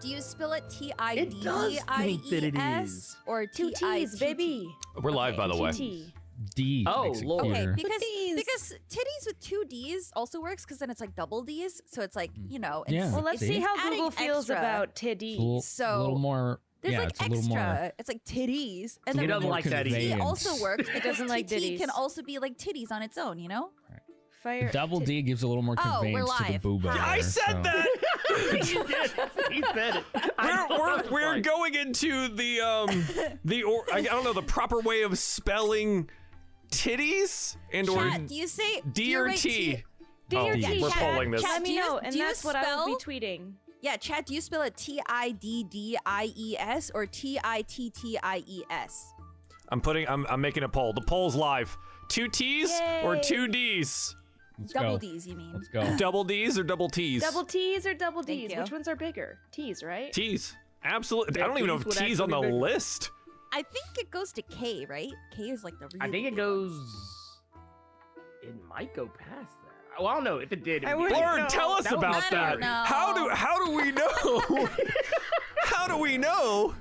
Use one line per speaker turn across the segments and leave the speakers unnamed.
Do you spell it T I
It
D
does
I
think that
E
it is.
S or
Two
T I
T's, baby.
We're live, by the way.
T.
D.
Oh,
makes it
Lord.
Okay,
cuter.
because
Titties.
because titties with two D's also works because then it's like double D's, so it's like you know. It's,
Mm. Yeah.
Well, let's
See?
see how
Adding
Google feels
extra.
about
It's a little,
titties.
so-
a little more.
There's
yeah,
like
it's a little
extra.
more.
It's like titties, and
it's
He
a
then
little
doesn't
more
like that either.
T
conveyance.
also works. It
doesn't like
T
ditties.
can also be like titties on its own, you know.
Fire.
Double
tit-
D gives a little more
Oh, we're
conveyance to the
live.
booba.
I
there,
said
so.
that.
he did. He said it.
We're,
I know.
we're, we're
Like,
going into the um the or I, I don't know the proper way of spelling titties and or
Chat, do you say do
D
you
or
write
T.
D or
Oh,
T.
we're
Chat,
polling this.
Let
chat, do
me
you-
know, and
do you
that's what I will be
spell-
tweeting.
Yeah, Chad, do you spell it T I D D I E S or T I T T I E S?
I'm putting I'm, I'm making a poll. The poll's live. Two T's or
Yay.
two D's?
Let's
Double
go.
D's, you mean?
Let's go.
Double D's or double T's?
Double T's or double
Thank
D's?
you.
Which ones are bigger? T's, right?
T's. Absolutely. I
Yeah,
don't even know
T's
if
would
T's on the
actually be-
list.
I think it goes to K, right? K is like the. Really
I think it
big one.
goes. It might go past that. Well, I don't know if it did. it
I
would be
wouldn't
like-
Lauren,
know.
tell us
That would
about
I
that.
don't know.
How do how do we know? how do we know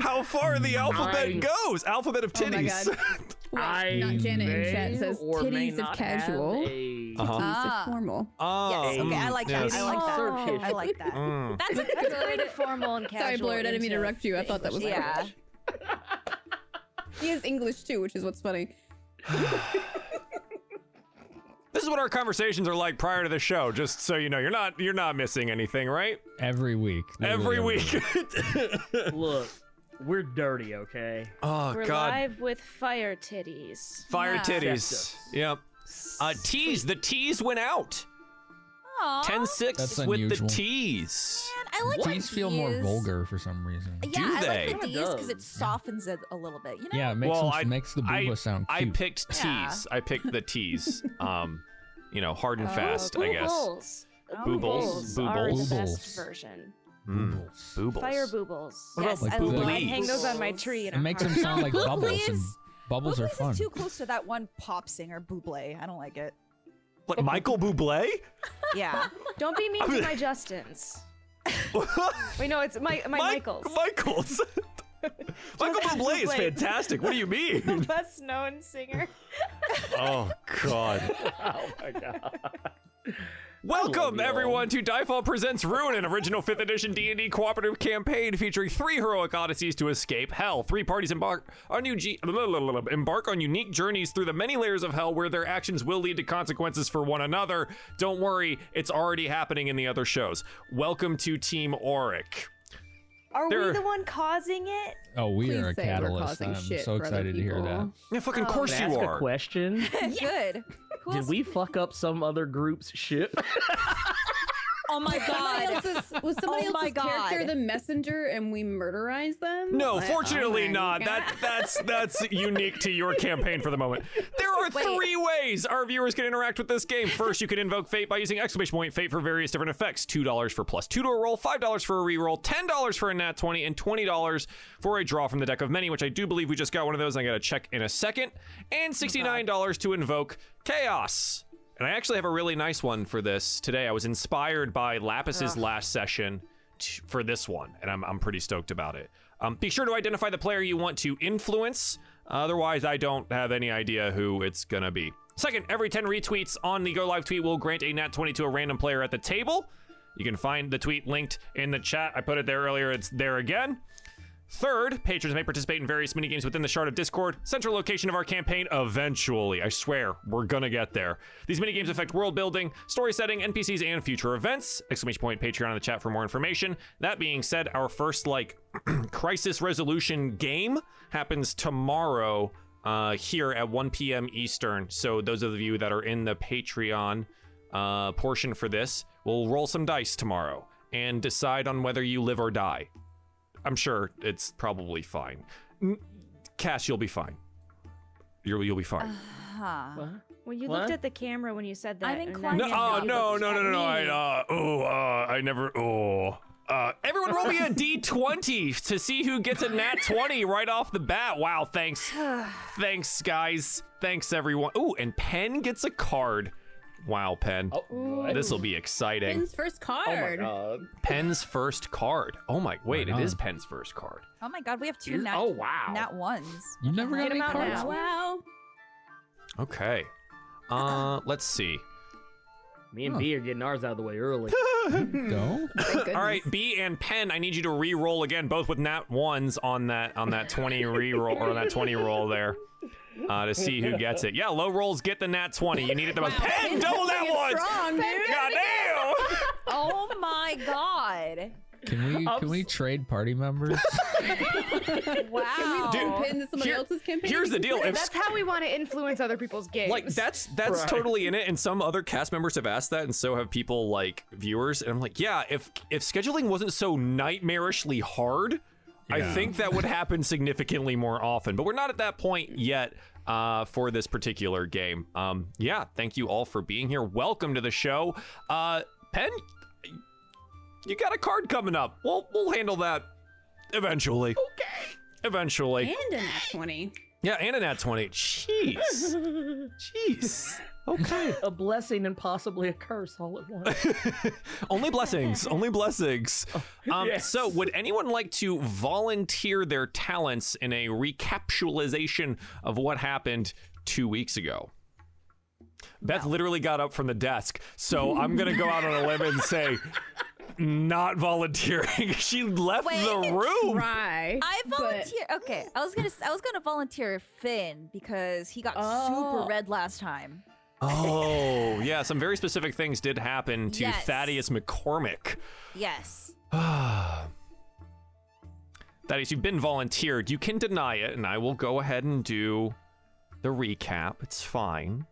how far the alphabet
I-
goes? Alphabet of
Oh my
titties.
I
Not Janet in
may
chat says
or may
titties of
not
casual.
have a-
Uh-huh.
Titties
Ah.
of formal.
Ah,
Yes, okay, I
mm,
like
yes.
that. I like that.
Search
Oh.
I
history.
like that.
Mm.
That's a
That's a way to
good.
formal and casual.
Sorry, Blurred, I didn't mean to
into
interrupt you. I thought that was
English.
Yeah.
He has English too, which is what's funny.
This is what our conversations are like prior to the show. Just so you know, you're not you're not missing anything, right?
Every week.
Every
literally
week.
Look, we're dirty, okay?
oh
We're
God,
live with fire titties.
fire
Yeah.
titties. Yep. Uh, T's. The T's went out.
Aw,
10-6
That's
with
unusual.
the T's.
man, I like
Every
when
week. T's feel more
Ds-
vulgar for some reason.
Yeah,
Do
I like
they?
the D's because
Kinda
it
does.
softens it a little bit. You know.
Yeah, it makes,
Well,
them-
I-
makes the booba
I,
sound
I
cute.
picked T's.
Yeah.
I picked the T's. um, you know, hard and fast, I guess.
Oh,
Oh.
Boobles.
Boobles.
are
Boobles.
the best
Boobles.
version.
Mm.
Boobles.
Boobles.
Fire boobles.
Yes,
What
I
about
love
booblies?
I hang those on my tree. And
It makes them sound like
Booblies-
bubbles, and bubbles are
Booblies
fun.
is too close to that one pop singer, Buble. I don't like it.
Like Michael Bublé?
Yeah.
Don't be mean to my Justins. Wait, no, it's my my
Mike-
Michaels.
Michaels. Michael Bublé is
Bublé.
fantastic. What do you mean?
Best known singer.
oh God.
Oh my god.
Welcome
you all.
everyone to Difall Presents Ruin, an original 5th edition D&D cooperative campaign featuring three heroic odysseys to escape hell. Three parties embark on new G- embark on unique journeys through the many layers of hell where their actions will lead to consequences for one another. Don't worry, it's already happening in the other shows. Welcome to Team Auric.
Are
They're-
we the one causing it?
Oh, we
Please
are a
say we're
catalyst.
causing
I'm
shit
so
for other
excited to hear that.
people.
Yeah, fucking course
Ask
you
Oh, a
are.
question.
Good. Who
Did
else-
we fuck up some other group's ship?
Oh my
Somebody
god.
else's, was somebody
Oh my
else's character
God.
the messenger and we murderize them?
No,
Like, oh
fortunately
my
not.
God.
That that's that's unique to your campaign for the moment. There are
Wait.
three ways our viewers can interact with this game. First, you can invoke fate by using exclamation point fate for various different effects. Two dollars for plus two to a roll, five dollars for a reroll, ten dollars for a nat twenty, and twenty dollars for a draw from the deck of many, which I do believe we just got one of those. and I gotta check in a second. And sixty-nine dollars to invoke chaos. And I actually have a really nice one for this today. I was inspired by Lapis's last session t- for this one, and I'm, I'm pretty stoked about it. Um, be sure to identify the player you want to influence. Otherwise, I don't have any idea who it's gonna be. Second, every 10 retweets on the Go Live tweet will grant a nat 20 to a random player at the table. You can find the tweet linked in the chat. I put it there earlier, it's there again. Third, patrons may participate in various minigames within the Shard of Discord, central location of our campaign eventually. I swear, we're gonna get there. These minigames affect world building, story setting, NPCs, and future events. Exclamation point Patreon in the chat for more information. That being said, our first, like, crisis resolution game happens tomorrow uh, here at 1 p.m. Eastern. So, those of you that are in the Patreon uh, portion for this will roll some dice tomorrow and decide on whether you live or die. I'm sure it's probably fine. N- Cass, you'll be fine. You'll, you'll be fine.
Uh, Huh.
Well, you
What?
looked at the camera when you said that.
I'm
and
inclined
no,
that-
to
oh,
not
no,
look
no, no,
at
no, no. I,
me.
uh, oh, uh, I never. Oh. Uh, everyone roll me a d20 to see who gets a nat 20 right off the bat. Wow, thanks. thanks, guys. Thanks, everyone. Ooh, and Penn gets a card. Wow, Pen.
Oh, what?
This will be exciting.
Ben's first
Oh my
card.
god.
Pen's first card. Oh my, wait, it
Right
is
on.
Pen's first card.
Oh my god, we have two
Is-
nat,
oh, wow.
nat ones.
You never got
Get
any
'em out
cards?
now.
Wow.
Okay. Uh, let's see.
Me and B are getting ours out of the way early.
Hmm.
Go.
All right, B and Pen, I need you to re-roll again, both with nat ones on that on that twenty re-roll or on that twenty roll there, uh, to see who gets it. Yeah, low rolls get the nat twenty. You need it the most. Pen, double nat ones.
Strong, dude.
God damn.
Oh my god.
Can we
I'm
can we trade party members?
Wow.
Dude,
Pin to somebody
Here-
else's campaign.
Here's the deal. If
That's how we want to influence other people's games.
like that's that's
Right.
totally in it and some other cast members have asked that and so have people like viewers and i'm like yeah if if scheduling wasn't so nightmarishly hard i
Yeah.
think that would happen significantly more often but we're not at that point yet uh, for this particular game um, yeah thank you all for being here welcome to the show uh, pen you got a card coming up we'll, we'll handle that eventually okay eventually
And a nat 20.
yeah, and a nat 20. Jeez. Jeez. Okay.
a blessing and possibly a curse all at once.
only blessings. Only blessings. Um,
Yes.
So, would anyone like to volunteer their talents in a recapitulation of what happened two weeks ago? Beth literally got up from the desk, so I'm gonna go out on a limb and say, not volunteering. she left
Wait,
the room.
Right.
I
but-
volunteer. Okay, I was gonna s- I was gonna volunteer Finn because he got
Oh.
super red last time.
Oh, yeah. Some very specific things did happen to
Yes.
Thaddeus McCormick.
Yes.
Thaddeus, you've been volunteered. You can deny it, and I will go ahead and do the recap. It's fine.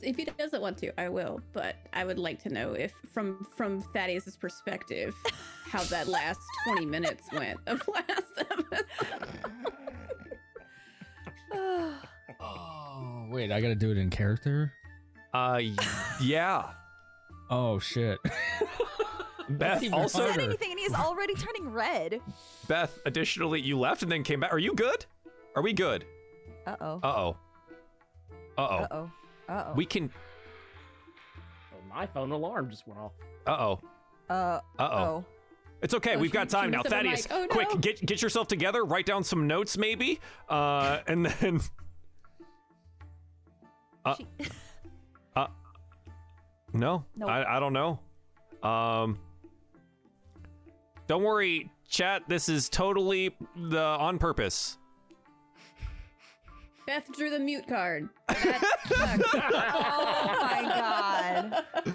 If he doesn't want to, I will. But I would like to know if, from from Thaddeus's perspective, how that last twenty minutes went of last episode.
oh wait, I gotta do it in character.
Uh, y- yeah.
Oh shit.
Beth,
even
also,
harder.
said
Sure.
anything and he's already turning red.
Beth, additionally, you left and then came back. Are you good? Are we good?
Uh oh.
Uh oh. Uh
Uh
oh.
oh. Uh oh.
We can.
Oh, my phone alarm just went off.
Uh oh.
Uh
Uh oh.
oh.
It's okay.
Oh,
We've got
she- she
time now.
must have been
Thaddeus,
like, "Oh,
quick,
no."
get get yourself together. Write down some notes, maybe, uh, and then. Uh, uh, no,
No.
I, I don't know. Um, don't worry, chat. This is totally the on purpose.
Beth drew the mute card.
Oh my god.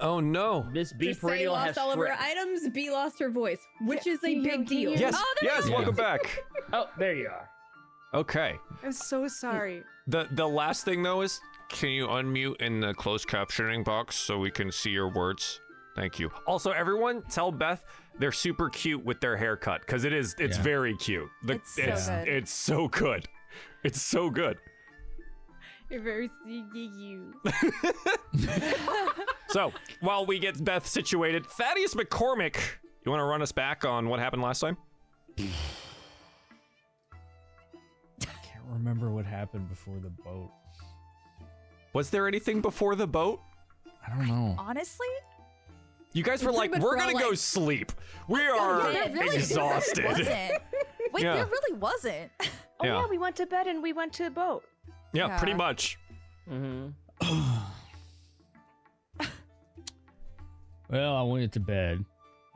Oh no.
Miss B
Just say
Perennial has
lost all of her
script.
items. B lost her voice, which is a big deal.
Yes,
Oh, there
yes.
you
Welcome
are.
back.
Oh, there you are.
Okay.
I'm so sorry.
The the last thing though is can you unmute in the closed captioning box so we can see your words? Thank you. Also, everyone tell Beth they're super cute with their haircut because it is it's
Yeah.
very cute. The-
It's so
it's,
good.
it's so good. It's so good.
You're very you.
So while we get Beth situated, Thaddeus McCormick, you want to run us back on what happened last time?
Can't remember what happened before the boat.
Was there anything before the boat?
I don't know.
Honestly,
You guys were like,
much
we're
were all
gonna go
like-
sleep. We are
there Oh, really
exhausted.
wasn't. Wait,
Yeah.
there really wasn't.
Oh
Yeah.
yeah, we went to bed and we went to the boat.
yeah, pretty
Yeah.
much.
Mm-hmm.
Well, I went to bed,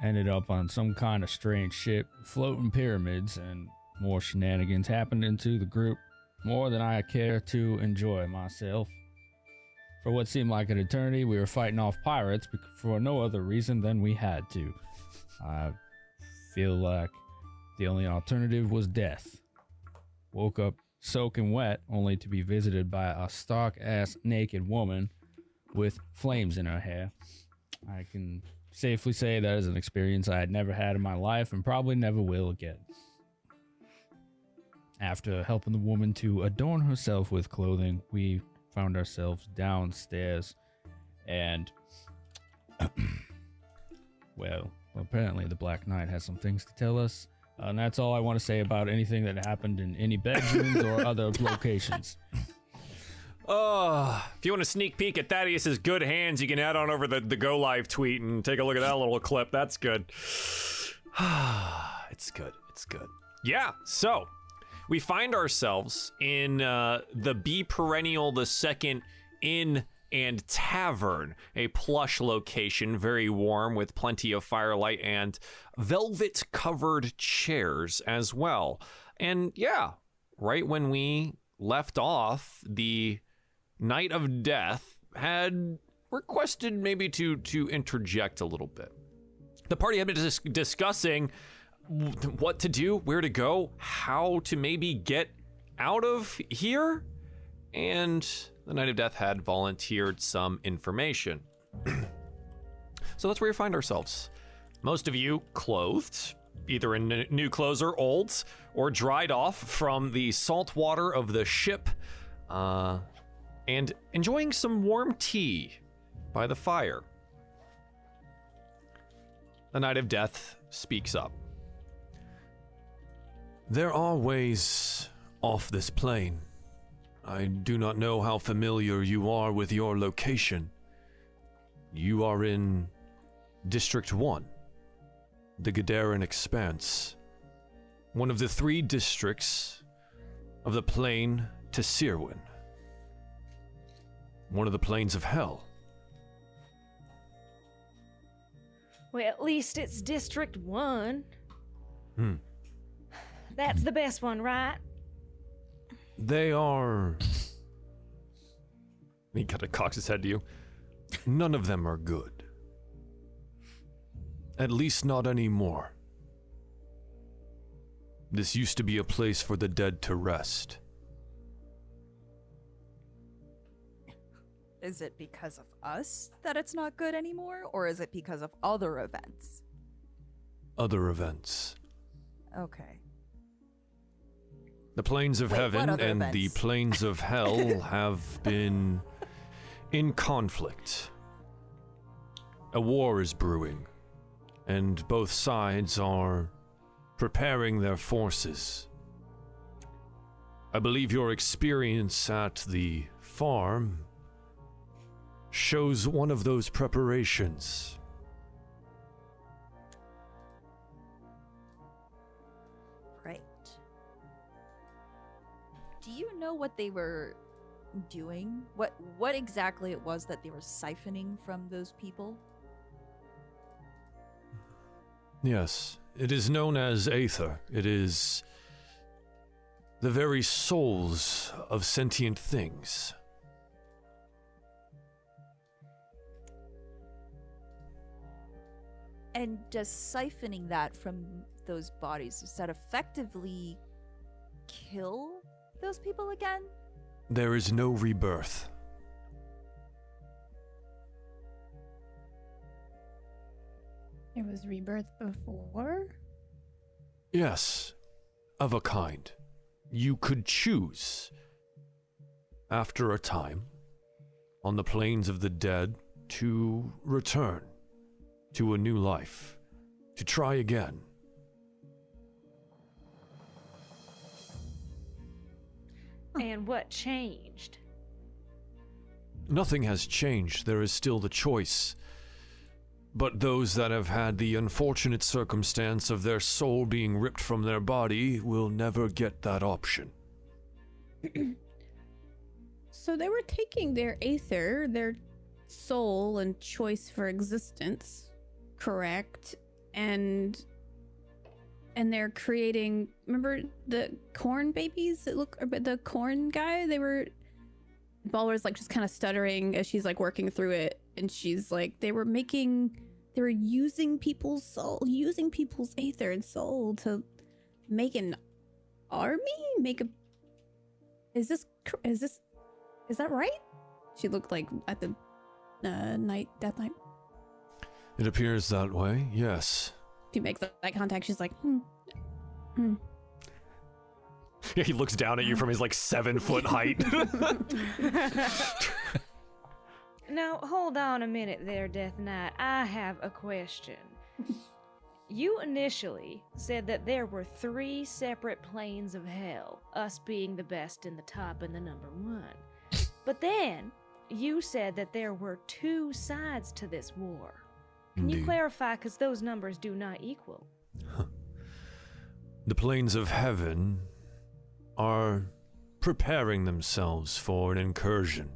ended up on some kind of strange ship, floating pyramids, and more shenanigans happened into the group more than I care to enjoy myself. For what seemed like an eternity, we were fighting off pirates bec- for no other reason than we had to. I feel like the only alternative was death. Woke up soaking wet, only to be visited by a stark ass naked woman with flames in her hair. I can safely say that is an experience I had never had in my life and probably never will again. After helping the woman to adorn herself with clothing, we found ourselves downstairs and. well, apparently the Black Knight has some things to tell us. And that's all I want to say about anything that happened in any bedrooms or other locations.
Oh, if you want a sneak peek at Thaddeus's good hands, you can head on over the the Go Live tweet and take a look at that little clip. That's good. it's good. It's good. Yeah. So we find ourselves in uh, the Bee Perennial the Second Inn and Tavern, a plush location, very warm with plenty of firelight and velvet covered chairs as well. And yeah, right when we left off, the Knight of Death had requested maybe to to interject a little bit. The party had been dis- discussing w- what to do, where to go, how to maybe get out of here, and the Knight of Death had volunteered some information. so that's where we find ourselves. Most of you clothed, either in n- new clothes or old, or dried off from the salt water of the ship, uh, and enjoying some warm tea by the fire. The Knight of Death speaks up. There are ways off this plane. I do not know how familiar you are with your location. You are in District 1, the Gadaran Expanse, one of the three districts of the plain to Sirwin, one of the plains of hell.
Well, at least it's District 1.
Hmm.
That's the best one, right?
They are. He kind of cocks his head to you. None of them are good. At least not anymore. This used to be a place for the dead to rest.
Is it because of us that it's not good anymore, or is it because of other events?
Other events.
Okay.
The plains of
Wait, what
heaven
other
and the
events?
plains of hell have been in conflict. A war is brewing, and both sides are preparing their forces. I believe your experience at the farm shows one of those preparations.
Right. Do you know what they were doing? What what exactly it was that they were siphoning from those people?
Yes, it is known as Aether. It is the very souls of sentient things.
And just siphoning that from those bodies, does that effectively kill those people again?
There is no rebirth.
It was rebirth before?
Yes, of a kind. You could choose. After a time, on the plains of the dead, to return to a new life, to try again.
And what changed?
Nothing has changed. There is still the choice. But those that have had the unfortunate circumstance of their soul being ripped from their body will never get that option.
So they were taking their aether, their soul and choice for existence, correct? And and they're creating remember the corn babies that look or but the corn guy they were Baller's like just kind of stuttering as she's like working through it and she's like they were making they were using people's soul using people's aether and soul to make an army make a is this cor- is this is that right? She looked like at the uh, night, death night.
It appears that way, yes.
She makes eye contact. She's like, hmm. hmm.
Yeah, he looks down at you from his like seven foot height.
Now, hold on a minute there, Death Knight. I have a question. you initially said that there were three separate planes of hell, us being the best and the top and the number one. But then you said that there were two sides to this war. Can you
Indeed.
clarify? Because those numbers do not equal.
The planes of heaven are preparing themselves for an incursion.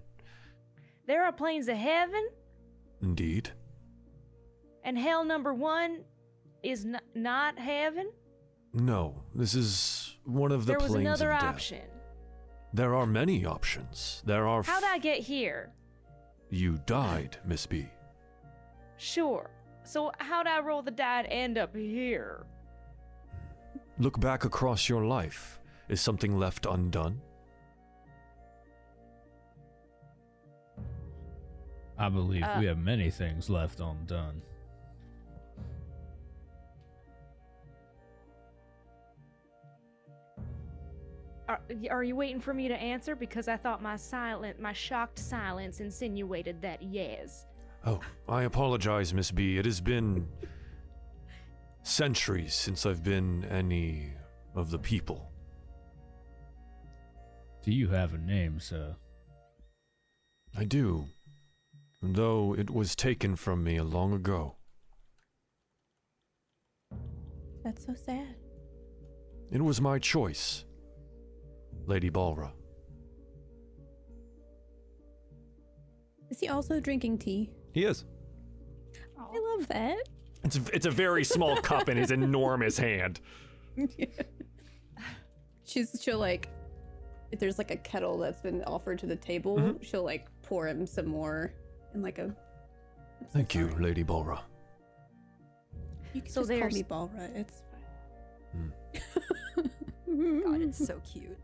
There are planes of heaven,
Indeed.
and hell number one is n- not heaven.
No, this is one of the
there was
planes
another
of death.
option.
There are many options. There are.
How'd
f-
I get here?
You died, Miss B.
Sure. So how'd I roll the die and end up here?
Look back across your life. Is something left undone?
I believe
Uh,
we have many things left undone.
Are, are you waiting for me to answer? Because I thought my silent, my shocked silence insinuated that yes.
Oh, I apologize, Miss B. It has been centuries since I've been any of the people.
Do you have a name, sir?
I do. Though it was taken from me long ago.
That's so sad.
It was my choice, Lady Balra.
Is he also drinking tea?
He is.
I love that.
It's it's a very small cup in his enormous hand.
She's she'll like if there's like a kettle that's been offered to the table,
Mm-hmm.
she'll like pour him some more in like a I'm so
Thank you,
sorry.
Lady Balra.
You can
So
just call
there's-
me Balra. It's
God, it's so cute.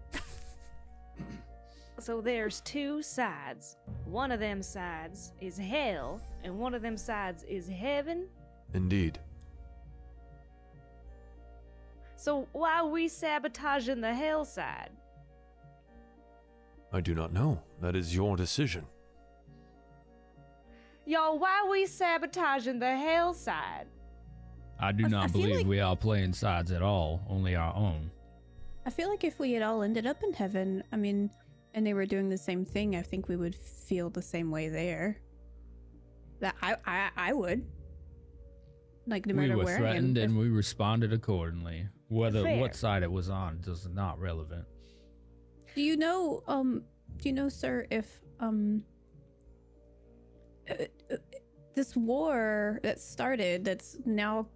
So there's two sides. One of them sides is hell, and one of them sides is heaven.
Indeed.
So why are we sabotaging the hell side?
I do not know. That is your decision.
Y'all, why we sabotaging the hell side?
I do
I-
not
I feel
believe
like-
we are playing sides at all, only our own.
I feel like if we had all ended up in heaven, I mean, and they were doing the same thing, I think we would feel the same way there. That I I, I would. Like no
we
matter
were
where I am.
threatened
if-
and we responded accordingly. Whether
Fair.
what side it was on is not relevant.
Do you know, um, do you know, sir, if, um, uh, uh, this war that started that's now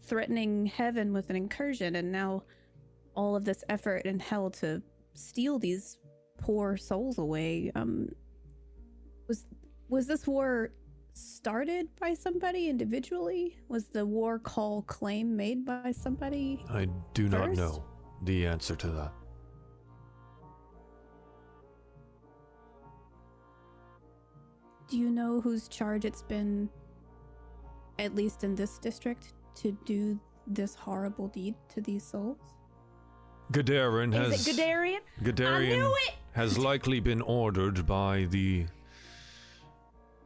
threatening heaven with an incursion and now all of this effort in hell to steal these poor souls away, um, was, was this war started by somebody individually? Was the war call claim made by somebody?
I do not
First?
know the answer to that.
Do you know whose charge it's been, at least in this district, to do this horrible deed to these souls?
Gadarin
Is
has
it Gadarian?
Gadarian
I knew it!
has likely been ordered by the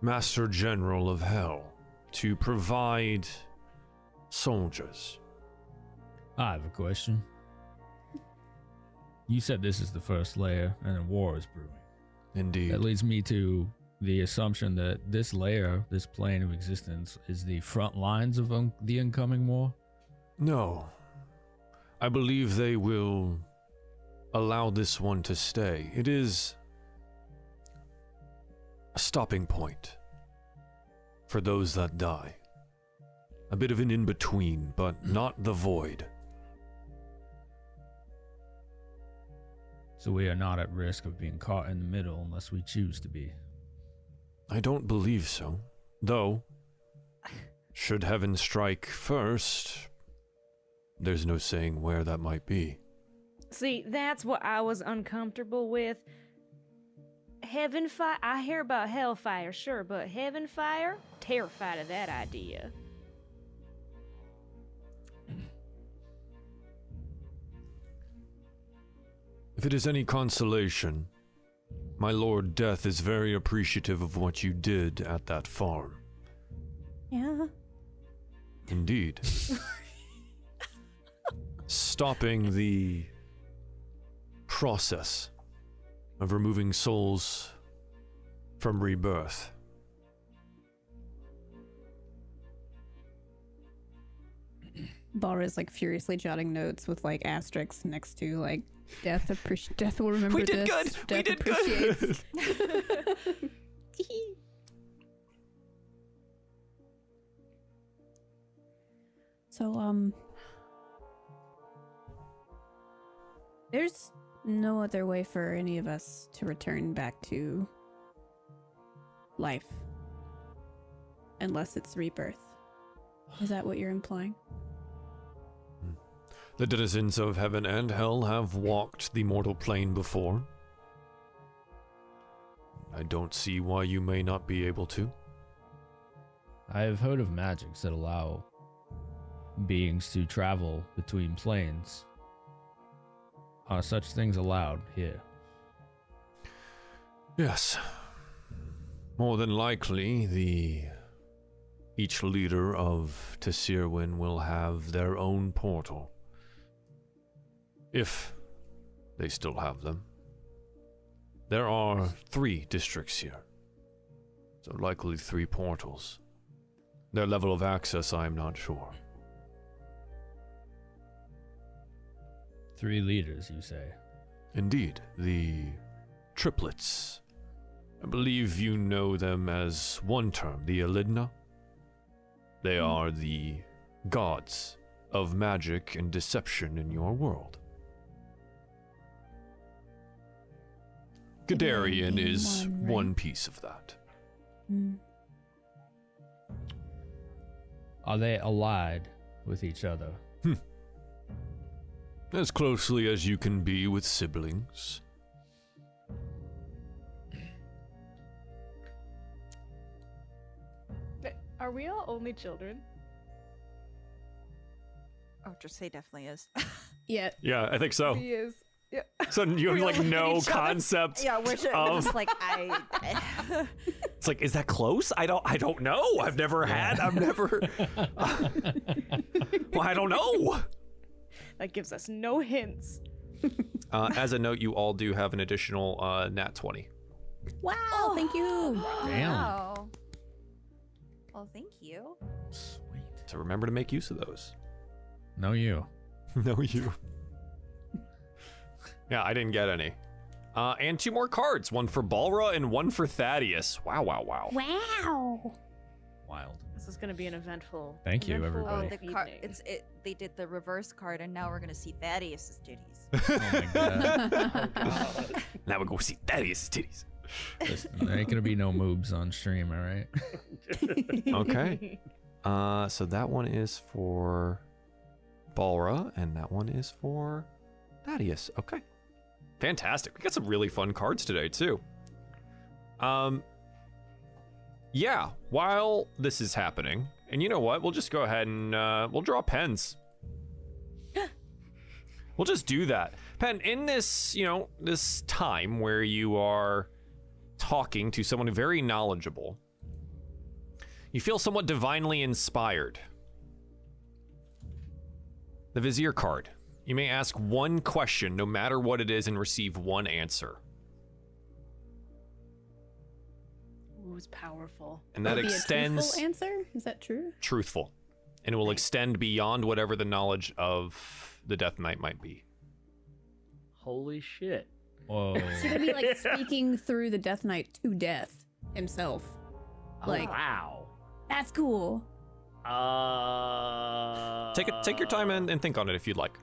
Master General of Hell to provide soldiers.
I have a question. You said this is the first layer, and then war is brewing.
Indeed.
That leads me to the assumption that this layer, this plane of existence, is the front lines of un- the incoming war.
No. I believe they will allow this one to stay. It is a stopping point for those that die. A bit of an in between, but not the void.
So we are not at risk of being caught in the middle unless we choose to be.
I don't believe so. Though, should heaven strike first, there's no saying where that might be.
See, that's what I was uncomfortable with. Heaven fire. I hear about hellfire, sure, but heaven fire? Terrified of that idea.
If it is any consolation, my Lord Death is very appreciative of what you did at that farm.
Yeah.
Indeed. Stopping the process of removing souls
from rebirth.
Bara is like furiously jotting notes with like asterisks next to like death. Appreci- death will remember.
we did
this.
good. We did
Death
good.
appreciates. so um, there's no other way for any of us to return back to life, unless it's rebirth. Is that what you're implying?
The denizens of heaven and hell have walked the mortal plane before. I don't see why you may not be able to.
I have heard of magics that allow beings to travel between planes. Are such things allowed here?
Yes. More than likely, the each leader of Tesirwin will have their own portal. If they still have them. There are three districts here. So likely three portals. Their level of access I am not sure.
Three leaders, you say?
Indeed, the triplets. I believe you know them as one term, the Elidna. They
Hmm.
are the gods of magic and deception in your world.
Could they
Gadarian
be
is
one, right?
one piece of that.
Hmm.
Are they allied with each other?
As closely as you can be with siblings.
Are we all only children?
Oh, Jersey definitely is.
Yeah,
Yeah, I think
Oh.
so.
He is. Yeah.
So you have
We all
like
look at
no
each other.
concept.
yeah, we're just,
Um,
like I.
It's like, is that close? I don't. I don't know. I've never had. I've never. well, I don't know.
That gives us no hints.
Uh, as a note, you all do have an additional uh, nat twenty.
Wow, thank you.
Oh.
Damn.
Wow. Well, thank you.
Sweet.
So remember to make use of those.
No, you.
No, you. yeah, I didn't get any. Uh, and two more cards, one for Balra and one for Thaddeus. Wow, wow, wow.
Wild.
This is going to be an eventful.
Thank you,
eventful
Oh,
Right.
the card.
evening.
It's it. They did the reverse card, and now we're gonna see Thaddeus's titties.
Oh my god.
Now we go see Thaddeus' titties.
Listen, there ain't gonna be no moobs on stream, all right?
Okay. Uh, so that one is for Balra, and that one is for Thaddeus. Okay. Fantastic. We got some really fun cards today, too. Um, yeah, while this is happening, and you know what? We'll just go ahead and uh, we'll draw pens. we'll just do that. Pen, in this, you know, this time where you are talking to someone very knowledgeable, you feel somewhat divinely inspired. The Vizier card. You may ask one question, no matter what it is, and receive one answer.
Ooh, it's powerful.
And that
Would be a
extends
truthful answer. Is that true?
truthful. And it will extend beyond whatever the knowledge of the Death Knight might be.
Holy shit.
Whoa.
So they'd be like speaking through the Death Knight to death himself.
Oh,
Like-
wow.
That's cool.
Uh,
Take it, take your time and, and think on it if you'd like.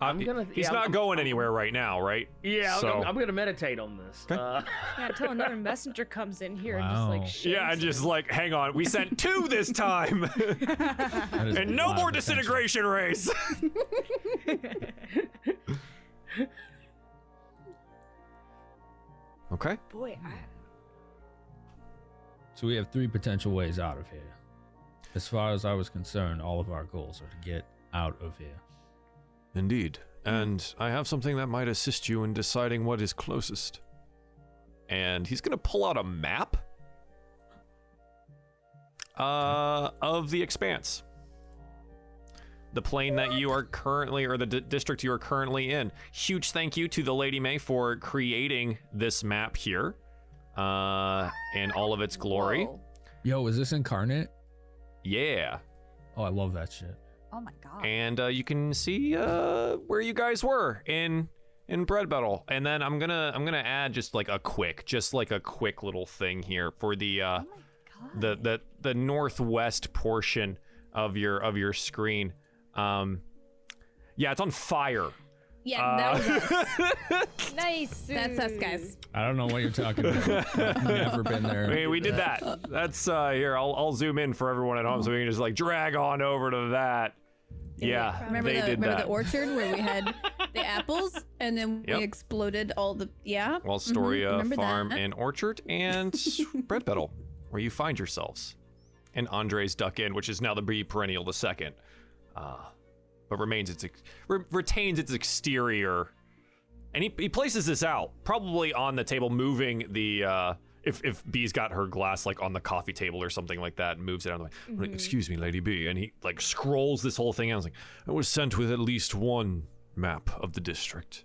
Uh,
I'm gonna-
he's
yeah,
not
I'm-
going
I'm-
anywhere right now, right?
Yeah, I'm,
So-
gonna, I'm gonna meditate on this.
Okay.
Uh,
Yeah, until another messenger comes in here and just
Wow.
like shames
Yeah, and just
him.
like, hang on, we sent two this time,
That is
and
a
no
lot
more
of attention.
disintegration rays. okay.
boy, I,
So we have three potential ways out of here. As far as I was concerned, all of our goals are to get out of here.
Indeed. And I have something that might assist you in deciding what is closest.
and he's gonna pull out a map uh, of the expanse the plane that you are currently or the d- district you are currently in huge thank you to the lady may for creating this map here uh, in all of its glory.
Whoa.
Yo, is this incarnate?
Yeah.
Oh, I love that shit.
Oh my
Ah.
god.
and uh, you can see uh, where you guys were in in bread battle and then i'm gonna i'm gonna add just like a quick just like a quick little thing here for the uh
oh my god.
the the the northwest portion of your of your screen um yeah it's on fire
Yeah, that
Uh,
was us.
Nice.
That's us, guys.
I don't know what you're talking about. I've never been there.
I mean, we did that that's uh here i'll i'll zoom in for everyone at home so we can just like drag on over to that yeah
Remember
they
the
did
remember
that
the orchard where we had the apples and then
Yep.
we exploded all the yeah. Mm-hmm.
Wellstoria
remember
Farm
that.
and Orchard, and Bread Battle, where you find yourselves. And Andre's Duck Inn, which is now the B perennial the second, uh, but remains its ex- re- retains its exterior. And he, he places this out probably on the table, moving the uh, if if B's got her glass like on the coffee table or something like that, and moves it out of the way. I'm
Mm-hmm.
like, Excuse me, Lady B, and he like scrolls this whole thing. out. I was like, I was sent with at least one map of the district.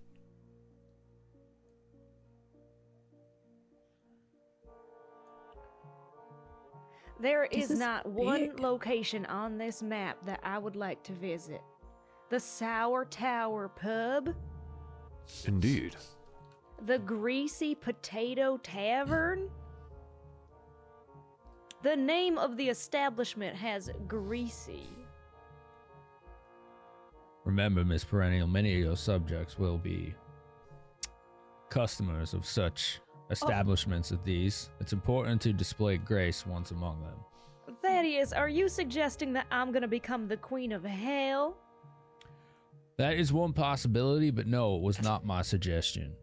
There is
is
not one
big.
location on this map that I would like to visit. The Sour Tower Pub,
Indeed.
the Greasy Potato Tavern. The name of the establishment has Greasy.
Remember, Miss Perennial, many of your subjects will be customers of such establishments as these. It's important to display grace once among them.
Thaddeus, are you suggesting that I'm gonna become the Queen of Hell?
That is one possibility, but no, it was not my suggestion.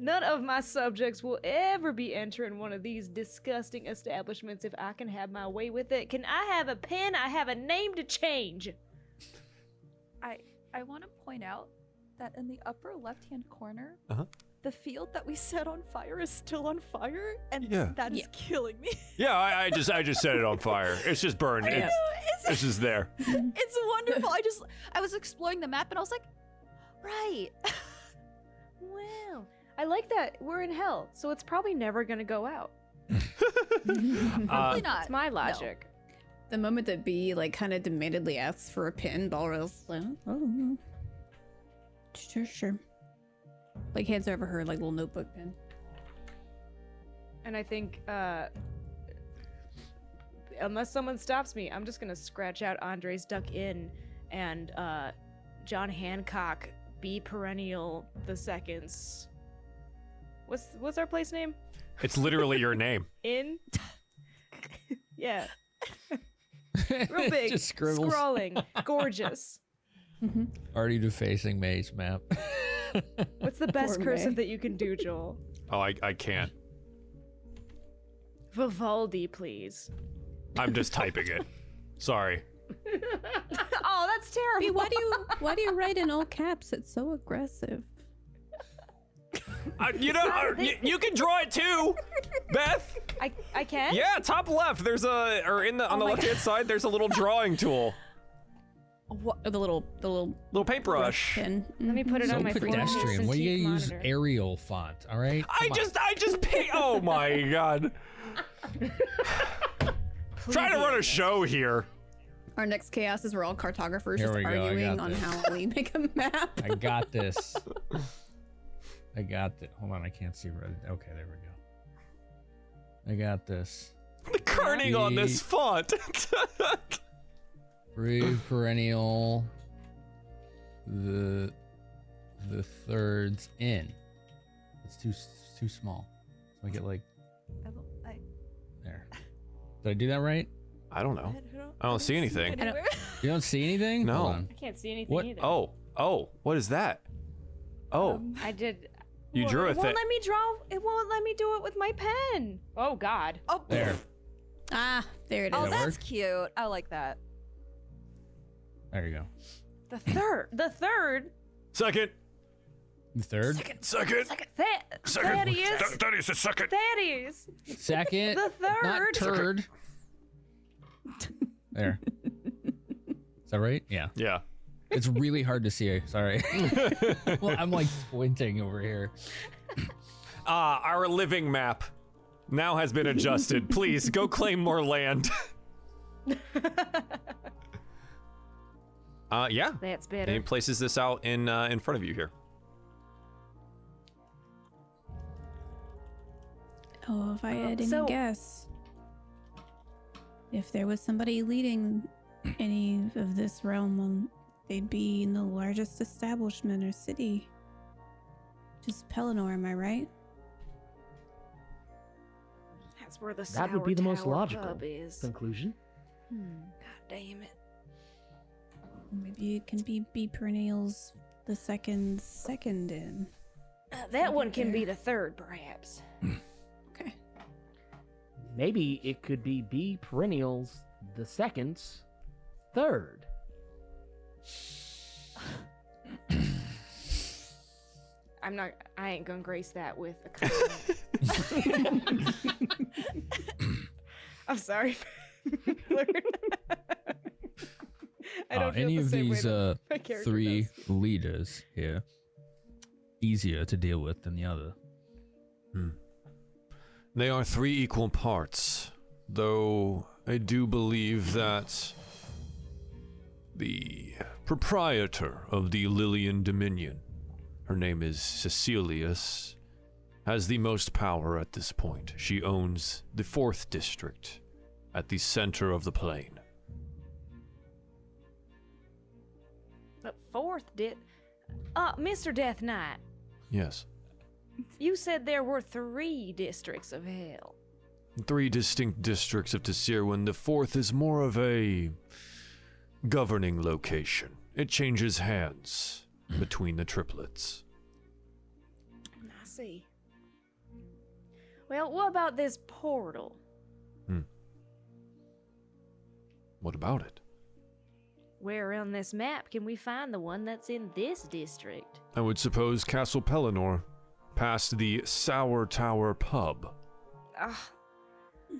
None of my subjects will ever be entering one of these disgusting establishments if I can have my way with it. Can I have a pen? I have a name to change.
I I want to point out that in the upper left-hand corner,
Uh-huh.
the field that we set on fire is still on fire, and
Yeah.
that is
Yeah.
killing me.
Yeah, I, I just I just set it on fire. It's just burned.
I
It's,
know,
it's
it's,
just there.
it's wonderful. I just I was exploring the map and I was like, right.
Uh,
Wow. I like that. We're in hell, so it's probably never going to go out.
Probably
Uh,
not.
That's my
No.
logic.
The moment that B like kind of demandedly asks for a pin, Balrog's like, oh, sure, sure. Like hands over her like little notebook pen.
And I think, uh, unless someone stops me, I'm just going to scratch out Andre's Duck In and uh, John Hancock, Be Perennial the Seconds. What's, what's our place name?
it's literally your name.
in. yeah, real big,
Just scribbles.
scrawling, gorgeous.
Already defacing Maze map.
What's the best
Poor
cursive
May.
that you can do, Joel?
Oh, I, I can't.
Vivaldi, please.
I'm just typing it. Sorry.
oh, that's terrible.
B, why do you why do you write in all caps? It's so aggressive.
Uh, you know, uh, you, you can draw it too, Beth.
I, I can.
Yeah, top left. There's a or in
Oh
the on the left hand side. There's a little drawing tool,
What the little the little
little paintbrush.
pin.
Let me put it
so
on my
pedestrian. Why do you use Arial font? All right.
I
Come on.
just I just paint. Oh my god. Trying to run a show here.
Our next chaos is we're all cartographers
Here
just
we go, I
arguing
got
on
this.
how we make a map.
I got this. I got this. Hold on, I can't see red. Okay, there we go. I got this.
The kerning on this
Yeah.
font.
Three perennial. The the thirds in. It's too s- it's too small. So I get like
I don't, I,
there. Did I do that right?
I don't
I
know.
don't,
I don't see anything.
I don't-
anywhere.
You don't see anything?
No.
Hold on.
I can't see anything
What?
either.
Oh oh, what is that? Oh,
Um,
I did.
you
Well,
drew
it.
a thing.
won't let me draw. It won't let me do it with my pen. Oh God.
oh,
There.
Ah, there it is.
Oh,
Did it
that's
work?
cute. I like that.
There you go.
The third. the third.
Second.
The third.
Second.
That.
Second.
Thaddeus.
That is the second.
Thaddeus.
Second.
The
Not
third.
turd. there. Is that right? Yeah.
Yeah.
It's really hard to see. Sorry. well, I'm like squinting over here.
Ah, our living map now has been adjusted. Please go claim more land. uh, yeah.
That's
And he
better.
places this out in uh, in front of you here.
Oh, if I had any
so-
guess, if there was somebody leading any of this realm, um, they'd be in the largest establishment or city. Just Pelennor, am I right?
That's where the
That would be the most
Tower
logical
pub is. God
conclusion.
Hmm.
damn it.
Maybe it can be B perennials the second second in.
Uh, that one can be
there.
the third, perhaps.
Okay.
Maybe it could be B perennials the second's third.
I'm not. I ain't gonna grace that with a. compliment. I'm sorry, Lord. I
Are
don't feel
Uh, any
the
of
same way
these
that
uh,
my character
three
does.
leaders here easier to deal with than the other?
Hmm. They are three equal parts, though I do believe that the proprietor of the Lillian Dominion, her name is Cecilius, has the most power at this point. She owns the fourth district at the center of the plain.
But fourth did. Uh, Mr. Death Knight,
Yes.
you said there were three districts of hell.
Three distinct districts of Tasirwin. The fourth is more of a governing location. It changes hands between the triplets.
I see. Well, what about this portal?
What about it?
Where on this map can we find the one that's in this district?
I would suppose Castle Pelennor, past the Sour Tower pub.
Ugh.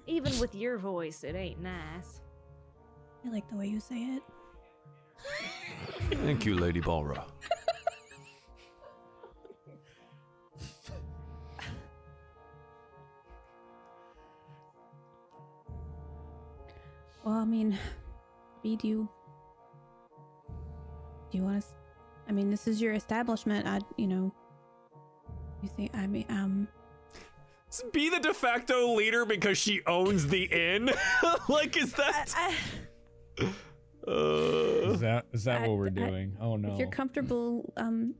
Even with your voice, it ain't nice.
I like the way you say it.
Thank you, Lady Balra.
Well, I mean, B, do you do you want to? I mean, this is your establishment. I, you know, you think? I mean, um,
Be the de facto leader because she owns the inn. like, is that? Uh,
Is that is that
I-
what we're
I-
doing? oh no.
If you're comfortable, um,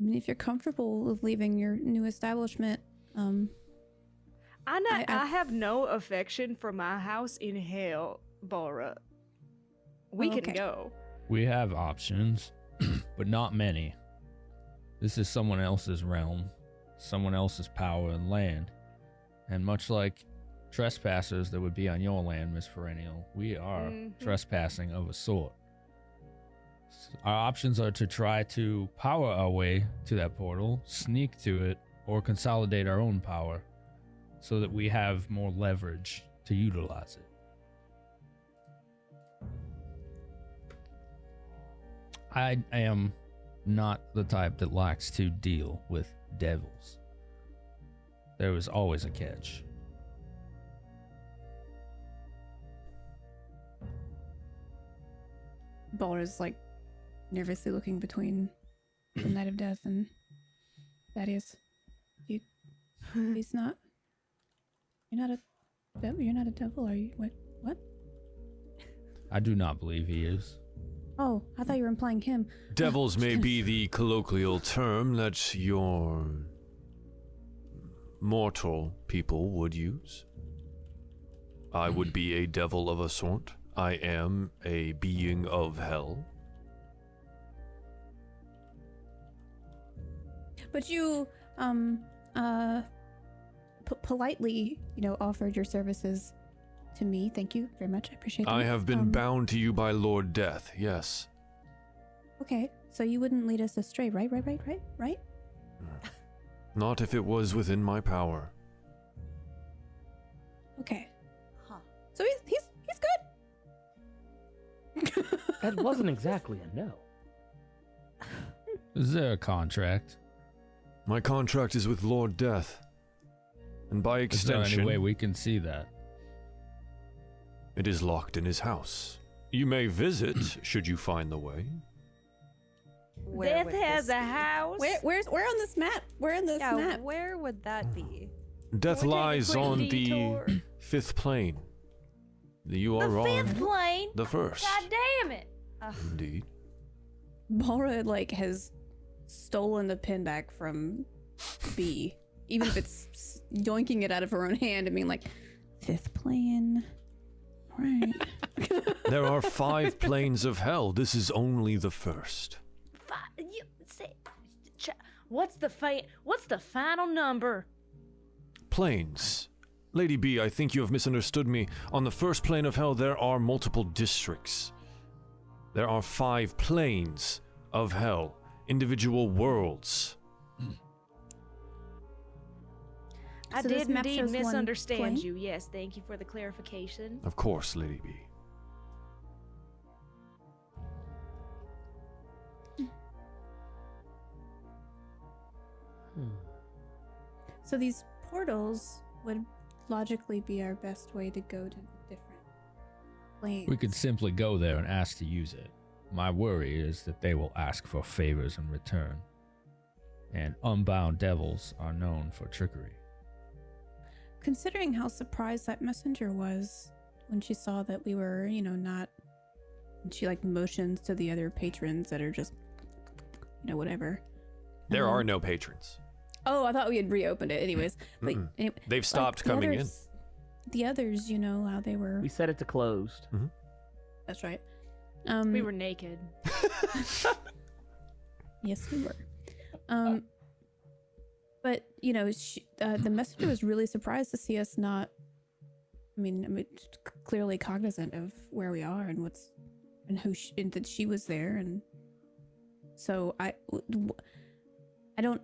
I mean, if you're comfortable with leaving your new establishment, um,
I not,
I-
I,
I-
have no affection for my house in hell, Bora. We
Oh,
can
okay.
go.
We have options, but not many. This is someone else's realm, someone else's power and land. And much like trespassers that would be on your land, Miss Perennial, we are
Mhm.
trespassing of a sort. S- Our options are to try to power our way to that portal, sneak to it, or consolidate our own power so that we have more leverage to utilize it. I am not the type that likes to deal with devils. There is always a catch.
Balder's like nervously looking between the Knight of Death and Thaddeus. You, he's not. You're not a. dev- You're not a devil, are you? What? What?
I do not believe he is.
Oh, I thought you were implying him.
Devils may be the colloquial term that your mortal people would use. I would be a devil of a sort. I am a being of hell.
But you, um, uh, p- politely, you know, offered your services to me. Thank you very much. I appreciate Um, it.
I have been bound to you by Lord Death, yes.
Okay, so you wouldn't lead us astray, right? Right? Right? Right? Right?
Not if it was within my power.
Okay.
Huh.
So he's he's he's good.
That wasn't exactly a no.
Is there a contract?
My contract is with Lord Death.
and by
There's not any
extension,
way we can see that.
it is locked in his house. You may visit should you find the way.
Where would
Death has
this
a
be?
house.
Where, where's where on this map? Where on this
Yeah,
map?
where would that be?
We're
Death
taking a
lies
quick
on
detour.
the fifth plane. You are
the
on
fifth plane.
the first.
God damn it!
Indeed.
Balra like has stolen the pin back from B, even if it's s- yoinking it out of her own hand and being like, fifth plan. Right.
There are five planes of hell. This is only the first.
Fi- you say, ch- what's the fi- What's the final number?
Planes. Lady B, I think you have misunderstood me. On the first plane of hell, there are multiple districts. There are five planes of hell, individual worlds.
I
So this
did
map
indeed
shows one plane?
misunderstand you. Yes, thank you for the clarification.
Of course, Lady B.
So these portals would logically be our best way to go to different planes.
We could simply go there and ask to use it. My worry is that they will ask for favors in return. And unbound devils are known for trickery.
Considering how surprised that messenger was when she saw that we were, you know, not. And she like motions to the other patrons that are just, you know, whatever.
There are
Mm.
Um,
no patrons.
Oh, I thought we had reopened it. Anyways, but
Mm-mm.
anyway,
They've stopped coming in.
in. The others, you know, how they were.
We said it's closed.
That's right. Um,
We were naked.
Yes, we were. Um, but you know, she, uh, the messenger was really surprised to see us not. I mean, I mean, c- clearly cognizant of where we are and what's and who she, and that she was there, and so I, w- I don't.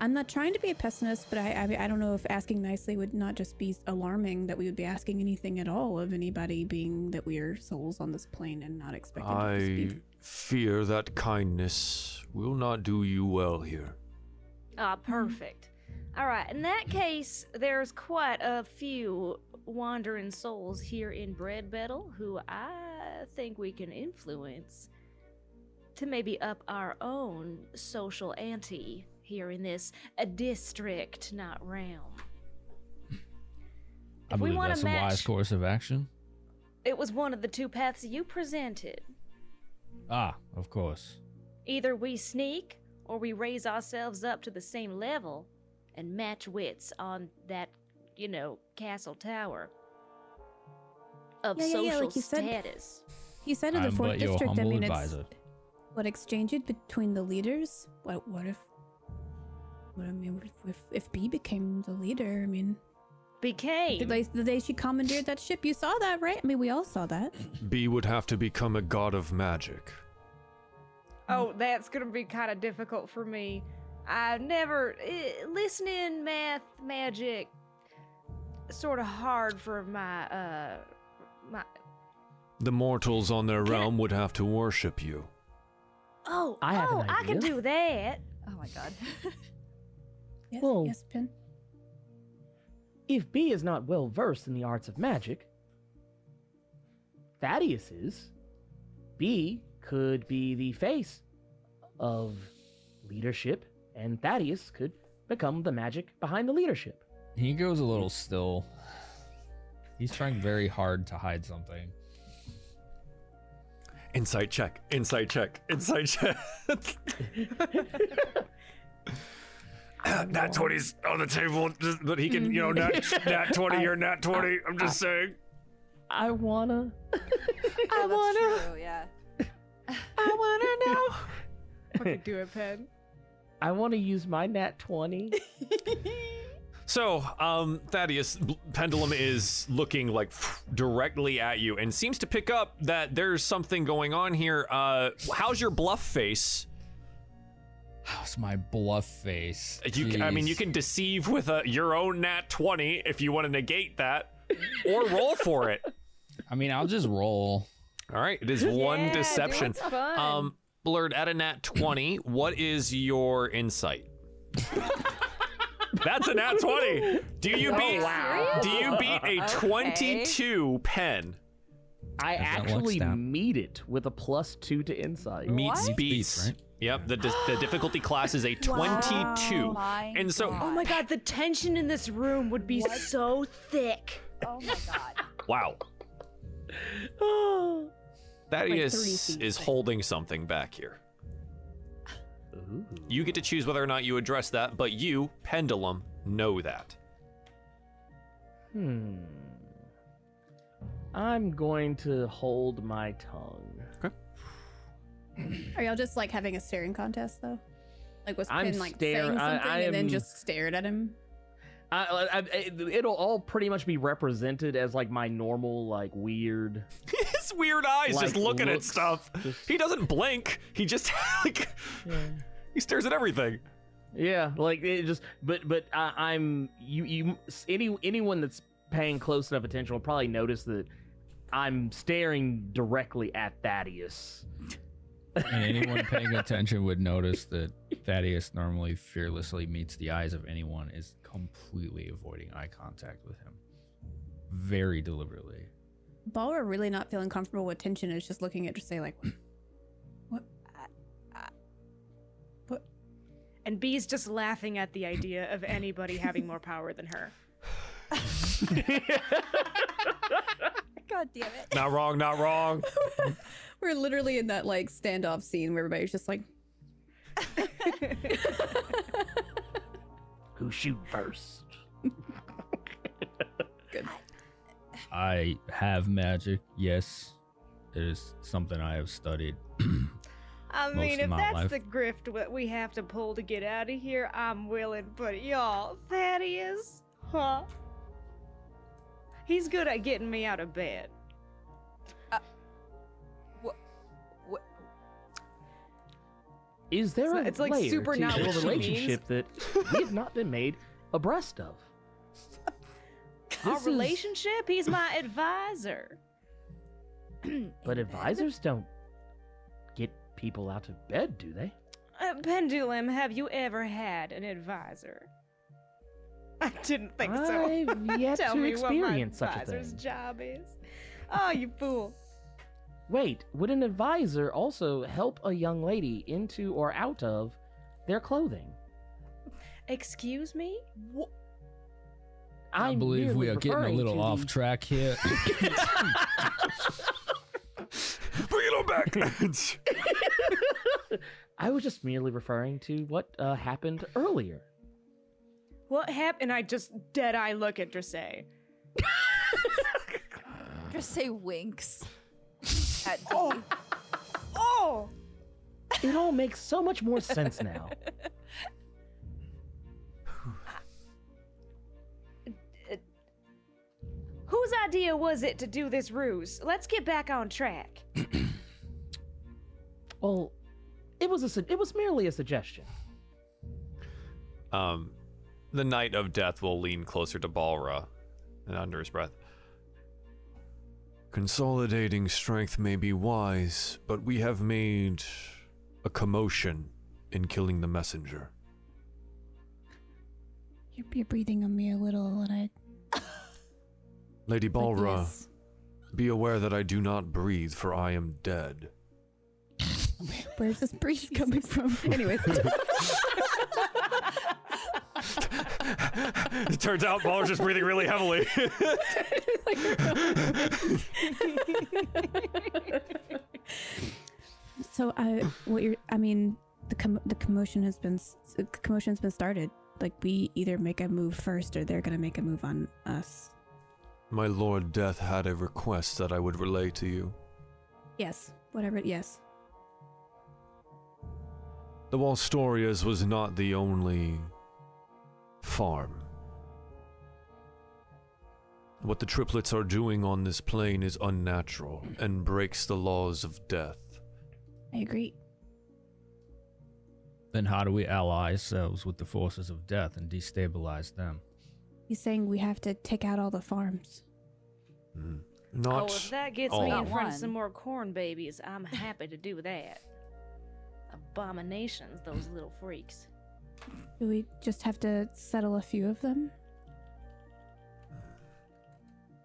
I'm not trying to be a pessimist, but I, I I don't know if asking nicely would not just be alarming that we would be asking anything at all of anybody being that we are souls on this plane and not expected to
I
speak.
fear that kindness will not do you well here.
Ah,
Mm-hmm.
perfect. All right. In that case, there's quite a few wandering souls here in Bread Battle who I think we can influence to maybe up our own social ante here in this uh, district, not realm.
I
If we
believe
wanna
that's a wise
match-
course of action.
It was one of the two paths you presented.
Ah, of course.
Either we sneak or we raise ourselves up to the same level and match wits on that, you know, castle tower of
Yeah, yeah,
social
yeah, like you said.
status.
You said in the
I'm
fourth
but your
district. I
humble
mean, it's
advisor.
what exchanged between the leaders what what if what i mean if, if, if b became the leader i mean the
Became.
day, the day she commandeered that ship you saw that right i mean we all saw that
B would have to become a god of magic.
oh, that's gonna be kind of difficult for me. I've never eh, listening, math, magic, sort of hard for my uh my.
The mortals on their
Can I-
realm would have to worship you.
Oh,
I have
oh,
an
I can
idea.
do that.
Oh my god.
yes
Whoa.
yes pin
If B is not well versed in the arts of magic, Thaddeus is. B could be the face of leadership, and Thaddeus could become the magic behind the leadership.
He goes a little still. He's trying very hard to hide something.
Insight check. Insight check. Insight check. Nat 20's on the table, just- but he can, you know, nat, nat 20 or nat 20. I'm just saying.
I wanna.
I wanna. yeah.
I wanna know.
Fucking do it, Pen.
I wanna use my nat 20.
So, um, Thaddeus, bl- Pendulum is looking like directly at you and seems to pick up that there's something going on here. Uh, how's your bluff face?
How's my bluff face?
Uh, You, c- I mean,
Jeez.
you can deceive with a, your own nat 20 if you want to negate that, or roll for it.
I mean, I'll just roll.
All right, it is one
Yeah, dude,
deception.
it's fun.
Um, Blurred, at a nat 20, what is your insight? That's a nat 20. Do you
Oh,
beat
wow.
Do you beat a
Okay.
22 pen?
I
that luck
actually
stat?
meet it with a plus two to insight.
Meets
What?
Beats.
right?
Yep, the, dis- the difficulty class is a 22.
Oh My
and so
God.
Oh my god, the tension in this room would be so thick.
Oh my god.
wow. that
Like
is
three feet
is
thick.
holding something back here.
Ooh.
You get to choose whether or not you address that, but you, Pendulum, know that.
Hmm. I'm going to hold my tongue.
Are y'all just like having a staring contest though? Like was
I'm
Pin like
stare-
saying something
I- I
and then
am-
just stared at him?
I, I, I, it'll all pretty much be represented as like my normal, like weird.
His weird eyes just
like,
looking
looks.
at stuff.
Just-
He doesn't blink. He just like he stares at everything.
Yeah, like it just, but but I, I'm you you any anyone that's paying close enough attention will probably notice that I'm staring directly at Thaddeus.
And anyone paying attention would notice that Thaddeus normally fearlessly meets the eyes of anyone is completely avoiding eye contact with him. Very deliberately.
Balra really not feeling comfortable with tension is just looking at just say like what
And B's just laughing at the idea of anybody having more power than her.
God damn it.
Not wrong, not wrong.
we're literally in that like standoff scene where everybody's just like
Who shoot first?
I have magic, yes. It is something I have studied.
I
Most
mean,
of
if
my
that's
life.
the grift what we have to pull to get out of here, I'm willing. But y'all, Thaddeus, huh? He's good at getting me out of bed.
What?
Is there
It's-
a
it's, like,
layer
super
to
not
your
what she means.
relationship that we have not been made abreast of?
Our
This is-
relationship, he's my advisor.
But advisors don't get people out of bed, do they?
Uh, Pendulum, have you ever had an advisor? I didn't think so.
I've yet
Tell
to
me
experience
what
such
my
a
advisor's
thing.
job is. Oh, you fool.
Wait, would an advisor also help a young lady into or out of their clothing?
Excuse me?
I
I'm
believe we
merely
are getting a
referring
little
to
off
the-
track here.
Bring it on back, lads.
I was just merely referring to what uh, happened earlier.
What happened? And I just dead eye look at Dressay.
Just say winks. At me.
Oh!
It all makes so much more sense now.
Whose idea was it to do this ruse? Let's get back on track.
Well, it was a su- it was merely a suggestion.
Um, the Knight of Death will lean closer to Balra, and under his breath,
Consolidating strength may be wise, but we have made a commotion in killing the messenger.
You'd be breathing on me a little and I
Lady Balra, be aware that I do not breathe, for I am dead.
Where's this breeze coming from? Anyways,
it turns out Balra's just breathing really heavily.
so I, what you're, I mean, the com- the commotion has been, s- the commotion's been started. Like we either make a move first, or they're gonna make a move on us.
My Lord Death had a request that I would relay to you.
Yes, whatever. Yes,
The Walstorias was not the only farm. What the triplets are doing on this plane is unnatural and breaks the laws of death.
I agree.
then how do we ally ourselves with the forces of death and destabilize them?
He's saying we have to take out all the farms.
Mm. Not
oh, if that gets
all.
me in
Not
front of some
one.
more corn babies, I'm happy to do that. Abominations, those little freaks.
Do we just have to settle a few of them?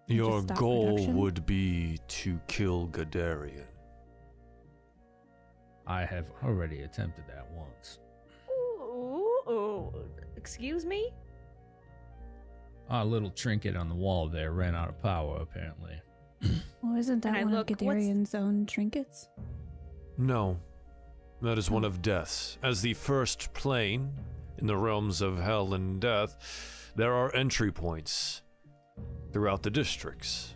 And
Your
just stop
goal
production?
would be to kill Gadarian.
I have already attempted that once.
Ooh, ooh, ooh. Excuse me?
Our little trinket on the wall there ran out of power, apparently.
Well, isn't
Can
that
I
one
look?
of
What's-
Gadarian's own trinkets?
No. That is one of death's. As the first plane in the realms of hell and death, there are entry points throughout the districts.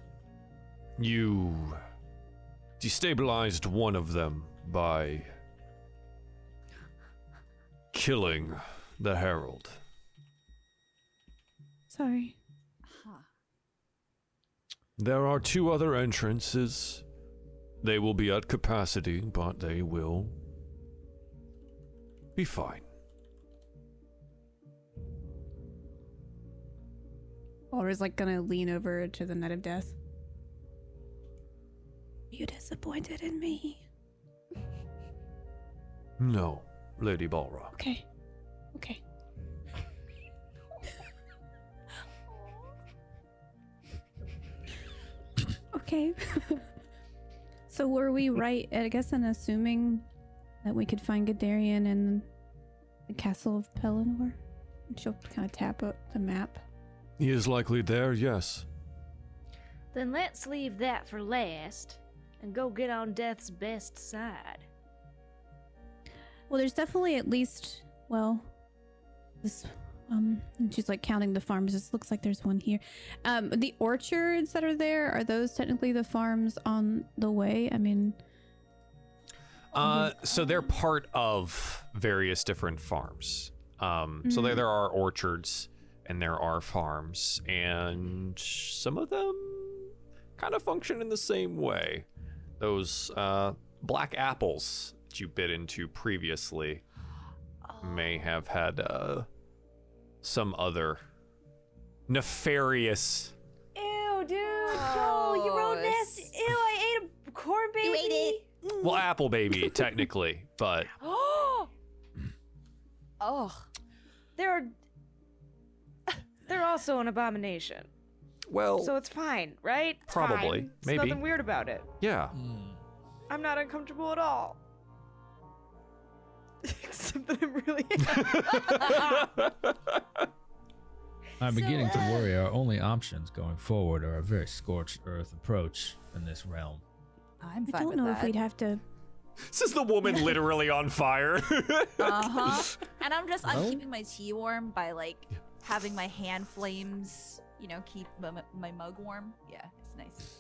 You destabilized one of them by killing the Herald.
Sorry.
Huh.
There are two other entrances. They will be at capacity, but they will be fine.
Or is like gonna lean over to the net of death. You disappointed in me.
No, Lady Balra.
Okay. Okay. okay. so were we right, I guess, in assuming that we could find Gadarian in the castle of Pelennor? And She'll kind of tap up the map.
He is likely there, yes.
Then let's leave that for last and go get on death's best side.
Well, there's definitely at least, well, this, um, and she's like counting the farms. This looks like there's one here. Um, the orchards that are there, are those technically the farms on the way? I mean,
Uh, so they're part of various different farms. Um, so there, there are orchards and there are farms, and some of them kind of function in the same way. Those uh, black apples that you bit into previously may have had uh, some other nefarious.
Ew, dude,
Oh,
Joel, you
Gross.
wrote nasty. Ew, I ate a corn baby.
You ate it.
Well, apple baby, technically, but
Oh,
Oh,
they're they're also an abomination.
well,
So it's fine, right? It's
Probably.
fine. There's
Maybe.
nothing weird about it.
yeah.
I'm not uncomfortable at all. Except that I'm really.
I'm beginning to worry our only options going forward are a very scorched earth approach in this realm.
I'm fine
I don't
with
know
that.
if we'd have to.
This is the woman literally on fire.
Uh huh. and I'm just I'm
Well-
keeping my tea warm by like having my hand flames. You know, keep my, my mug warm. Yeah, it's nice.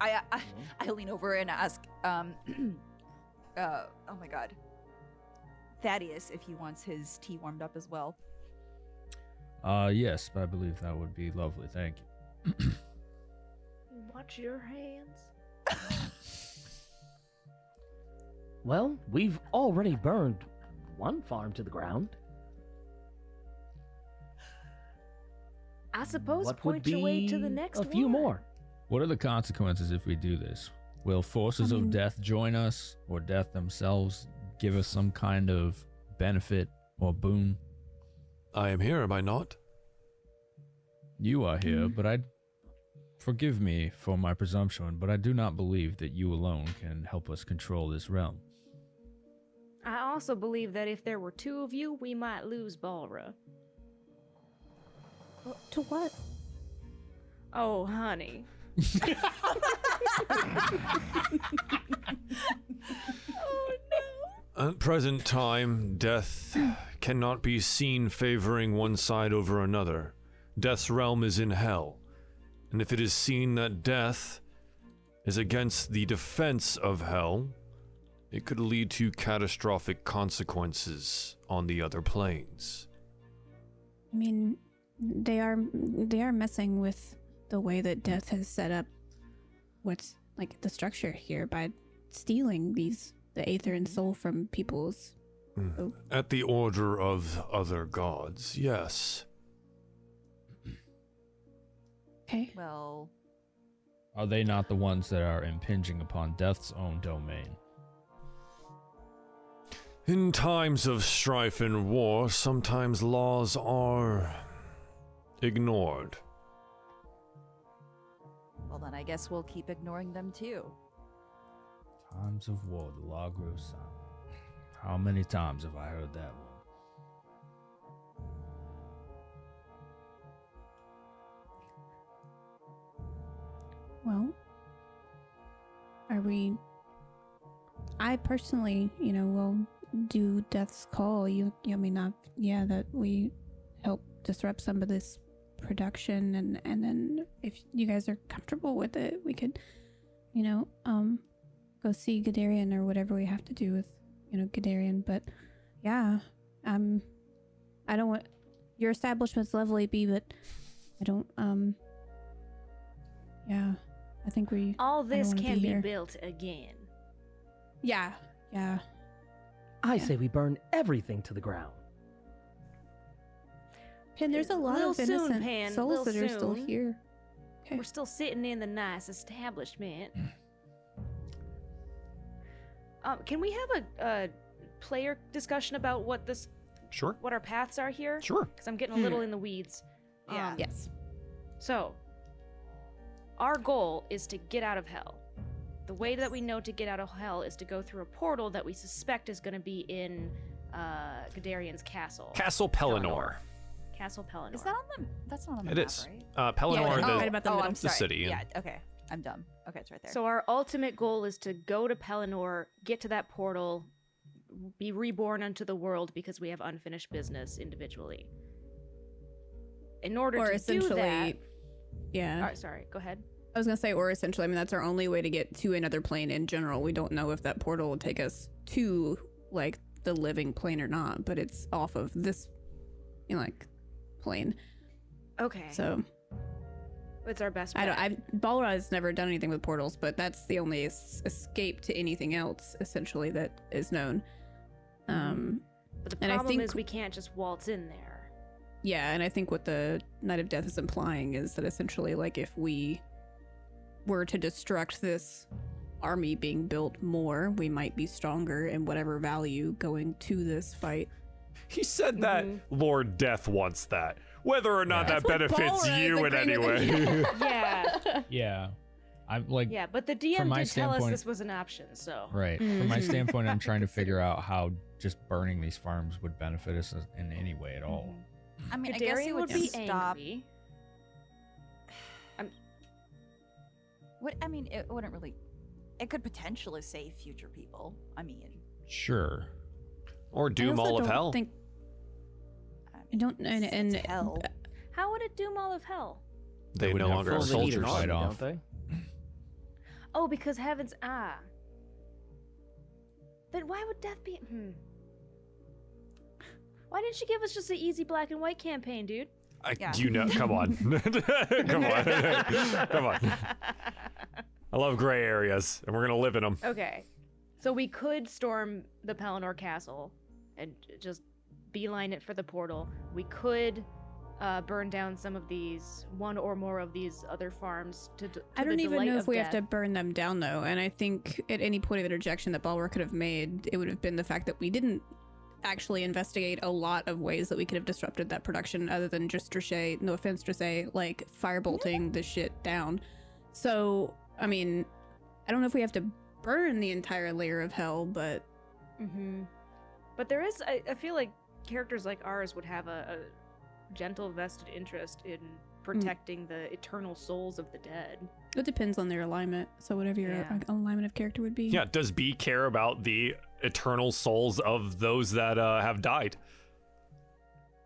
I I, I lean over and ask, um, uh, oh my god, Thaddeus, if he wants his tea warmed up as well.
Uh, yes, I believe that would be lovely. Thank you.
Watch your hands.
Well, we've already burned one farm to the ground.
I suppose
what would
point
be
your way to the next
a few
one.
more?
What are the consequences if we do this? Will forces
I mean-
of death join us, or death themselves give us some kind of benefit or boon?
I am here, am I not?
You are here,
Mm.
but I. Forgive me for my presumption, but I do not believe that you alone can help us control this realm.
I also believe that if there were two of you, we might lose Balra.
To what?
Oh, honey.
At present time, death cannot be seen favoring one side over another. Death's realm is in hell, and if it is seen that death is against the defense of hell, it could lead to catastrophic consequences on the other planes.
I mean, they are they are messing with the way that death has set up what's like the structure here by stealing these the aether and soul from people's
At the order of other gods, yes.
okay
Well,
Are they not the ones that are impinging upon death's own domain?
In times of strife and war, sometimes laws are ignored.
Well, then I guess we'll keep ignoring them too.
Times of war, the law grows silent. How many times have I heard that one?
Well, are we? I personally, you know, will do Death's Call. You, you I mean, i yeah, that we help disrupt some of this production, and and then if you guys are comfortable with it, we could, you know, um, go see Gadarian or whatever we have to do with, you know, Gadarian. But yeah, um, I don't want your establishment's lovely, B, but I don't, um, yeah, I think we
All
don't
this
wanna
can be
here.
built again.
Yeah, yeah.
I say we burn everything to the ground.
Pan, there's a lot
Lil
of
soon,
innocent
Pan,
souls
lil
that are still
soon.
here. Okay.
We're still sitting in the nice establishment.
Hmm.
um, can we have a, a player discussion about what this,
Sure.
what our paths are here?
Sure. Hmm.
Because I'm getting a little in the weeds.
Yeah.
Um,
Yes.
So, our goal is to get out of hell. The way that we know to get out of hell is to go through a portal that we suspect is going to be in uh, Gadarian's castle.
Castle Pelennor.
castle Pelennor.
Is that on the? That's not on the
It
map,
is.
right?
Uh, Pelennor,
yeah.
the,
Right about the
oh,
middle.
I'm
The
sorry.
city,
Yeah.
yeah.
Okay. I'm dumb. Okay, it's right there.
So our ultimate goal is to go to Pelennor, get to that portal, be reborn unto the world because we have unfinished business individually. In order
Or
to
essentially,
do that,
yeah.
Oh, sorry, go ahead.
I was gonna say, or essentially, I mean, that's our only way to get to another plane in general. We don't know if that portal will take us to like the living plane or not, but it's off of this, you know, like plane.
Okay,
So
it's our best.
I don't.
bet.
I Balra has never done anything with portals, but that's the only es- escape to anything else essentially that is known. Um,
but the
and I
problem
think-
is we can't just waltz in there.
Yeah, and I think what the Knight of Death is implying is that essentially, like, if we were to destruct this army being built more, we might be stronger in whatever value going to this fight.
He said that
Mm-hmm.
Lord Death wants that. Whether or not
Yeah.
that benefits
Balra is
you in any
agreeing
way.
with
yeah,
Yeah, I'm like
yeah, but the DM
my
did tell us
standpoint-
this was an option, so
right from my standpoint. I'm trying to figure out how just burning these farms would benefit us in any way at all.
I mean, I guess
Gadarian
he
would
would
be
stop.
angry.
What I mean, it wouldn't really. It could potentially save future people. I mean,
Sure.
or
I
doom
also
all of
don't
hell.
Think, I don't know, and,
it's
and uh,
hell.
How would it doom all of hell?
They
they
would
no
have
longer
full
have
the heat
soldiers.
on.
Right.
fight off.
Don't
Oh, because heaven's ah. Then why would death be? Hmm. Why didn't you give us just an easy black and white campaign, dude?
I,
Yeah.
You know, come on, come on, come on. I love gray areas, and we're gonna live in them.
Okay, so we could storm the Pelennor Castle and j- just beeline it for the portal. We could uh, burn down some of these, one or more of these other farms to. d- to
I
the
don't even
delight
know
of
if we
death.
have to burn them down though. And I think at any point of interjection that Balor could have made, it would have been the fact that we didn't actually investigate a lot of ways that we could have disrupted that production other than just Drachet, no offense Drachet, like firebolting the shit down. So, I mean, I don't know if we have to burn the entire layer of hell, but
Mm-hmm. But there is, I, I feel like characters like ours would have a, a gentle vested interest in protecting the eternal souls of the dead.
it depends on their alignment. So whatever your
Yeah.
a- alignment of character would be.
Yeah, does B care about the eternal souls of those that uh, have died?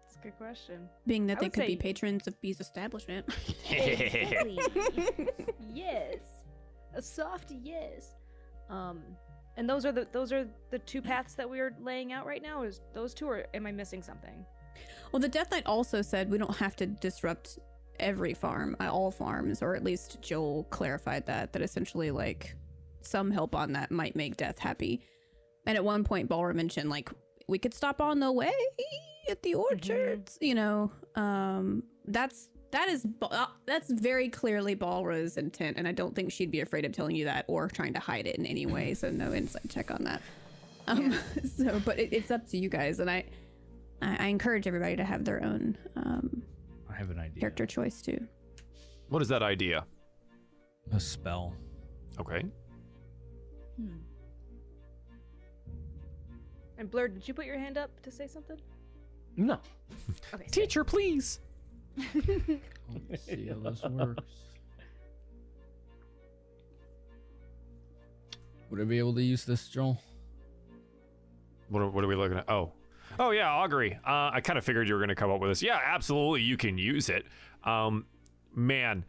It's a good question.
Being that
I
they
would
could be
say-
patrons of B's establishment.
yes, a soft yes. Um, and those are the those are the two paths that we are laying out right now. Is those two, or am I missing something?
Well, the Death Knight also said we don't have to disrupt every farm, uh, all farms, or at least Joel clarified that, that essentially, like, some help on that might make Death happy. And at one point, Balra mentioned, like, we could stop on the way at the orchards, you know? Um, that's. That is Ba- uh, that's very clearly Balra's intent, and I don't think she'd be afraid of telling you that or trying to hide it in any way. So no inside check on that. Um, So, but it, it's up to you guys, and I, I, I encourage everybody to have their own um,
I have an idea.
character choice too.
What is that idea?
A spell.
Okay.
And Blur, did you put your hand up to say something?
No.
Okay. sorry.
Teacher, please.
Let's see how this works. Would I be able to use this, Joel?
What are, what are we looking at? Oh, oh yeah, augury. Uh, I kind of figured you were going to come up with this. Yeah, absolutely, you can use it. Um, man,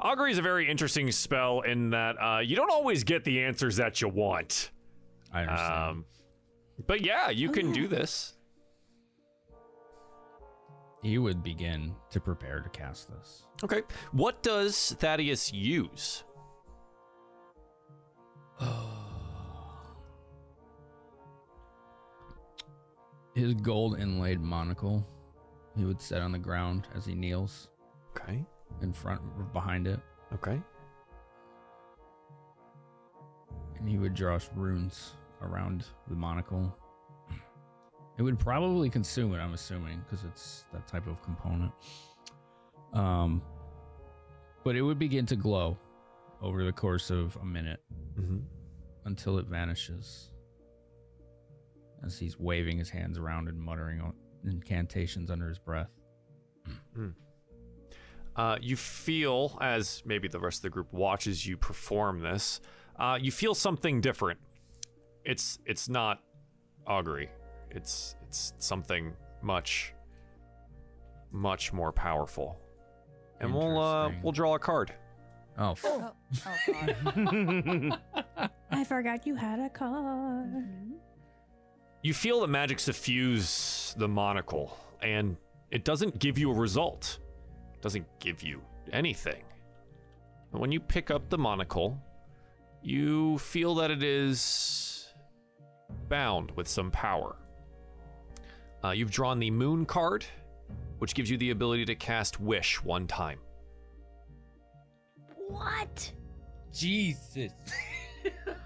augury is a very interesting spell in that uh, you don't always get the answers that you want.
I understand.
Um, but yeah, you can do this.
he would begin to prepare to cast this.
Okay. What does Thaddeus use?
His gold inlaid monocle, he would set on the ground as he kneels
Okay.
in front or behind it,
Okay.
and he would draw runes around the monocle. It would probably consume it, I'm assuming, because it's that type of component. Um, but it would begin to glow over the course of a minute
Mm-hmm.
until it vanishes. As he's waving his hands around and muttering o- incantations under his breath.
Uh, you feel, as maybe the rest of the group watches you perform this, uh, you feel something different. It's it's not augury. It's it's something much much more powerful. And we'll uh,
Interesting.
we'll draw a card.
Oh, f-
Oh, oh God.
I forgot you had a car.
You feel the magic suffuse the monocle, and it doesn't give you a result. It doesn't give you anything. But when you pick up the monocle, you feel that it is bound with some power. Uh, you've drawn the moon card, which gives you the ability to cast wish one time.
What?
Jesus.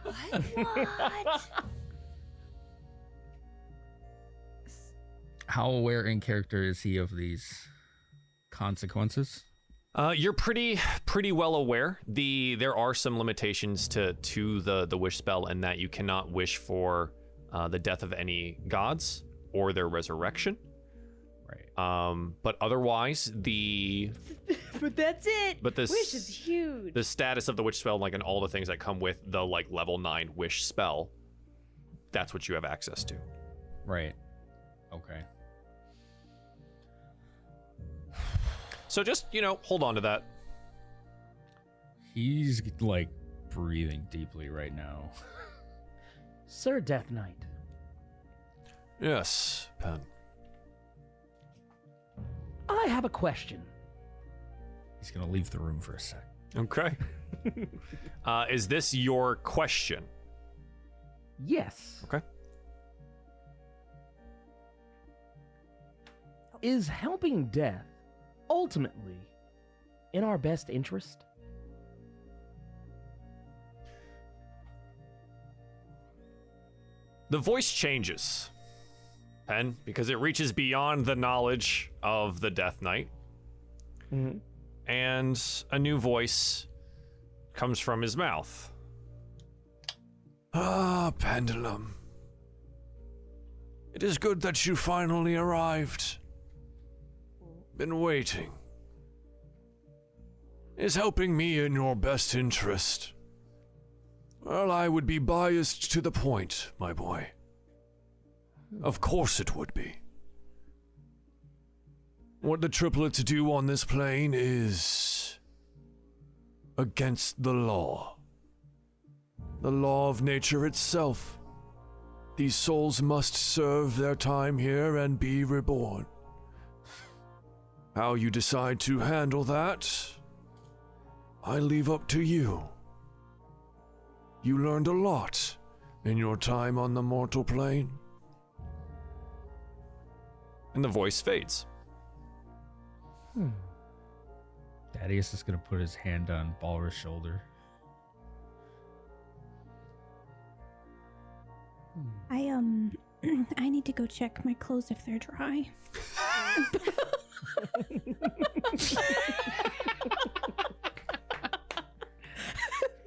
What?
How aware in character is he of these consequences?
Uh, you're pretty pretty well aware the there are some limitations to to the the wish spell in that you cannot wish for uh, the death of any gods or their resurrection.
Right.
Um, but otherwise, the
but that's it.
But this-
wish is huge.
the status of the wish spell, like and all the things that come with the like level nine wish spell, that's what you have access to.
Right. Okay.
So just you know, hold on to that.
He's like breathing deeply right now.
Sir Death Knight.
Yes, Pen.
I have a question.
He's gonna leave the room for a sec.
Okay. uh, is this your question?
Yes.
Okay.
Is helping death ultimately in our best interest?
The voice changes, Pen, because it reaches beyond the knowledge of the Death Knight,
Mhm.
and a new voice comes from his mouth.
Ah, Pendulum. It is good that you finally arrived. Been waiting. Is helping me in your best interest. Well, I would be biased to the point, my boy. Of course it would be. What the triplets do on this plane is against the law the law of nature itself. These souls must serve their time here and be reborn. How you decide to handle that, I leave up to you. You learned a lot in your time on the mortal plane.
And the voice fades.
Thaddeus is gonna put his hand on Balra's shoulder.
I um I need to go check my clothes if they're dry.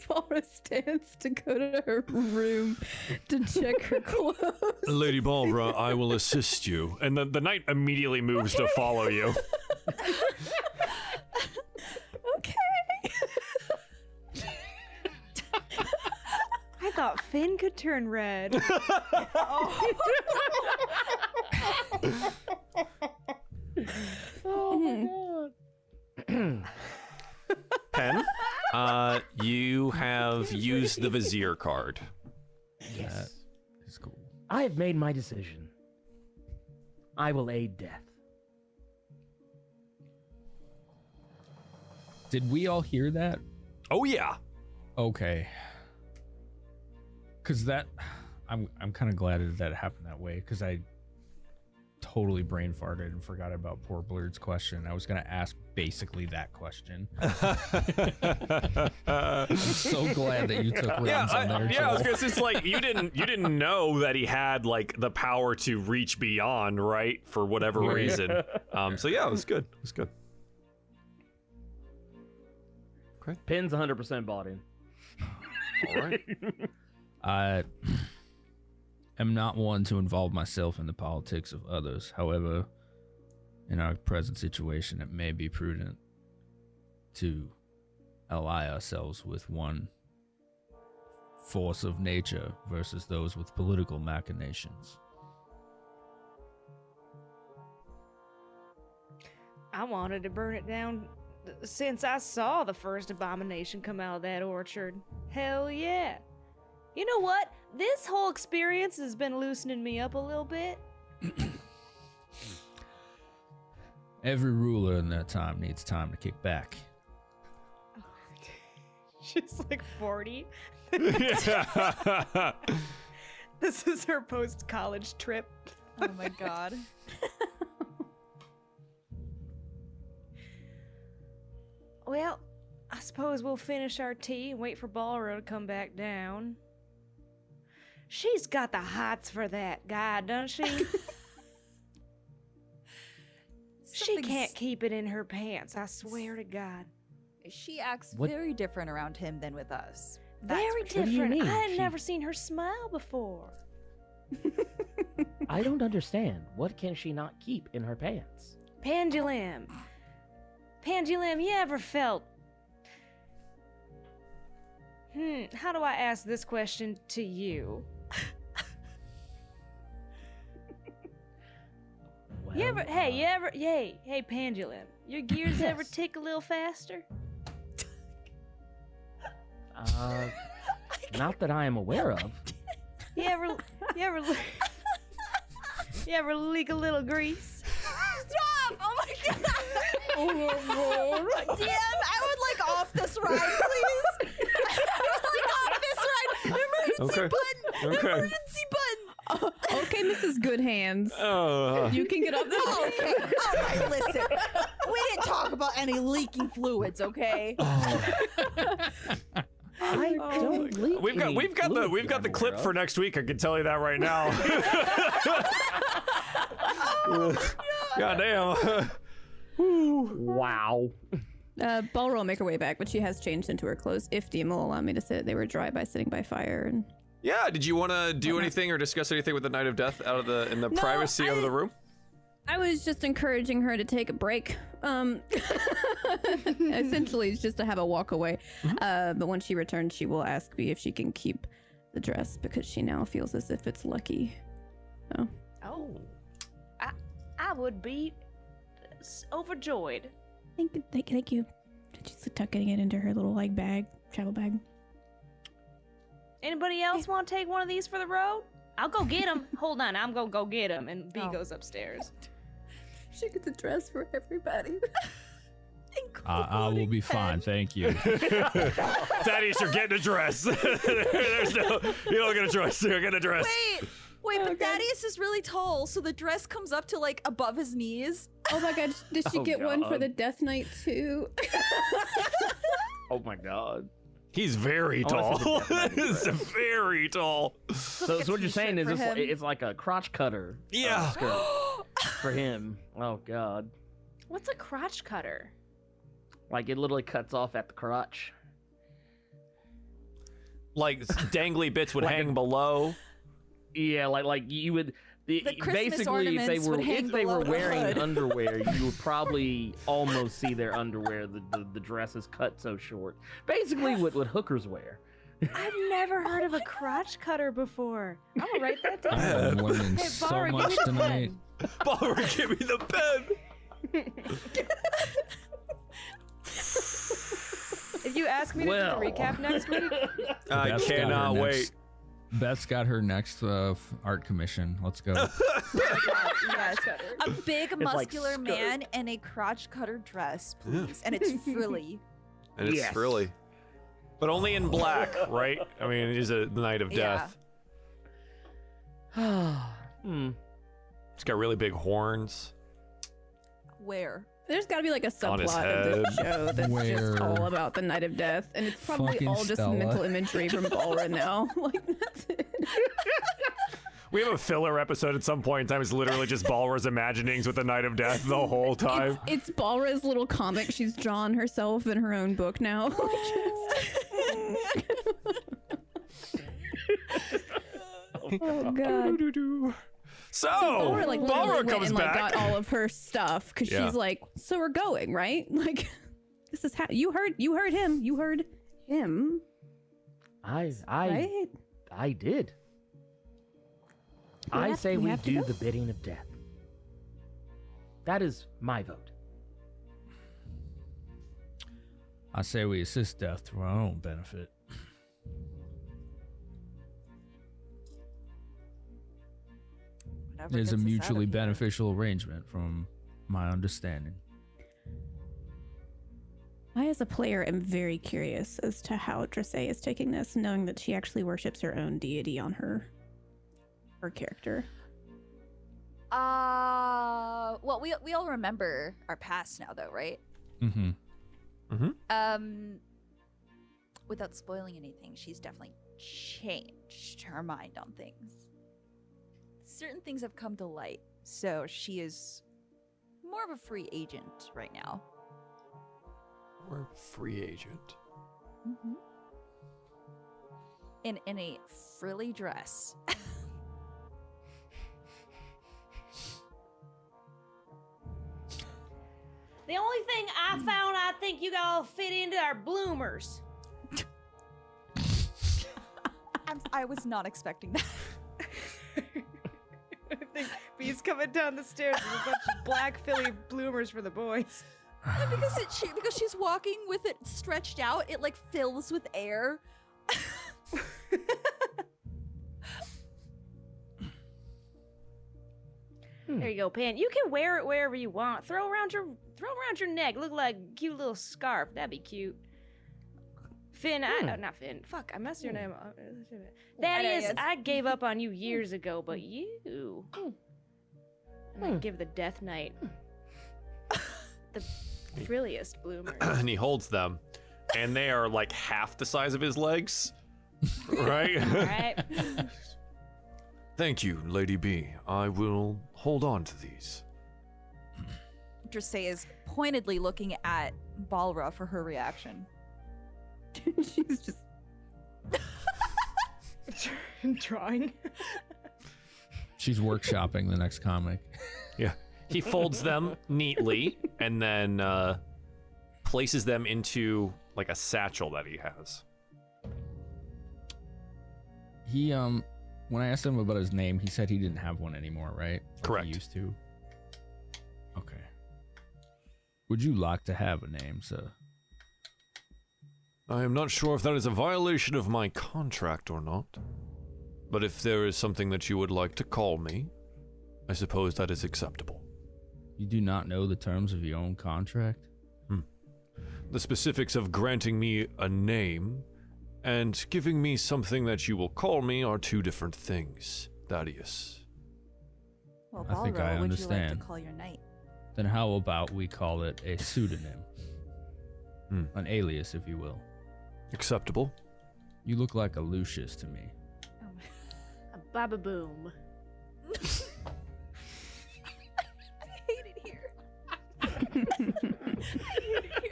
Paula stands to go to her room to check her clothes.
Lady Barbara, I will assist you.
And the, the knight immediately moves to follow you.
okay.
I thought Finn could turn red.
Oh,
Pen, uh, you have used the vizier card.
Yes.
It's cool.
I have made my decision. I will aid death.
Did we all hear that?
Oh yeah.
Okay. Cause that, I'm I'm kind of glad that that happened that way. Cause I totally brain farted and forgot about poor Blurred's question. I was gonna ask basically that question. I'm so glad that you took rounds
Yeah,
on
I,
there.
yeah. I was
Joel.
gonna say it's like you didn't you didn't know that he had like the power to reach beyond, right? For whatever
Yeah.
reason. Um. So yeah, it was good. It was good.
Pin's 100% bought in.
All right.
I am not one to involve myself in the politics of others. However, in our present situation, it may be prudent to ally ourselves with one force of nature versus those with political machinations.
I wanted to burn it down uh, since I saw the first abomination come out of that orchard. Hell yeah. You know what? This whole experience has been loosening me up a little bit.
Every ruler in their time needs time to kick back.
She's like 40.
Yeah.
This is her post college trip.
Oh my god.
Well, I suppose we'll finish our tea and wait for Ballrow to come back down. She's got the hots for that guy, doesn't she? she
Something's-
can't keep it in her pants, I swear to God.
She acts
What-
very different around him than with us.
Very
sure. What do you
different. I
mean?
had
She-
never seen her smile before.
I don't understand. What can she not keep in her pants?
Pendulum. Pendulum, you ever felt. Hmm, how do I ask this question to you?
Well,
You ever, hey, you
uh,
ever, hey, hey, Pendulum, your gears ever
Yes.
tick a little faster?
Uh, not that I am aware of.
You ever, you ever, le- you ever leak a little grease?
Stop! Oh my god!
Oh,
Damn, I would like off this ride, please! I would like off this ride! Emergency
Okay.
button!
Okay.
Emergency button!
okay, Mrs. Good Hands.
Uh,
You can get off this.
Oh, okay. All right, listen. We didn't talk about any leaking fluids, okay?
I don't leak
we've got
any
we've got the
fluids
we've
that
got
I'm
the clip
aware
for
of.
next week. I can tell you that right now. God damn.
Wow.
Uh, Ballroll will make her way back, but she has changed into her clothes. If Dima will allow me to sit, they were dry by sitting by fire. And
Yeah, did you want to do anything or discuss anything with the Knight of Death out of the in the
No,
privacy of
I-
the room?
I was just encouraging her to take a break. Um, essentially, it's just to have a walk away. Uh, but when she returns, she will ask me if she can keep the dress because she now feels as if it's lucky.
Oh, I, I would be s- overjoyed.
Thank, thank, thank you. She's tucking it into her little like bag, travel bag.
Anybody else want to take one of these for the road? I'll go get them. Hold on, I'm gonna go get them. And B
Oh.
goes upstairs.
She gets a dress for everybody.
I, I will be fine, thank you.
Thaddeus, you're getting a dress. There's no, you don't get a dress. You're getting a dress.
Wait, wait, but Thaddeus is really tall, so the dress comes up to like above his knees.
Oh my god, did she
Oh
get one for
God.
the Death Knight too?
Oh my god.
He's very
I wanna
tall.
say the death penalty,
He's very tall.
So, so what you're saying is
for
it's,
him.
it's like a crotch cutter uh,
Yeah.
skirt for him. Oh god.
What's a crotch cutter?
Like it literally cuts off at the crotch.
Like dangly bits would
Like a-
hang below.
Yeah, like like you would the,
The Christmas
basically if they
ornaments
were
would hang
if they
below
were
the hood.
wearing underwear, you would probably almost see their underwear. The, the the dress is cut so short. Basically what what hookers wear.
I've never heard of a crotch cutter before. I'm gonna write that down.
I'm learning
Hey,
so
Ballroom, give
much
me the
tonight.
pen.
Ballroom, give me the pen.
If you ask me
Well.
to do the recap next week,
I
Beth's got her
cannot
next-
wait.
Beth's got her next uh, f- art commission. Let's go.
yes. A big
like
muscular
skirt.
man in a crotch cutter dress,
Yeah.
please. And it's frilly.
And it's
Yes.
frilly. But only in black, right? I mean, it is a night of
Yeah.
death.
hmm.
It's got really big horns.
Where?
There's got to be like a
On his
subplot of this show that's
Where?
just all about the night of death, and it's probably
Fucking
all just
Stella.
mental imagery from Ballra now. like that's it.
We have a filler episode at some point in time. It's literally just Balra's imaginings with the night of death the whole time.
It's Ballra's little comic she's drawn herself in her own book now. oh god.
So,
Ballra like literally
Balra
went
Oh, comes
and like
back.
got all of her stuff because
Yeah.
she's like, so we're going right? Like, this is how you heard. You heard him. You heard him.
I I
right?
I did.
We
I
have-
say
we
we,
have to
do
go.
the bidding of death. That is my vote.
I say we assist death for our own benefit.
Whatever gets
There's a
us out of
mutually
here.
beneficial arrangement from my understanding.
I, as a player, am very curious as to how Dressay is taking this, knowing that she actually worships her own deity on her her character.
Uh, well, we we all remember our past now, though, right?
Mm-hmm.
Um, without spoiling anything, she's definitely changed her mind on things. Certain things have come to light, so she is more of a free agent right now.
We're a free agent.
Mm-hmm. In in a frilly dress.
the only thing I found I think you all fit into are bloomers.
I'm, I was not expecting that.
I think B's coming down the stairs with a bunch of black Philly bloomers for the boys.
because it, she because she's walking with it stretched out, it like fills with air.
There you go, Pan. You can wear it wherever you want. Throw around your throw around your neck. Look like a cute little scarf. That'd be cute. Finn, I oh, not Finn. Fuck, I messed your name up. That
I know,
is,
yes.
I gave up on you years ago, but you. And I give the Death Knight the frilliest bloomer.
and he holds them, and they are like half the size of his legs. Right?
Alright?
Thank you, Lady B. I will hold on to these.
Drasea is pointedly looking at Balra for her reaction.
she's just
Drawing.
She's workshopping the next comic.
he folds them neatly and then uh, places them into like a satchel that he has.
He um, when I asked him about his name, he said he didn't have one anymore, right? Like
Correct.
He used to. Okay. Would you like to have a name, sir?
I am not sure if that is a violation of my contract or not, but if there is something that you would like to call me, I suppose that is acceptable.
You do not know the terms of your own contract.
The specifics of granting me a name and giving me something that you will call me are two different things, Thaddeus.
Well,
I think I
Balra, would you like to
understand.
call your knight?
Then how about we call it a pseudonym,
Hmm.
an alias, if you will?
Acceptable.
You look like a Lucius to me.
A baba boom.
I hate it here.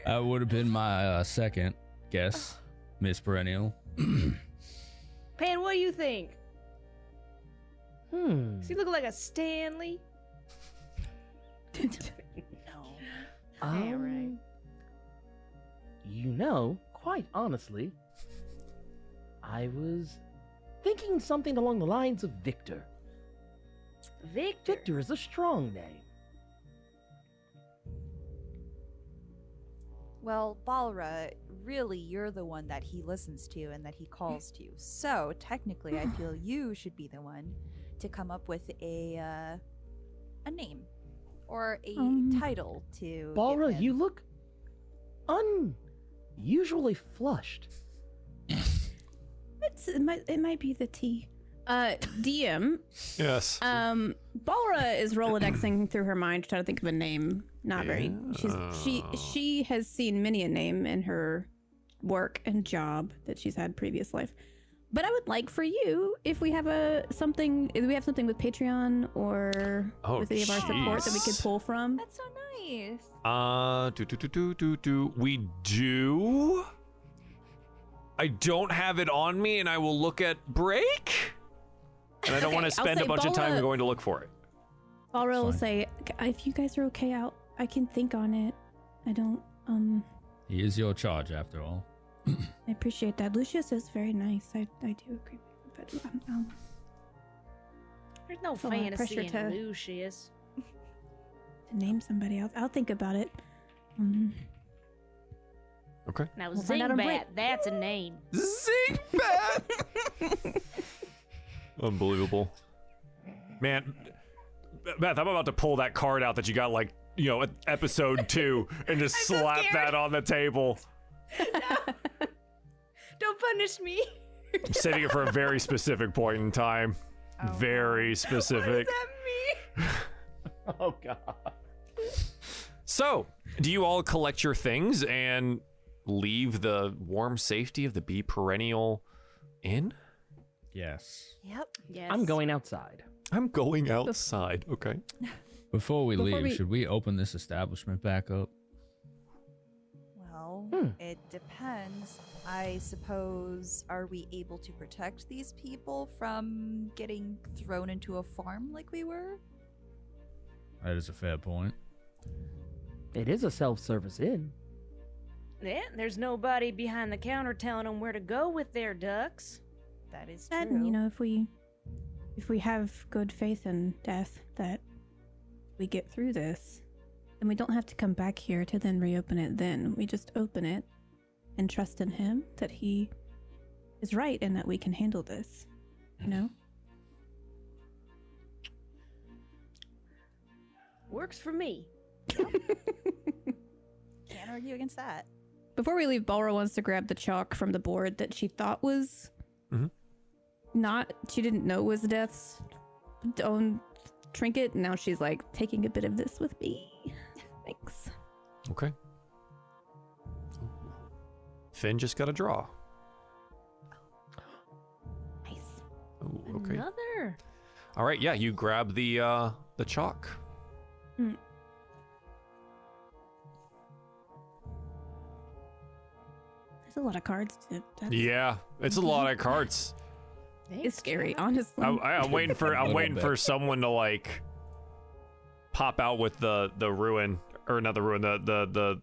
That would have been my uh, second guess, Miss Perennial.
Pan, what do you think?
Hmm.
Does he look like a Stanley? no. Yeah, right.
Um, You know, quite honestly, I was thinking something along the lines of Victor.
Victor.
Victor is a strong name.
Well, Balra, really, you're the one that he listens to and that he calls to. So technically, I feel you should be the one to come up with a uh, a name or a
Um,
title to. give
Balra,
him.
you look unusually flushed.
It's, it might it might be the tea. Uh, DM.
Yes.
Um, Balra is rolodexing through her mind trying to think of a name. Not very. She's she she has seen many a name in her work and job that she's had previous life. But I would like for you if we have a something if we have something with Patreon or
Oh,
with any of our support that we could
jeez.
pull from.
That's so nice.
Uh, do, do, do, do, do, do. We do. I don't have it on me, and I will look at break. And I don't want to
Okay, I'll
spend a
say
bunch of time
Bola-
going to look for it.
Balra will
Fine.
say if you guys are okay out, I can think on it. I don't um
He is your charge, after all.
I appreciate that. Lucius is very nice. I, I do agree with you, but um, um
There's no
It's a lot of
fantasy
pressure
in
to-
Lucius.
to name somebody else. I'll think about it. Um,
Now,
We'll find out on
Zingbat,
break.
that's a name.
Zingbat. Unbelievable, man. Beth, I'm about to pull that card out that you got like you know at episode two and just slap that on the table.
Don't punish me.
I'm saving it for a very specific point in time.
Oh,
Very specific.
Oh god.
So, do you all collect your things and leave the warm safety of the bee perennial in?
Yes.
Yep.
Yes.
I'm going outside.
I'm going outside. Okay.
Before we
Before
leave,
we-
should we open this establishment back up?
Well,
Hmm.
it depends. I suppose, are we able to protect these people from getting thrown into a farm like we were?
That is a fair point.
It is a self-service inn.
Yeah, there's nobody behind the counter telling them where to go with their ducks.
That is
that,
true.
and, you know, if we if we have good faith in death that we get through this, then we don't have to come back here to then reopen it. Then we just open it and trust in him that he is right and that we can handle this. You know,
Works for me.
can't argue against that.
Before we leave, Balra wants to grab the chalk from the board that she thought was
Mhm.
not, she didn't know was Death's own trinket. Now she's like, taking a bit of this with me. Thanks.
Okay. Finn just got a draw.
Nice.
Ooh, okay.
Another.
All right. Yeah, you grab the uh the chalk.
Hmm. There's a lot of cards to that's,
Yeah, it's a lot of cards.
It's scary, honestly.
I'm, I- I'm waiting for
A
I'm
little
waiting
bit.
for someone to like pop out with the the ruin or not the ruin the the the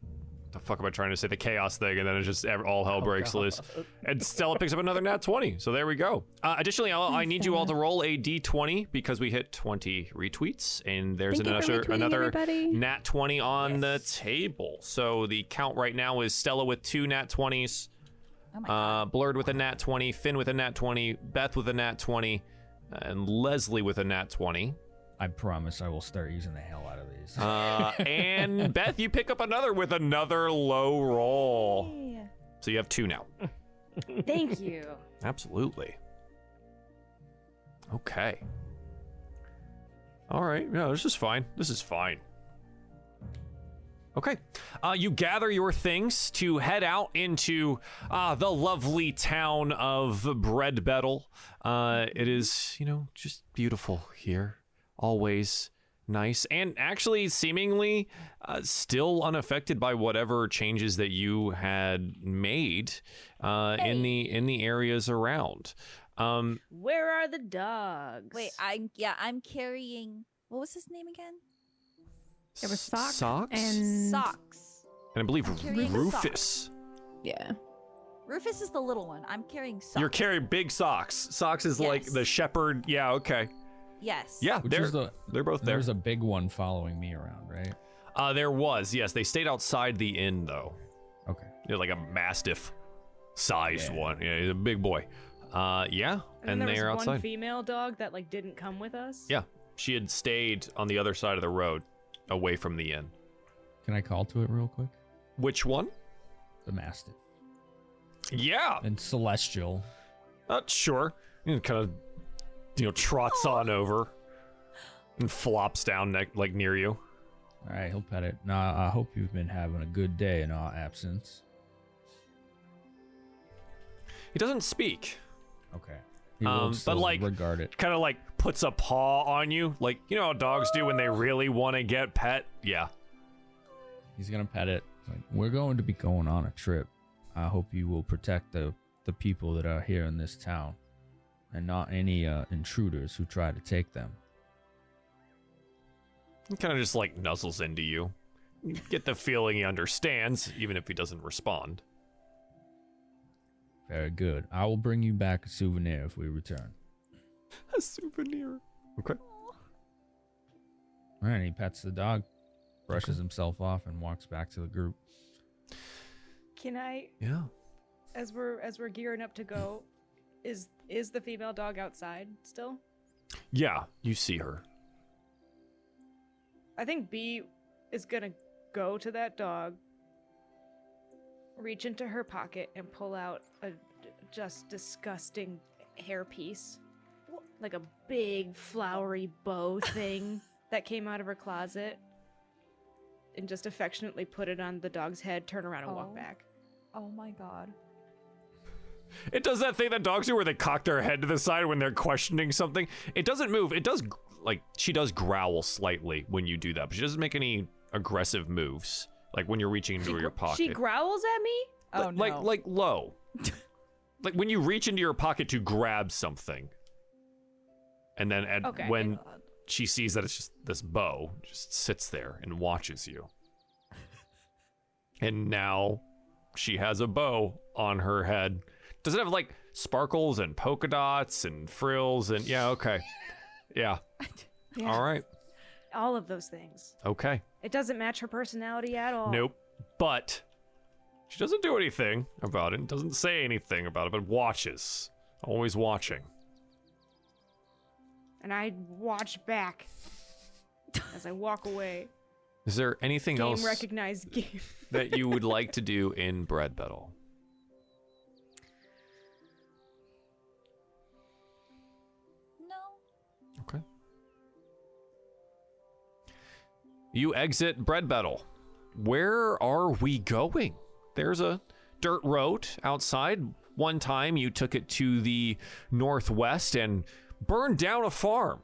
the fuck am I trying to say the chaos thing and then it's just ev- all
Oh,
hell breaks loose and Stella picks up another nat twenty so there we go. Uh, additionally, I'll, I
Thanks,
need you all to
Stella.
roll a d twenty because we hit twenty retweets and there's
Thank you
another
for retweeting,
another
everybody.
nat twenty on the table. So the count right now is Stella with two nat twenties.
Oh my god.
Uh, Blurred with a nat 20, Finn with a nat 20, Beth with a nat 20, and Leslie with a nat 20.
I promise I will start using the hell out of these.
Uh, and Beth, you pick up another with another low roll.
Yeah.
So you have two now.
Thank you.
Absolutely. Okay. All right. Yeah, this is fine. This is fine. Okay. Uh, you gather your things to head out into uh, the lovely town of Bread Battle. Uh, it is, you know, just beautiful here. Always nice. And actually, seemingly uh, still unaffected by whatever changes that you had made uh, in, the, in the areas around. Um,
Where are the dogs?
Wait, I yeah, I'm carrying. What was his name again?
There was sock
Socks?
Mm.
and
Socks.
and I believe
I'm carrying a sock.
Rufus.
Yeah.
Rufus is the little one. I'm carrying socks.
You're carrying big socks. Socks is like
Yes.
the shepherd. Yeah, okay.
Yes.
Yeah,
Which
they're
is the-
they're both there.
There's a big one following me around, right?
uh, there was yes. They stayed outside the inn though.
Okay.
They're like a mastiff sized
Yeah.
one. Yeah, he's a big boy. Uh, yeah,
And, then there
they're
was one
outside.
female dog that like didn't come with us.
yeah, she had stayed on the other side of the road, away from the inn.
Can I call to it real quick?
Which one?
The mastiff
Yeah,
and celestial.
uh, sure. And kind of, you know, trots on over, and flops down ne- like near you.
All right, he'll pet it. Now I hope you've been having a good day in our absence.
He doesn't speak.
Okay. He
Um, but,
still
like-
regard it.
kind of like puts a paw on you, like you know how dogs do when they really want to get pet. Yeah,
He's gonna pet it. It's Like, We're going to be going on a trip. I hope you will protect the the people that are here in this town, and not any uh, intruders who try to take them.
he kind of just like nuzzles into you. You get the feeling he understands, even if he doesn't respond.
Very good. I will bring you back a souvenir if we return.
A souvenir. Okay.
All right, and he pets the dog, brushes himself off, and walks back to the group.
Can I,
Yeah.
as we're as we're gearing up to go, is is the female dog outside still?
Yeah. You see her.
I think B is gonna go to that dog, reach into her pocket, and pull out a just disgusting hairpiece, like a big flowery bow thing that came out of her closet, and just affectionately put it on the dog's head, turn around and
Oh.
walk back.
Oh my god.
It does that thing that dogs do where they cock their head to the side when they're questioning something. It doesn't move. It does, gr- like, she does growl slightly when you do that, but she doesn't make any aggressive moves, like when you're reaching into your pocket.
She oh, growls at me.
Li- like like low. like when you reach into your pocket to grab something. And then at,
Okay.
when she sees that it's just this bow just sits there and watches you. and now she has a bow on her head. Does it have like sparkles and polka dots and frills and yeah, okay. Yeah. All right.
All of those things.
Okay.
It doesn't match her personality at all.
Nope. But she doesn't do anything about it, doesn't say anything about it, but watches. Always watching.
And I watch back as I walk away.
Is there anything
Game
else
recognized game.
that you would like to do in Bread Battle?
No.
Okay. You exit Bread Battle. Where are we going? There's a dirt road outside. One time you took it to the northwest and burned down a farm.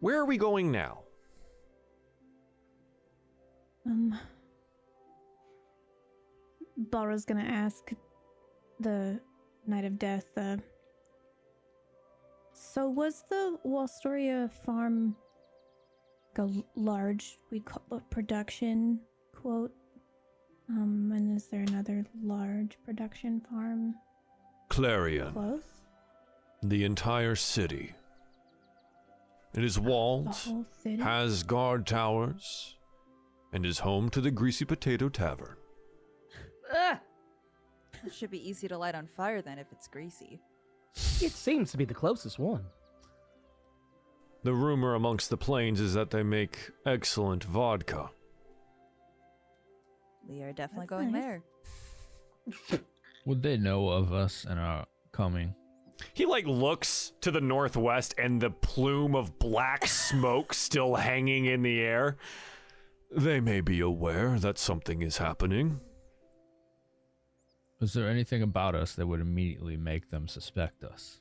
Where are we going now?
Um. Balra's gonna ask the Knight of Death. Uh, so was the Walstoria farm like a l- large we call it production quote? Um, and is there another large production farm
Clarion,
close?
the entire city. It is
The
walled,
whole city.
has guard towers, and is home to the Greasy Potato Tavern.
Ugh.
It should be easy to light on fire then if it's greasy.
It seems to be the closest one.
The rumor amongst the plains is that they make excellent vodka.
We are definitely
That's
going
nice.
there.
Would they know of us and are coming?
He like looks to the northwest and the plume of black smoke still hanging in the air.
They may be aware that something is happening.
Is there anything about us that would immediately make them suspect us?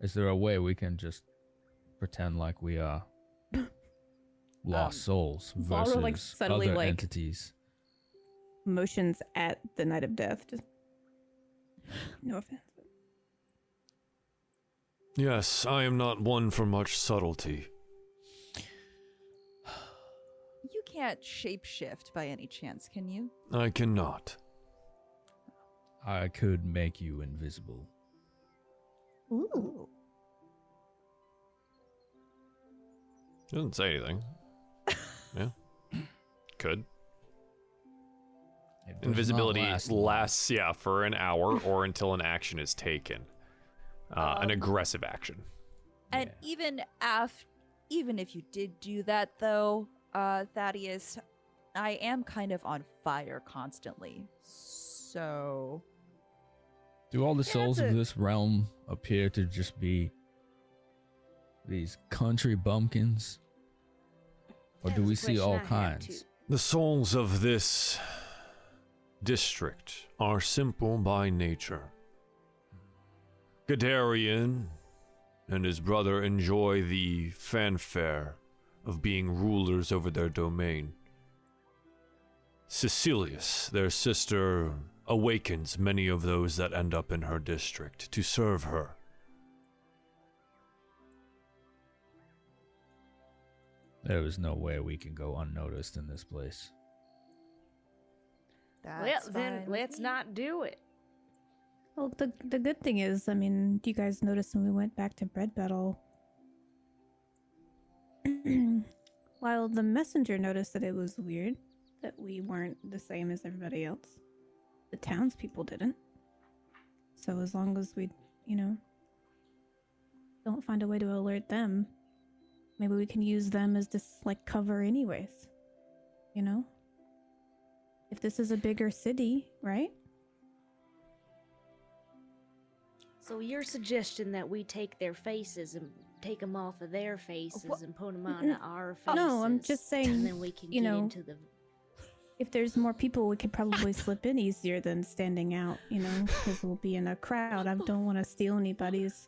Is there a way we can just pretend like we are lost
Um,
souls versus
Laura, like, suddenly,
other
like-
entities?
Motions at the night of death. Just no offense.
Yes, I am not one for much subtlety.
You can't shapeshift by any chance, can you?
I cannot.
I could make you invisible.
Ooh.
Doesn't say anything. Yeah. Could.
It does not
Invisibility
last long.
lasts, yeah, for an hour or until an action is taken. Uh, an
Um,
aggressive action.
And even af, even if you did do that, though, uh, Thaddeus, I am kind of on fire constantly. So
Do all the
Yeah,
souls
that's
of
a-
this realm appear to just be these country bumpkins? Or
That
do
was
we
a
see
question I
all
had,
kinds?
too.
The souls of this district are simple by nature. Gadarian and his brother enjoy the fanfare of being rulers over their domain. Cecilius, their sister, awakens many of those that end up in her district to serve her.
There is no way we can go unnoticed in this place.
that's
Well, then
fine with
let's
me.
not do it.
Well, the the good thing is, I mean, do you guys notice when we went back to Bread Battle? While the messenger noticed that it was weird that we weren't the same as everybody else, the townspeople didn't. So as long as we, you know, don't find a way to alert them, maybe we can use them as this like cover, anyways. You know, if this is a bigger city, right?
So your suggestion that we take their faces and take them off of their faces
What?
and put them on
Mm-mm.
our faces.
No, I'm just saying,
And then we can
you
get
know,
into the.
If there's more people, we could probably slip in easier than standing out, you know, because we'll be in a crowd. I don't want to steal anybody's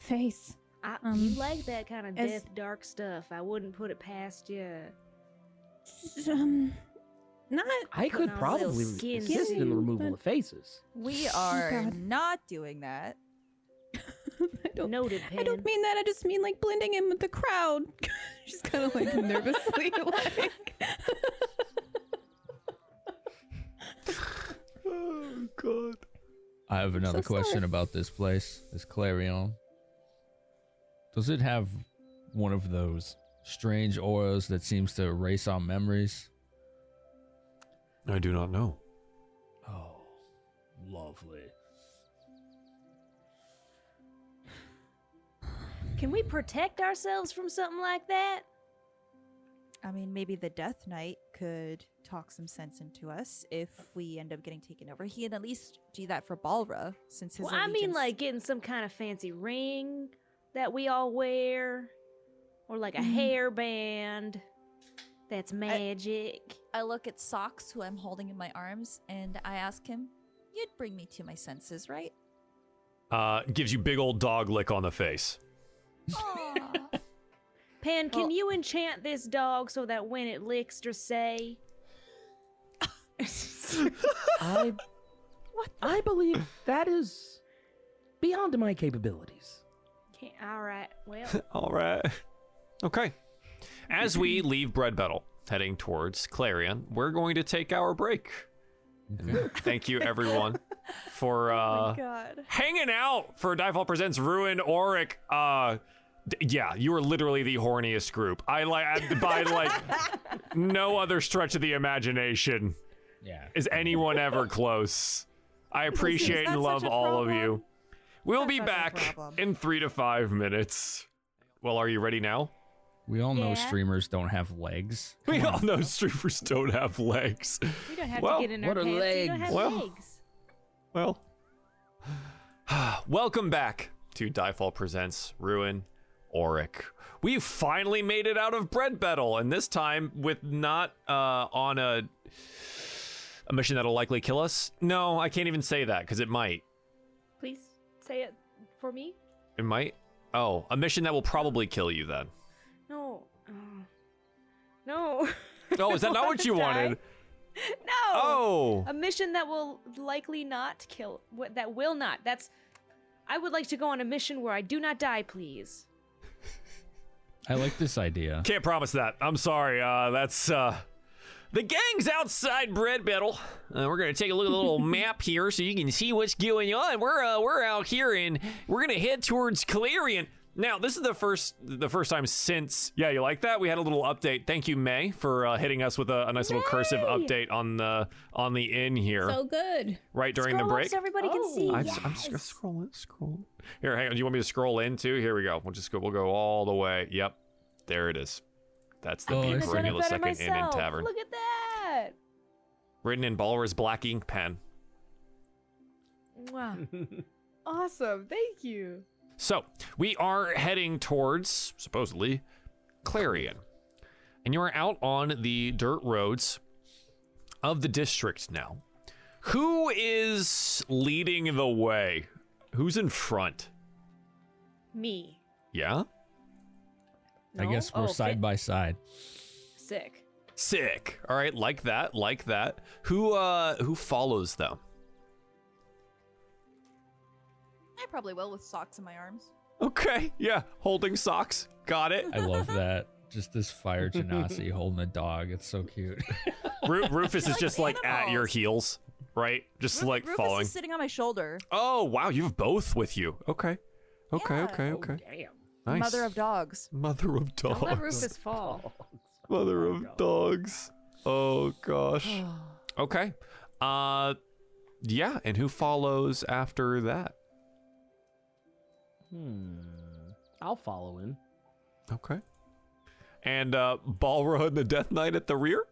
face.
I,
um,
you like that kind of
as-
death, dark stuff. I wouldn't put it past you.
Um, not.
I could
Putting on a little
probably
skin
assist in
suit,
the removal
but-
of faces.
We are
God.
not doing that.
I don't,
Noted,
I don't
Pen.
mean that. I just mean like blending in with the crowd. She's kind of like nervously like.
Oh, God.
I have another
so
question
sorry.
about this place, this Clarion. Does it have one of those strange auras that seems to erase our memories?
I do not know.
Oh, lovely.
Can we protect ourselves from something like that?
I mean, maybe the Death Knight could talk some sense into us if we end up getting taken over. He can at least do that for Balra, since his.
well, I mean,
allegiance-
like getting some kind of fancy ring that we all wear, or like a
Mm.
hairband that's magic.
I look at Socks, who I'm holding in my arms, and I ask him, "You'd bring me to my senses, right?"
Uh, gives you big old dog lick on the face.
Aw.
Pen, can
Well-
you enchant this dog so that when it licks Dressay?
I, I believe that is beyond my capabilities.
Can't, all right. Well,
All right. Okay. As we leave Bread Battle, heading towards Clarion, we're going to take our break. And Thank you, everyone, for uh,
God.
hanging out for Dive Hall Presents Ruin Auric. Uh, d- yeah, you are literally the horniest group. I like by like no other stretch of the imagination
Yeah.
is anyone ever close. I appreciate and love all of you. We'll be back in three to five minutes. Well, are you ready now?
We all know
Yeah.
streamers don't have legs.
We all know streamers don't have legs.
we don't have
Well,
to get in our
what are
pants. We don't
legs?
have
Well-
legs.
Well, welcome back to Diefall Presents Ruin Auric. We finally made it out of bread battle, and this time with not uh, on a a mission that'll likely kill us. No, I can't even say that because it might.
Please say it for me.
It might. Oh, a mission that will probably kill you then.
No. Uh, No.
Oh, is that not what you wanted?
No.
Oh.
A mission that will likely not kill. wh- That will not. That's. I would like to go on a mission where I do not die, please.
I like this idea.
Can't promise that. I'm sorry. Uh, that's uh, the gang's outside bread battle. Uh, we're gonna take a look at the little map here so you can see what's going on. We're uh, we're out here and we're gonna head towards Clarion. Now, this is the first the first time since yeah, you like that? We had a little update. Thank you, May, for uh, hitting us with a, a nice little cursive update on the on the in here
So good.
right during the
Scroll up
break. Oh.
so everybody can see.
I am just gonna scroll in, scroll. Here, hang on. Do you want me to scroll in too? Here we go. We'll just go. We'll go all the way. Yep, there it is. That's the
Oh,
B
I
Could've
see.
done it
perennial
better
second inn and
myself.
tavern,
Look at that.
written in Balra's black ink pen.
Wow.
Awesome. Thank you.
So we are heading towards supposedly Clarion, and you are out on the dirt roads of the district now. Who is leading the way? Who's in front?
Me.
Yeah,
I
No?
guess we're
Oh,
side
fit-
by side.
Sick.
Sick. All right, like that, like that. Who uh who follows them?
I probably will with socks in my arms.
Okay, yeah, holding socks. Got it.
I love that. Just this fire genasi holding a dog. It's so cute.
Ru- Rufus is
Like
just like at your
animals.
heels, right? Just
Ruf-
like
Rufus
falling.
is sitting on my shoulder.
Oh wow, you have both with you. Okay, okay,
Yeah.
okay, okay.
Oh, Damn.
Nice.
Mother of dogs.
mother of dogs.
Don't let Rufus fall.
Mother of dogs. Oh gosh. okay. Uh, yeah. And who follows after that?
Hmm. I'll follow him.
Okay. And uh, Balra and the Death Knight at the rear.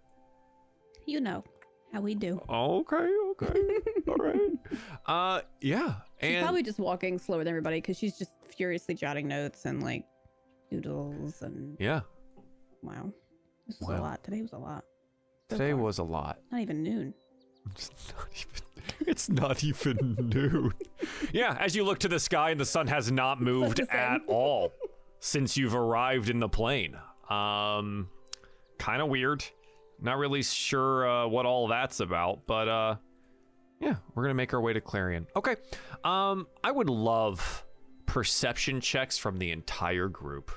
You know how we do.
Okay, okay. All right. Uh yeah.
She's
And
probably just walking slower than everybody because she's just furiously jotting notes and like doodles and
yeah.
wow. This was
Wow.
a lot. Today was a lot. So
Today
far.
was a lot.
not even noon.
It's not even It's not even noon. Yeah, as you look to the sky and the sun has not moved
the same.
at all since you've arrived in the plane. Um kind of weird. Not really sure uh, what all that's about, but uh yeah, we're going to make our way to Clarion. Okay. Um I would love perception checks from the entire group.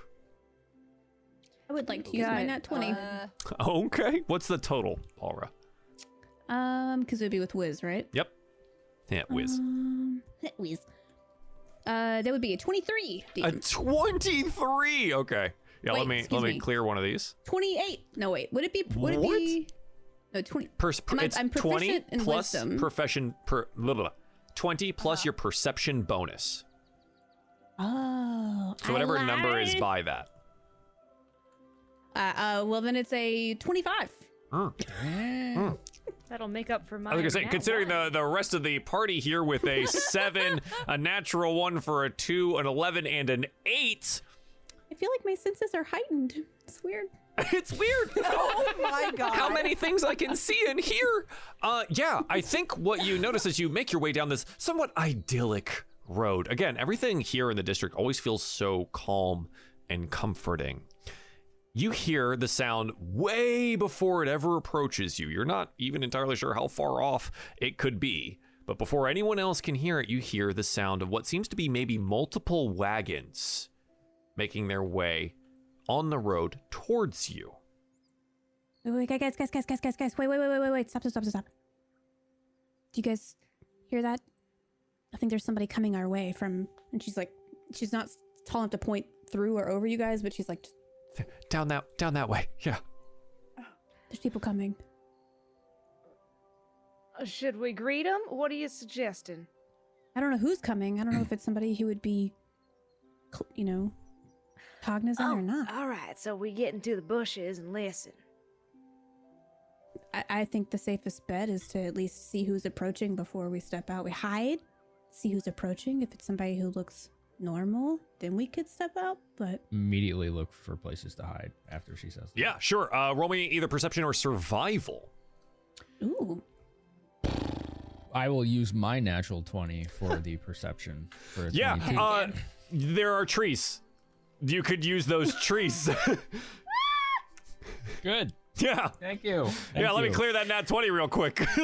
I would like to
use
use
my
my
God.
nat
nat
twenty.
Uh,
Okay. What's the total, Paulra?
um, because it would be with Wiz, right?
Yep. Yeah, whiz.
Um, whiz. Uh, that would be a twenty-three.
A
Dean.
23. Okay. Yeah, let
Wait,
me let
excuse
me,
me.
clear one of these.
Twenty-eight. No, wait. Would it be? Would
What?
it be? No, twenty.
Pers-
Am I-
it's
I'm
20
proficient in
plus
wisdom. Uh-huh.
profession per blah, blah, blah. 20 plus your perception bonus.
Oh.
So whatever number is by that.
Uh, uh, well then it's a twenty-five.
That'll make up for my.
I was gonna say, considering the, the rest of the party here with a seven, a natural one for a two, an eleven, and an eight,
I feel like my senses are heightened. It's weird.
it's weird.
oh my god.
how many things I can see and hear. Uh, yeah, I think what you notice as you make your way down this somewhat idyllic road. Again, everything here in the district always feels so calm and comforting. You hear the sound way before it ever approaches you. You're not even entirely sure how far off it could be. But before anyone else can hear it, you hear the sound of what seems to be maybe multiple wagons making their way on the road towards you.
Wait, wait, guys, guys, guys, guys, guys, guys. Wait, wait, wait, wait, wait, wait. Stop, stop, stop, stop. Do you guys hear that? I think there's somebody coming our way from.
And she's like, she's not tall enough to point through or over you guys, but she's like, "Just-
Down that down that way. Yeah.
There's people coming.
Uh, Should we greet him? What are you suggesting?
I don't know who's coming. I don't know if it's somebody who would be, cl- you know, cognizant or not.
Oh, All right, so we get into the bushes and listen.
I-, I think the safest bet is to at least see who's approaching before we step out. We hide, see who's approaching. If it's somebody who looks
normal, then we could step out. But
Immediately look for places to hide after she says that.
Yeah, sure. Uh, roll me either perception or survival.
ooh,
I will use my natural 20 for the perception. For a
Yeah,
22.
uh, there are trees. You could use those trees.
Good.
yeah.
Thank you.
yeah,
Thank
let me
you.
clear that nat 20 real quick.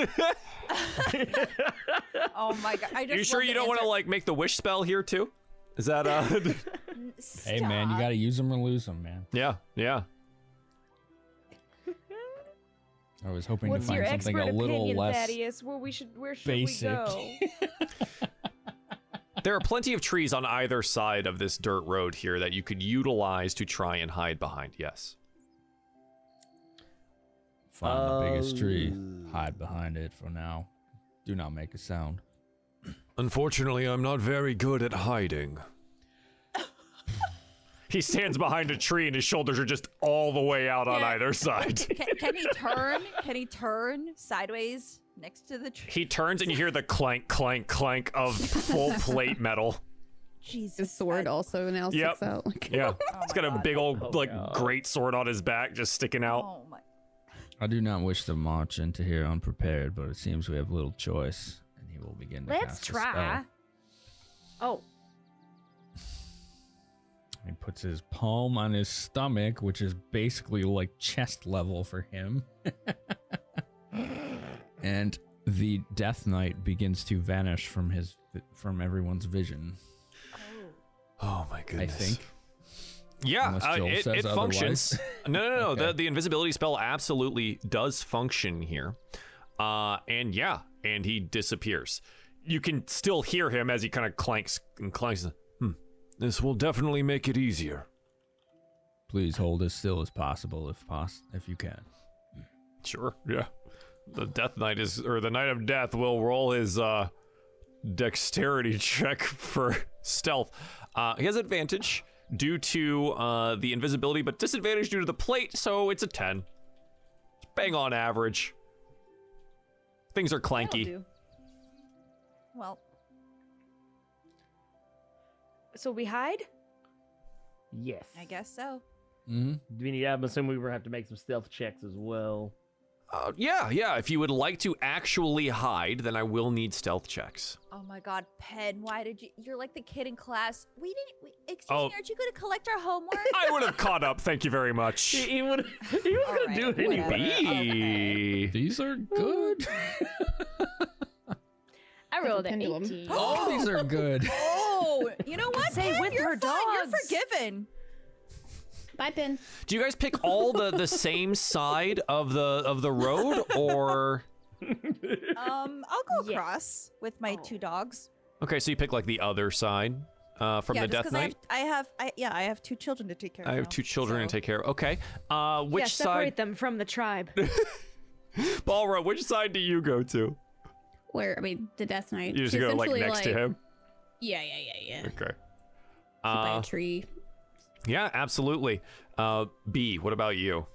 Oh my god! I just
you sure
love
you
the
don't want to
answer.
like make the wish spell here too? Is that uh
Hey, man, you got to use them or lose them, man.
Yeah, yeah.
I was hoping
What's
to
your
find something
expert
a little
opinion,
less.
Thaddeus? Where we should, where should
basic.
we go?
There are plenty of trees on either side of this dirt road here that you could utilize to try and hide behind. Yes.
Find the biggest tree,
Uh,
hide behind it for now. Do not make a sound.
Unfortunately, I'm not very good at hiding.
He stands behind a tree and his shoulders are just all the way out on
Yeah.
either side.
Can, can he turn? Can he turn sideways next to the tree?
He turns and you hear the clank, clank, clank of full plate metal.
his
Jesus,
sword also now
Yep.
sticks out. Like,
Yeah. He's got a big old, like,
God.
great sword on his back just sticking out.
Oh my!
I do not wish to march into here unprepared, but it seems we have little choice. And he will begin to
Let's
cast a spell.
try. Oh,
He puts his palm on his stomach, which is basically like chest level for him. and the Death Knight begins to vanish from his from everyone's vision.
Oh my goodness.
I think.
Yeah,
Unless
uh,
Joel
it,
says
it functions. no, no, no. The,
Okay.
the invisibility spell absolutely does function here. Uh, and yeah, and he disappears. You can still hear him as he kind of clanks and clanks. Hmm,
This will definitely make it easier.
Please hold as still as possible, if pos- if you can.
Sure, yeah. The Death Knight is, or the Knight of Death will roll his uh, dexterity check for stealth. Uh, he has advantage due to uh, the invisibility, but disadvantage due to the plate, so it's a 10. Bang on average. Things are
That'll
clanky.
do. Well,
so we hide?
Yes.
I guess so.
Mm-hmm.
Do we need? I'm assuming we were gonna have to make some stealth checks as well.
Uh, yeah, yeah. If you would like to actually hide, then I will need stealth checks.
Oh my God, Pen! Why did you? You're like the kid in class. We didn't. We, excuse
Oh.
me. Aren't you going to collect our homework?
I would have caught up. Thank you very
He,
much.
he would. He was
All
gonna
right,
do it
whatever.
anyway.
Bee.
These are good.
I rolled an
pendulum.
18.
All these are good.
oh, you know what?
Say
Pen,
with
you're
her
fine.
dogs.
You're forgiven.
Bye, Ben.
Do you guys pick all the the same side of the of the road or
Um, I'll go
Yes.
across with my
Oh.
two dogs.
Okay, so you pick like the other side uh, from
yeah,
the
just
Death
'cause
Knight?
I have, I have, I, yeah, I have two children to take care
I
of.
have
now,
two children
so.
to take care of. Okay. Uh which
yeah, separate
side
them from the tribe.
Balra, which side do you go to?
Where I mean, the Death Knight.
You just
She
go like
essentially,
next to
like-
him.
Yeah, yeah, yeah, yeah. Sit
Okay.
by
Uh,
a tree.
yeah, absolutely. Uh B, what about you?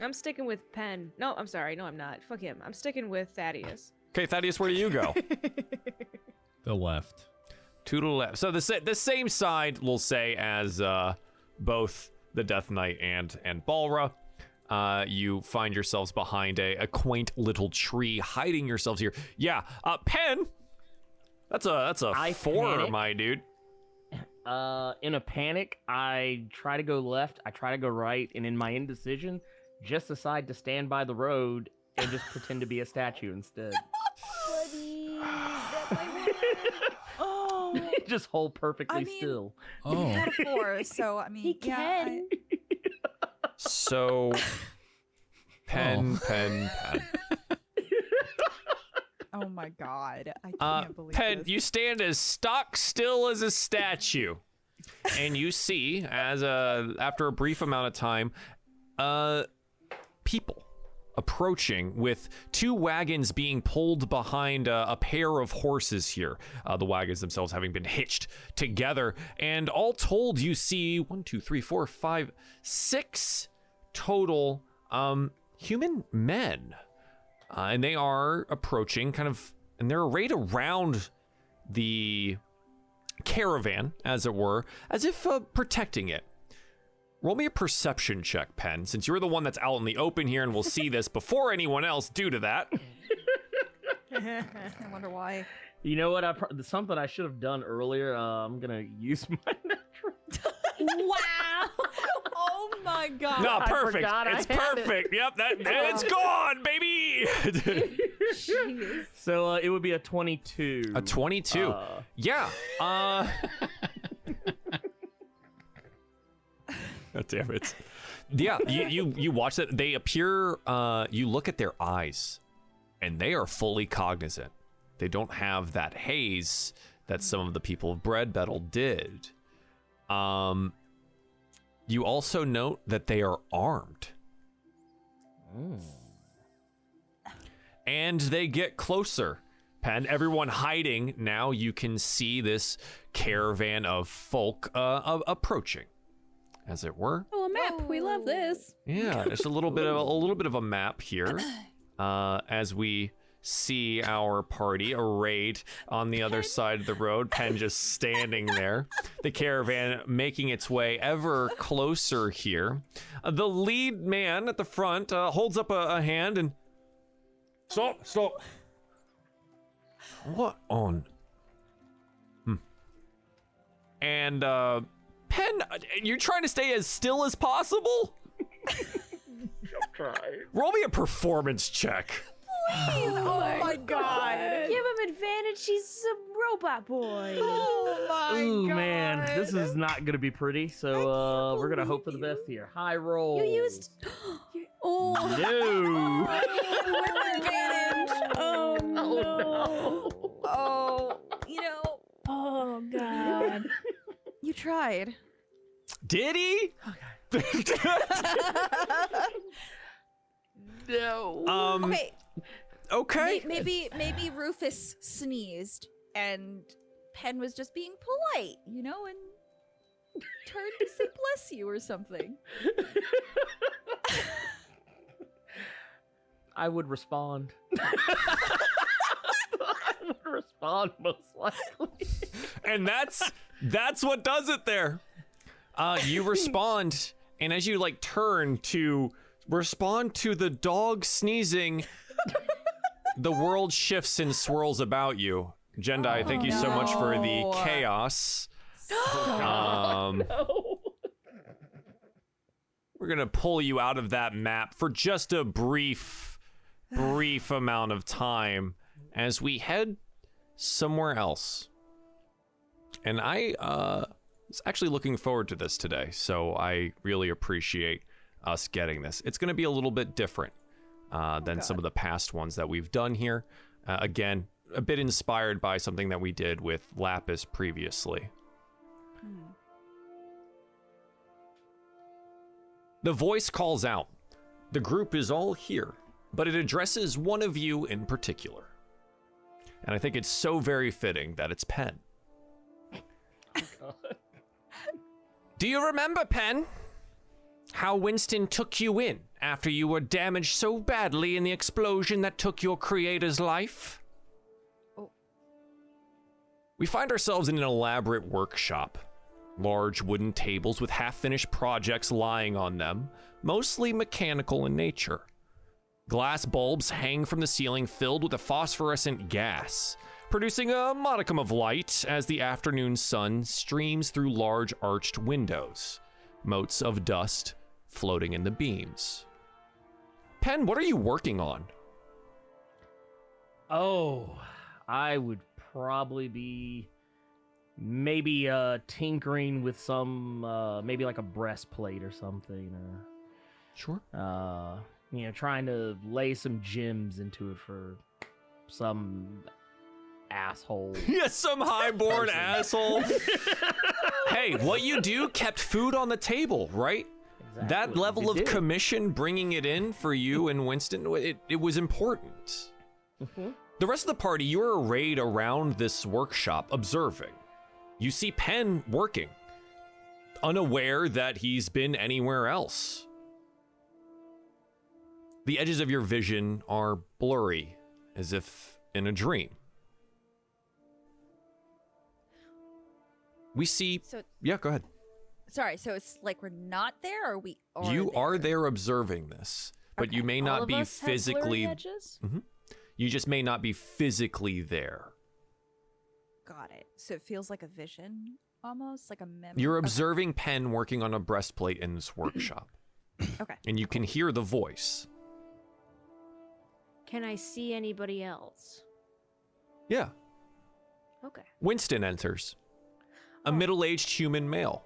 I'm sticking with Penn. No, I'm sorry. No, I'm not. Fuck him. I'm sticking with Thaddeus.
Okay, Thaddeus, where do you go?
The left.
to the left. So the sa- the same side we'll say as uh, both the Death Knight and and Balra. Uh, you find yourselves behind a, a quaint little tree, hiding yourselves here. Yeah, uh, Pen. That's a that's a
I
four,
panic.
my dude.
Uh, in a panic, I try to go left. I try to go right, and in my indecision, just decide to stand by the road and just pretend to be a statue instead.
Oh,
just hold perfectly
I mean-
still.
he
Oh,
had a four, so I mean, yeah, I-
So, Pen, Pen, Pen.
oh my God, I can't
Uh,
believe
Pen,
this.
you stand as stock still as a statue, and you see as a after a brief amount of time, uh, people approaching with two wagons being pulled behind uh, a, a pair of horses here. Uh, the wagons themselves having been hitched together, and all told, you see one, two, three, four, five, six total um human men uh, and they are approaching kind of and they're arrayed around the caravan, as it were, as if uh, protecting it. Roll me a perception check, Pen, since you're the one that's out in the open here and will see this before anyone else due to that.
I wonder why.
You know what? I pro- something I should have done earlier. Uh, I'm gonna use my.
wow! oh my god!
no,
I
perfect.
forgot I
It's
had it.
perfect. Yep, that and it's gone, baby.
Jeez.
So uh, it would be a 22.
A 22.
Uh,
yeah. Uh God damn it. Yeah, you, you you watch that they appear uh you look at their eyes and they are fully cognizant. They don't have that haze that some of the people of Bread Battle did. Um you also note that they are armed. and they get closer. Pen, everyone hiding. Now you can see this caravan of folk uh, a- approaching, as it were.
Oh, a map. We love this.
Yeah, just a little bit of a little bit of a map here, uh, as we see our party arrayed on the other side of the road. Pen just standing there, the caravan making its way ever closer here. Uh, the lead man at the front uh, holds up a, a hand and
Stop! Stop!
What on? Hmm. And uh Pen, you're trying to stay as still as possible? Roll me a performance check.
Oh my god!
Give him advantage. He's a robot boy.
Oh my
Ooh
god!
man, this is not gonna be pretty. So uh, we're gonna hope for the best here. High roll.
You used.
Oh,
No.
oh,
no.
Oh, you know,
oh god.
you tried.
Did he?
No.
um
Okay,
okay.
may- maybe maybe Rufus sneezed and Penn was just being polite, you know, and turned to say bless you or something.
I would respond. I would respond most likely.
and that's that's what does it there. Uh, you respond, and as you like turn to respond to the dog sneezing, the world shifts and swirls about you. Jendai, thank you so much for
no.
the chaos. Um, We're gonna pull you out of that map for just a brief, brief amount of time as we head somewhere else. And I uh, was actually looking forward to this today, so I really appreciate us getting this. It's going to be a little bit different uh, than some of the past ones that we've done here. Uh, again, a bit inspired by something that we did with Lapis previously. The voice calls out. The group is all here, but it addresses one of you in particular. And I think it's so very fitting that it's Penn. Do you remember, Penn? How Winston took you in after you were damaged so badly in the explosion that took your creator's life?
Oh.
We find ourselves in an elaborate workshop. Large wooden tables with half finished projects lying on them, mostly mechanical in nature. Glass bulbs hang from the ceiling filled with a phosphorescent gas, producing a modicum of light as the afternoon sun streams through large arched windows, motes of dust floating in the beams. Pen, what are you working on?
Oh, I would probably be maybe uh tinkering with some uh maybe like a breastplate or something or
Sure.
uh you know trying to lay some gems into it for some asshole.
Yes, some highborn asshole. hey, what you do kept food on the table, right? That
Exactly,
level
you
of
did.
commission bringing it in for you and Winston, it, it was important. The rest of the party, you're arrayed around this workshop observing. You see Penn working, unaware that he's been anywhere else. The edges of your vision are blurry, as if in a dream. We see.
So-
yeah, go ahead.
Sorry, so it's like we're not there, or we are.
you
there?
are there observing this, but you may
All
not
of
be
us have blurry
physically.
edges?
Mhm. You just may not be physically there.
Got it. So it feels like a vision, almost like a memory.
You're
Okay.
observing Penn working on a breastplate in this workshop,
Okay.
and you can hear the voice.
Can I see anybody else?
Yeah.
Okay.
Winston enters, a middle aged human male.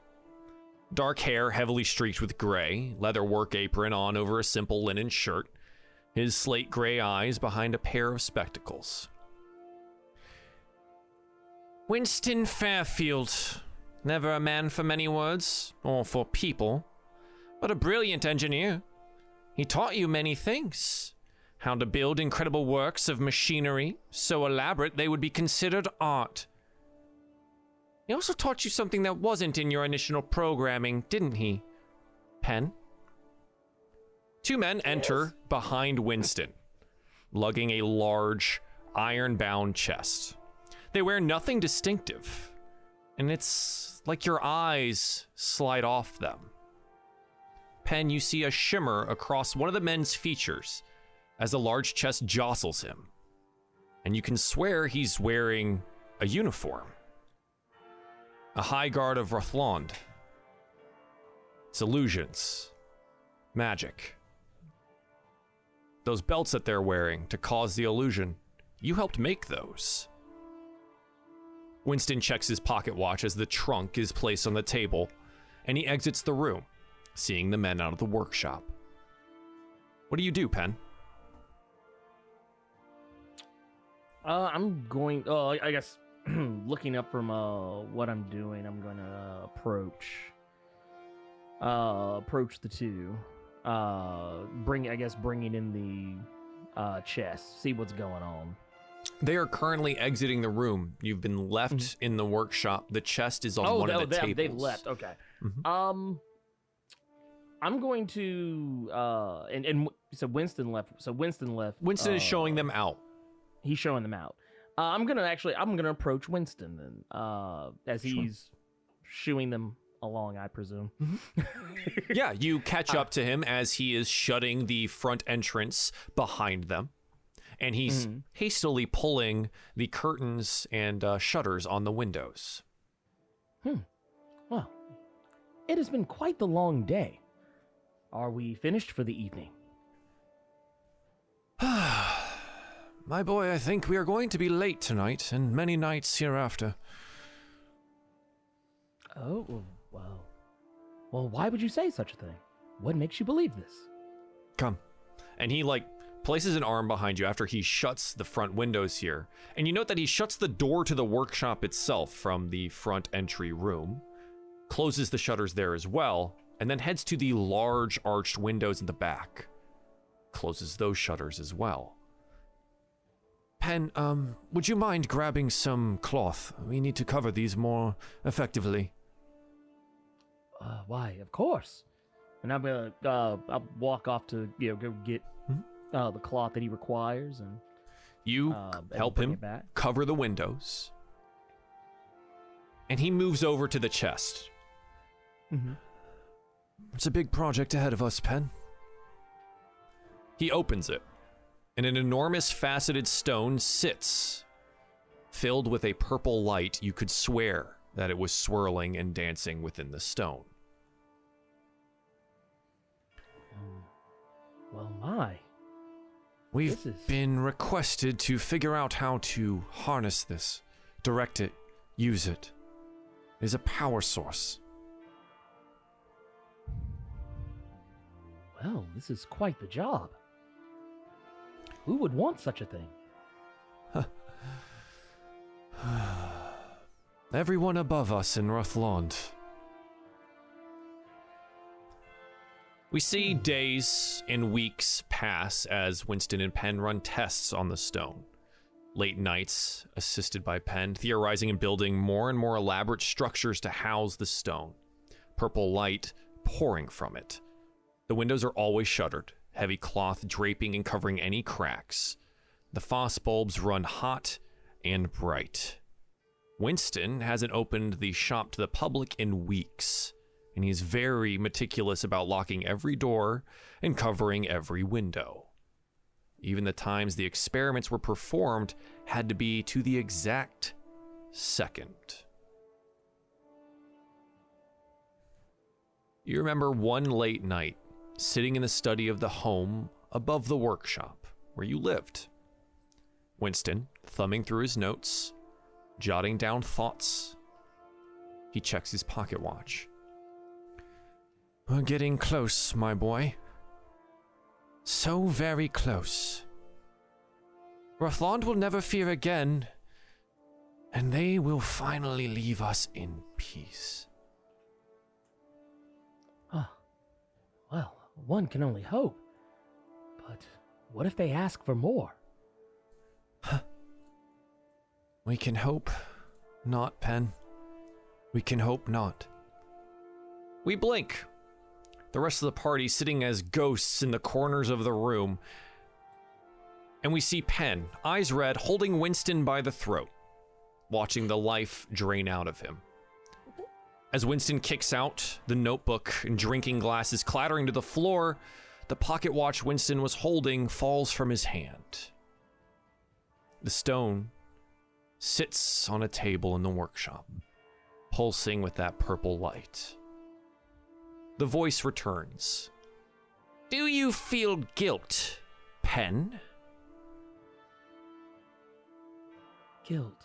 Dark hair heavily streaked with gray, leather work apron on over a simple linen shirt, his slate gray eyes behind a pair of spectacles. Winston Fairfield, never a man for many words or for people, but a brilliant engineer. He taught you many things how to build incredible works of machinery so elaborate they would be considered art. He also taught you something that wasn't in your initial programming, didn't he, Pen? Two men enter behind Winston, lugging a large, iron bound chest. They wear nothing distinctive, and it's like your eyes slide off them. Pen, you see a shimmer across one of the men's features as the large chest jostles him. And you can swear he's wearing a uniform a high guard of Rothlond. It's illusions, magic. Those belts that they're wearing to cause the illusion, you helped make those. Winston checks his pocket watch as the trunk is placed on the table, and he exits the room, seeing the men out of the workshop. What do you do, Penn?
Uh, I'm going. Oh, I I guess looking up from uh what I'm doing, I'm gonna uh, approach. Uh, approach the two. Uh, bring. I guess bringing in the uh chest. See what's going on.
They are currently exiting the room. You've been left in the workshop. The chest is on
Oh,
one
no,
of the
they,
tables.
they've left. Okay.
Mhm.
Um, I'm going to uh, and and w- so Winston left. So Winston left.
Winston is
uh,
showing them out.
He's showing them out. Uh, I'm gonna actually. I'm gonna approach Winston then, uh, as
Sure.
he's shooing them along. I presume. Mm-hmm.
Yeah, you catch up to him as he is shutting the front entrance behind them, and he's
Mhm.
hastily pulling the curtains and uh, shutters on the windows.
Well, it has been quite the long day. Are we finished for the evening?
My boy, I think we are going to be late tonight, and many nights hereafter.
Oh well. Well, why would you say such a thing? What makes you believe this?
Come. And he like places an arm behind you after he shuts the front windows here. And you note that he shuts the door to the workshop itself from the front entry room, closes the shutters there as well, and then heads to the large arched windows in the back. Closes those shutters as well. Pen, um, would you mind grabbing some cloth? We need to cover these more effectively.
Uh, why? Of course. And I'm gonna uh, I'll walk off to you know go get uh, the cloth that he requires and
You
Uh, and
help
bring
him
it back.
cover the windows. And he moves over to the chest.
Mm-hmm.
It's a big project ahead of us, Pen. He opens it, and an enormous faceted stone sits, filled with a purple light you could swear that it was swirling and dancing within the stone.
um, well my
We've
This is-
been requested to figure out how to harness this, direct it, use it. It is a power source.
well this is quite the job. Who would want such a thing?
Everyone above us in Rothlond.
We see days and weeks pass as Winston and Penn run tests on the stone. Late nights, assisted by Penn, theorizing and building more and more elaborate structures to house the stone, purple light pouring from it. The windows are always shuttered, heavy cloth draping and covering any cracks. The foss bulbs run hot and bright. Winston hasn't opened the shop to the public in weeks, and he's very meticulous about locking every door and covering every window. Even the times the experiments were performed had to be to the exact second. You remember one late night sitting in the study of the home above the workshop where you lived. Winston, thumbing through his notes, jotting down thoughts, he checks his pocket watch.
We're getting close, my boy. So very close. Rathland will never fear again, and they will finally leave us in peace.
Well, one can only hope. But what if they ask for more?
We can hope not, Pen. We can hope not.
We blink. The rest of the party sitting as ghosts in the corners of the room. And we see Penn, eyes red, holding Winston by the throat, watching the life drain out of him. As Winston kicks out the notebook and drinking glasses clattering to the floor, the pocket watch Winston was holding falls from his hand. The stone sits on a table in the workshop, pulsing with that purple light. The voice returns. Do you feel guilt, Pen?
Guilt.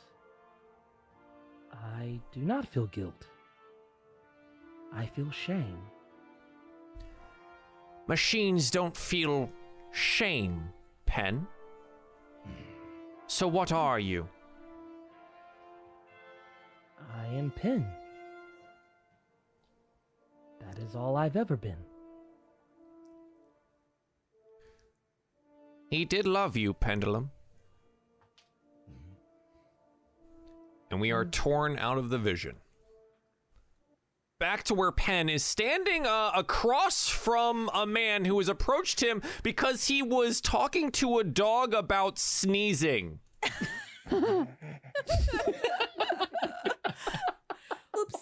I do not feel guilt. I feel shame.
Machines don't feel shame, Pen. So what are you?
I am Pin. That is all I've ever been.
He did love you, Pendulum. And we are torn out of the vision. Back to where Penn is standing uh, across from a man who has approached him because he was talking to a dog about sneezing.
Oops,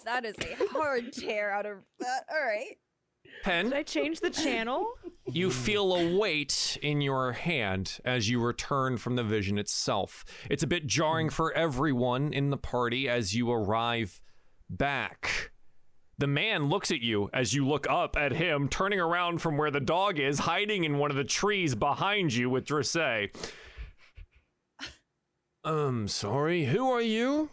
that is a hard tear out of that. All right.
Penn,
Did I change the channel?
You feel a weight in your hand as you return from the vision itself. It's a bit jarring for everyone in the party as you arrive back. The man looks at you as you look up at him, turning around from where the dog is, hiding in one of the trees behind you with Drissay.
Um, sorry, who are you?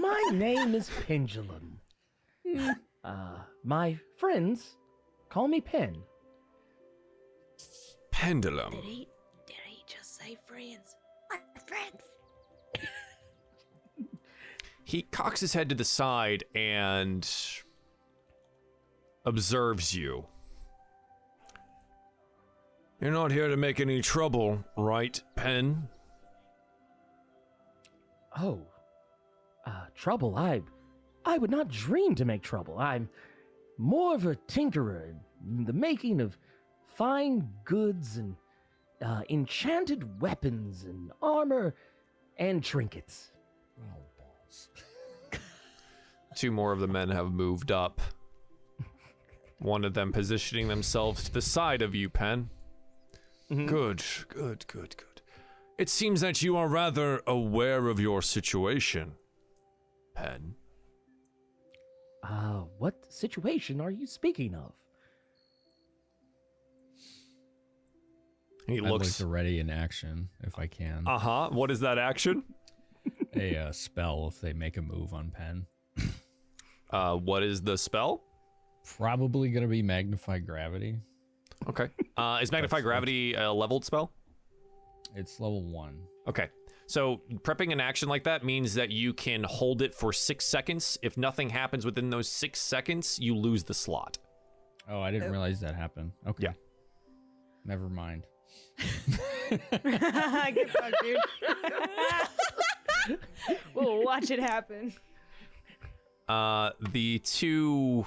My name is Pendulum. Uh, my friends call me Pen.
Pendulum.
he, did he just say friends?
He cocks his head to the side and observes you.
You're not here to make any trouble, right, Pen?
Oh, uh, trouble. I, I would not dream to make trouble. I'm more of a tinkerer in the making of fine goods and uh, enchanted weapons and armor and trinkets.
Two more of the men have moved up. One of them positioning themselves to the side of you, Pen.
Mm-hmm.
Good, good, good, good. It seems that you are rather aware of your situation, Pen.
Uh, what situation are you speaking of?
He
I'd like
looks.
to ready in action if I can.
Uh huh. What is that action?
a uh, spell if they make a move on Pen.
Uh, what is the spell?
Probably gonna be magnify gravity.
Okay. Uh, is Magnify Gravity a leveled spell?
It's level one.
Okay. So prepping an action like that means that you can hold it for six seconds. If nothing happens within those six seconds, you lose the slot.
Oh, I didn't realize that happened. Okay.
Yeah.
Never mind.
Get fucked, dude. we'll watch it happen.
Uh, the two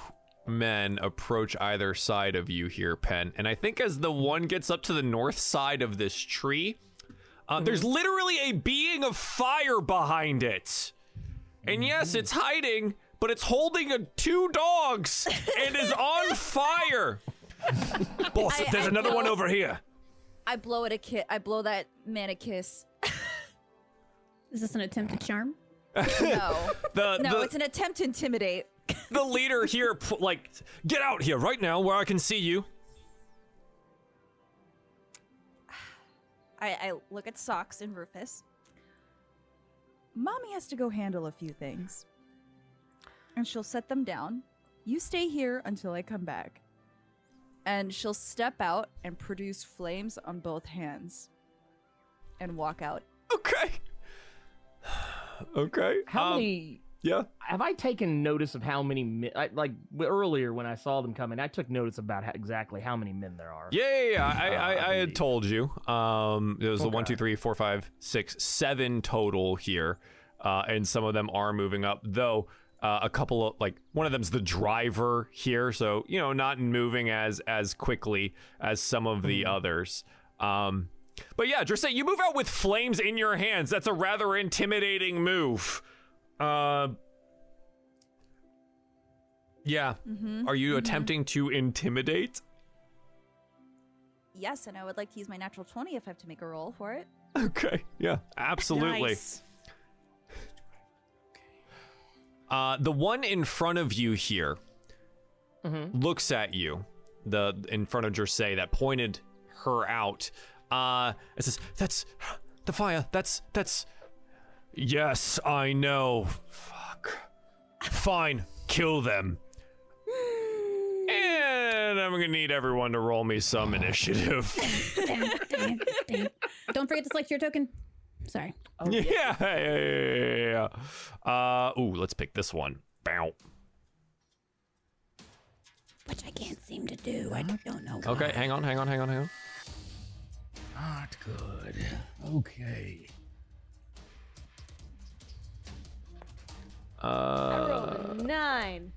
men approach either side of you here, Pen. And I think as the one gets up to the north side of this tree,
Hmm.
uh, there's literally a being of fire behind it. And yes, it's
Mm-hmm.
hiding, but it's holding a, two dogs and is on fire. Boss,
I-
there's
I
another one
know.
over here.
I blow it a kiss. I blow that man a kiss.
Is this an attempt at charm?
No,
The,
no,
the,
it's an attempt to intimidate.
the leader here, pu- like, get out here right now where I can see you.
I, I look at Socks and Rufus. Mommy has to go handle a few things. And she'll set them down. You stay here until I come back. And she'll step out and produce flames on both hands and walk out.
Okay. Okay.
How
um,
many
Yeah.
have I taken notice of how many men? I, like w- earlier when I saw them coming, I took notice about how, exactly how many men there are.
Yeah, yeah, yeah. I, I, I, I had
Indeed.
told you. Um, it was the one,
Okay.
two, three, four, five, six, seven total here, uh, and some of them are moving up. Though uh, a couple of like one of them's the driver here, so you know not moving as as quickly as some of the others. Um, but yeah, Drissa, you move out with flames in your hands. That's a rather intimidating move. Uh, yeah. Are you attempting to intimidate?
Yes, and I would like to use my natural 20 if I have to make a roll for it.
Okay. Yeah. Absolutely.
Nice.
Uh, the one in front of you here looks at you. The in front of Jersey that pointed her out. Uh, it says, "That's the fire. That's that's." Yes, I know. Fuck. Fine, kill them. And I'm gonna need everyone to roll me some initiative.
Damn, damn, damn. Don't forget to select your token. Sorry.
yeah, yeah, yeah, yeah, yeah. Uh, ooh, let's pick this one. Bow.
Which I can't seem to do. I don't know. why.
Okay, hang on, hang on, hang on, hang on.
Not good. Okay.
I
Uh,
rolled a nine.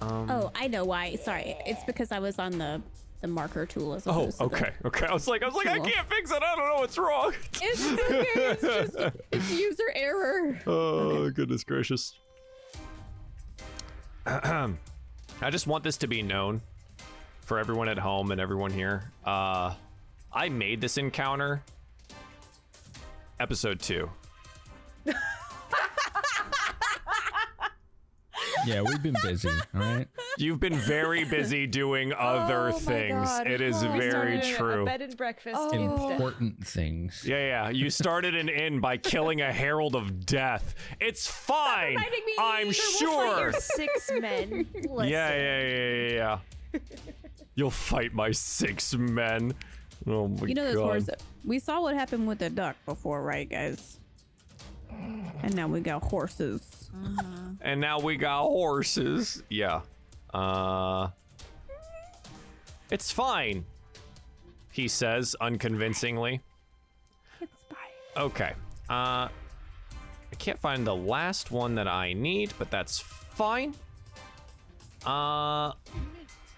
um,
Oh, I know why. Sorry. It's because I was on the the marker tool as
oh,
opposed to the-
okay, okay. I was like, I was like, I
Cool.
can't fix it. I don't know what's wrong.
It's okay. It's just it's user error.
Oh goodness gracious. I just want this to be known for everyone at home and everyone here. Uh, I made this encounter. Episode two.
Yeah, we've been busy. All right.
You've been very busy doing other
my
things.
God.
It is
Oh. We
very
Started a-
true.
A bed and breakfast.
Oh.
instead.
Important things.
Yeah, yeah. You started an inn by killing a herald of death. It's fine.
reminding me
I'm sure.
Six men.
Yeah, yeah, yeah, yeah, yeah. You'll fight my six men. Oh my
You know those
god.
horse. We saw what happened with the duck before, right, guys? And now we got horses.
And now we got horses. Yeah. Uh It's fine. He says unconvincingly. It's fine. Okay. Uh I can't find the last one that I need, but that's fine. Uh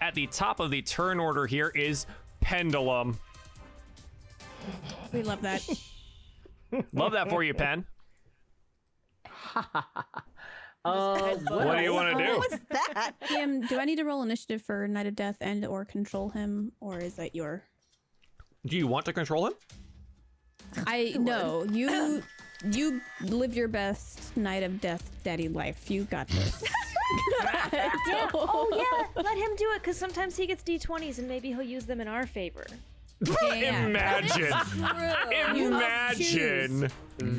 at the top of the turn order here is pendulum.
We love that.
Love that for you, Pen.
Uh,
What do you want to do?
Kim, do I need to roll initiative for Knight of Death and or control him, or is that your?
Do you want to control him?
I no. You you live your best Knight of Death daddy life. You got this.
Yeah. Oh yeah. Let him do it because sometimes he gets d20s and maybe he'll use them in our favor.
yeah.
Imagine. Imagine.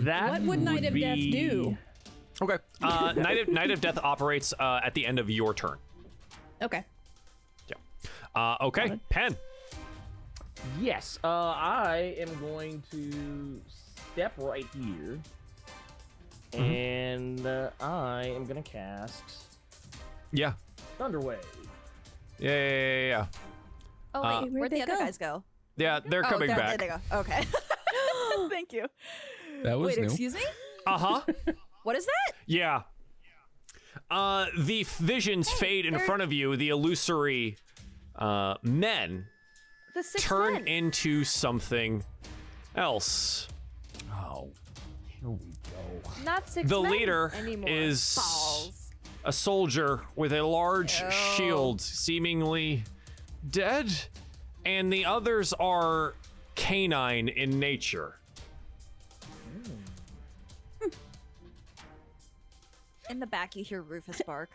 that
What would Knight of Death
be-
do?
Okay. Uh, Knight, of, Knight of Death operates uh, at the end of your turn.
Okay.
Yeah. Uh, okay, Pen.
Yes, uh, I am going to step right here, and uh, I am going to cast
Yeah.
Thunderwave.
Yeah, yeah, yeah, yeah.
Oh, wait,
Uh,
where'd,
Where'd
the
they
other
go?
guys go?
Yeah, they're
Oh,
coming
there,
back.
There they go. Okay. Thank you.
That was
Wait,
new.
Uh-huh.
excuse me?
Uh huh.
What is that?
yeah. Uh, the f- visions fade in front of you. The illusory uh, men
The six
turn
men.
into something else.
Oh, here we go.
Not six
the
men
leader
anymore.
is
Balls.
a soldier with a large
Oh.
shield, seemingly dead, and the others are canine in nature.
In the back, you hear Rufus bark.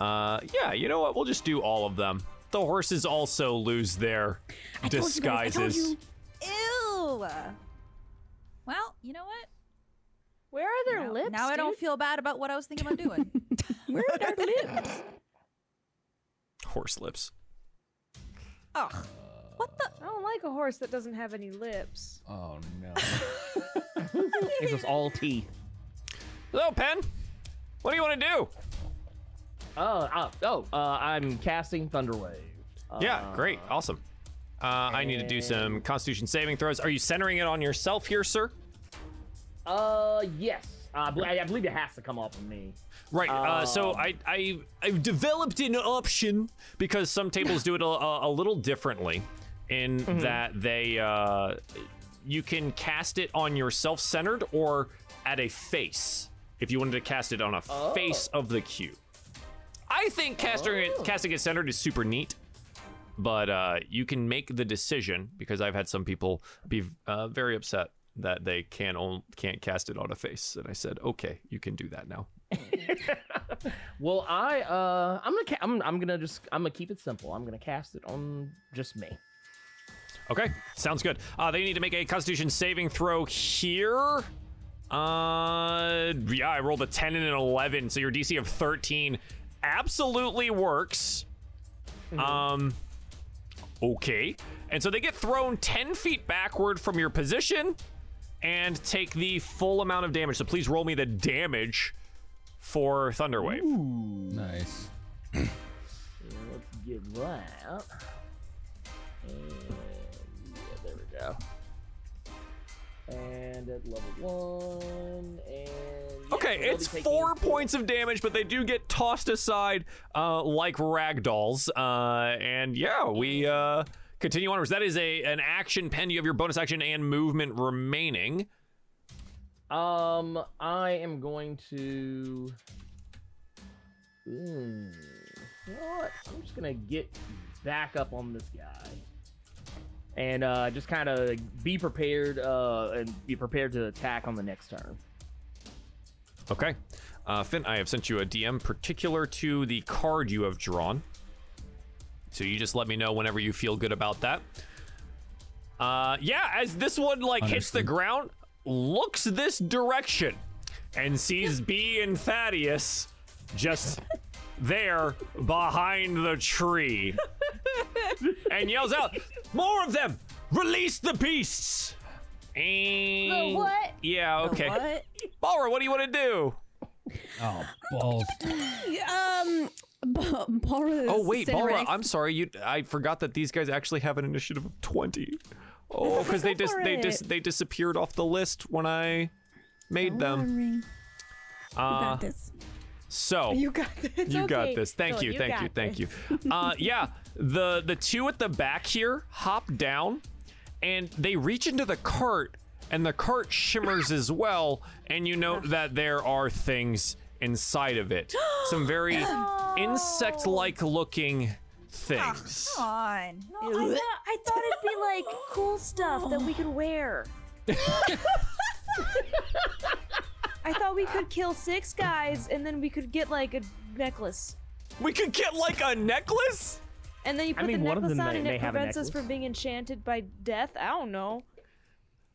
Uh, yeah, you know what? We'll just do all of them. The horses also lose their disguises.
Ew. Well, you know what?
Where are their
now,
lips?
Now I don't
dude?
feel bad about what I was thinking about doing.
Where are their lips?
Horse lips.
Ugh. What the?
I don't like a horse that doesn't have any lips.
Oh no.
It's just all tea.
Hello, Pen. What do you want to do?
Oh, uh, oh, uh, I'm casting Thunderwave.
yeah,
Uh.
great, awesome. Uh, I need to do some Constitution saving throws. Are you centering it on yourself here, sir?
Uh, yes. Uh, I bel- I believe it has to come off of me.
Right. Uh, so
Um,
I, I I developed an option because some tables do it a, a, a little differently, in that they uh, you can cast it on yourself centered or at a face if you wanted to cast it on a face of the cube. I think casting it casting it centered is super neat, but uh, you can make the decision because I've had some people be uh, very upset that they can't on, can't cast it on a face, and I said, okay, you can do that now.
Well, I uh, I'm gonna ca- I'm, I'm gonna just I'm gonna keep it simple. I'm gonna cast it on just me.
Okay, sounds good. Uh, they need to make a Constitution saving throw here. Uh, yeah, I rolled a 10 and an 11, so your DC of 13 absolutely works. Um, okay. And so they get thrown 10 feet backward from your position and take the full amount of damage. So please roll me the damage for Thunderwave.
nice.
Let's get that. And yeah, there we go. And at level one, and yeah,
Okay,
so they'll
it's
be taking
four points of damage, but they do get tossed aside uh, like ragdolls. Uh, and yeah, we uh, continue onwards. That is a an action pen. You have your bonus action and movement remaining.
Um, I am going to. Hmm. You know what? I'm just gonna get back up on this guy, and uh, just kind of be prepared. Uh, and be prepared to attack on the next turn.
Okay. Uh, Finn, I have sent you a DM particular to the card you have drawn. So you just let me know whenever you feel good about that. Uh, yeah, as this one like hits the
Understood.
ground, looks this direction, and sees B and Thaddeus just there behind the tree, and yells out, "More of them! Release the beasts!" And
what?
Yeah, okay.
What?
Balra, what do you want to do?
Oh balls.
Um, B- Balra.
Oh wait, Balra,
Cinderex-
I'm sorry. You, I forgot that these guys actually have an initiative of twenty. Oh, because they dis,
for
they dis,
it.
they disappeared off the list when I
Oh,
made them.
Ring. You
Uh,
got this.
so
You got this.
you got
okay.
this. Thank
Phil,
you, thank
got
you, thank
this.
you. Uh, yeah, the the two at the back here hop down, and they reach into the cart, and the cart shimmers as well, and you note that there are things inside of it, some very insect-like looking things.
Come on.
No, I, thought, I thought it'd be like cool stuff that we could wear. I thought we could kill six guys and then we could get like a necklace.
We could get like a necklace?
And then you
I
put
mean,
the
one of
necklace
them
on
may-
and
may
it
have a
prevents us
necklace.
from being enchanted by death. I don't know.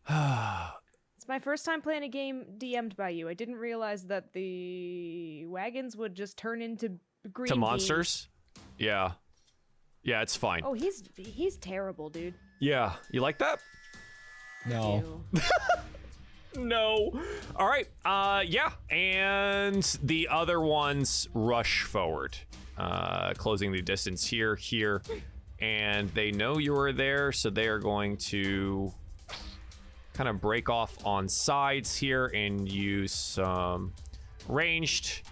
it's my first time playing a game DM'd by you. I didn't realize that the wagons would just turn into green
to
beans.
monsters? Yeah. Yeah, it's fine.
Oh, he's he's terrible, dude.
Yeah. You like that?
No.
Oh,
Ew.
No. All right. Uh yeah, and the other ones rush forward. Uh closing the distance here, here, and they know you are there, so they are going to kind of break off on sides here and use some ranged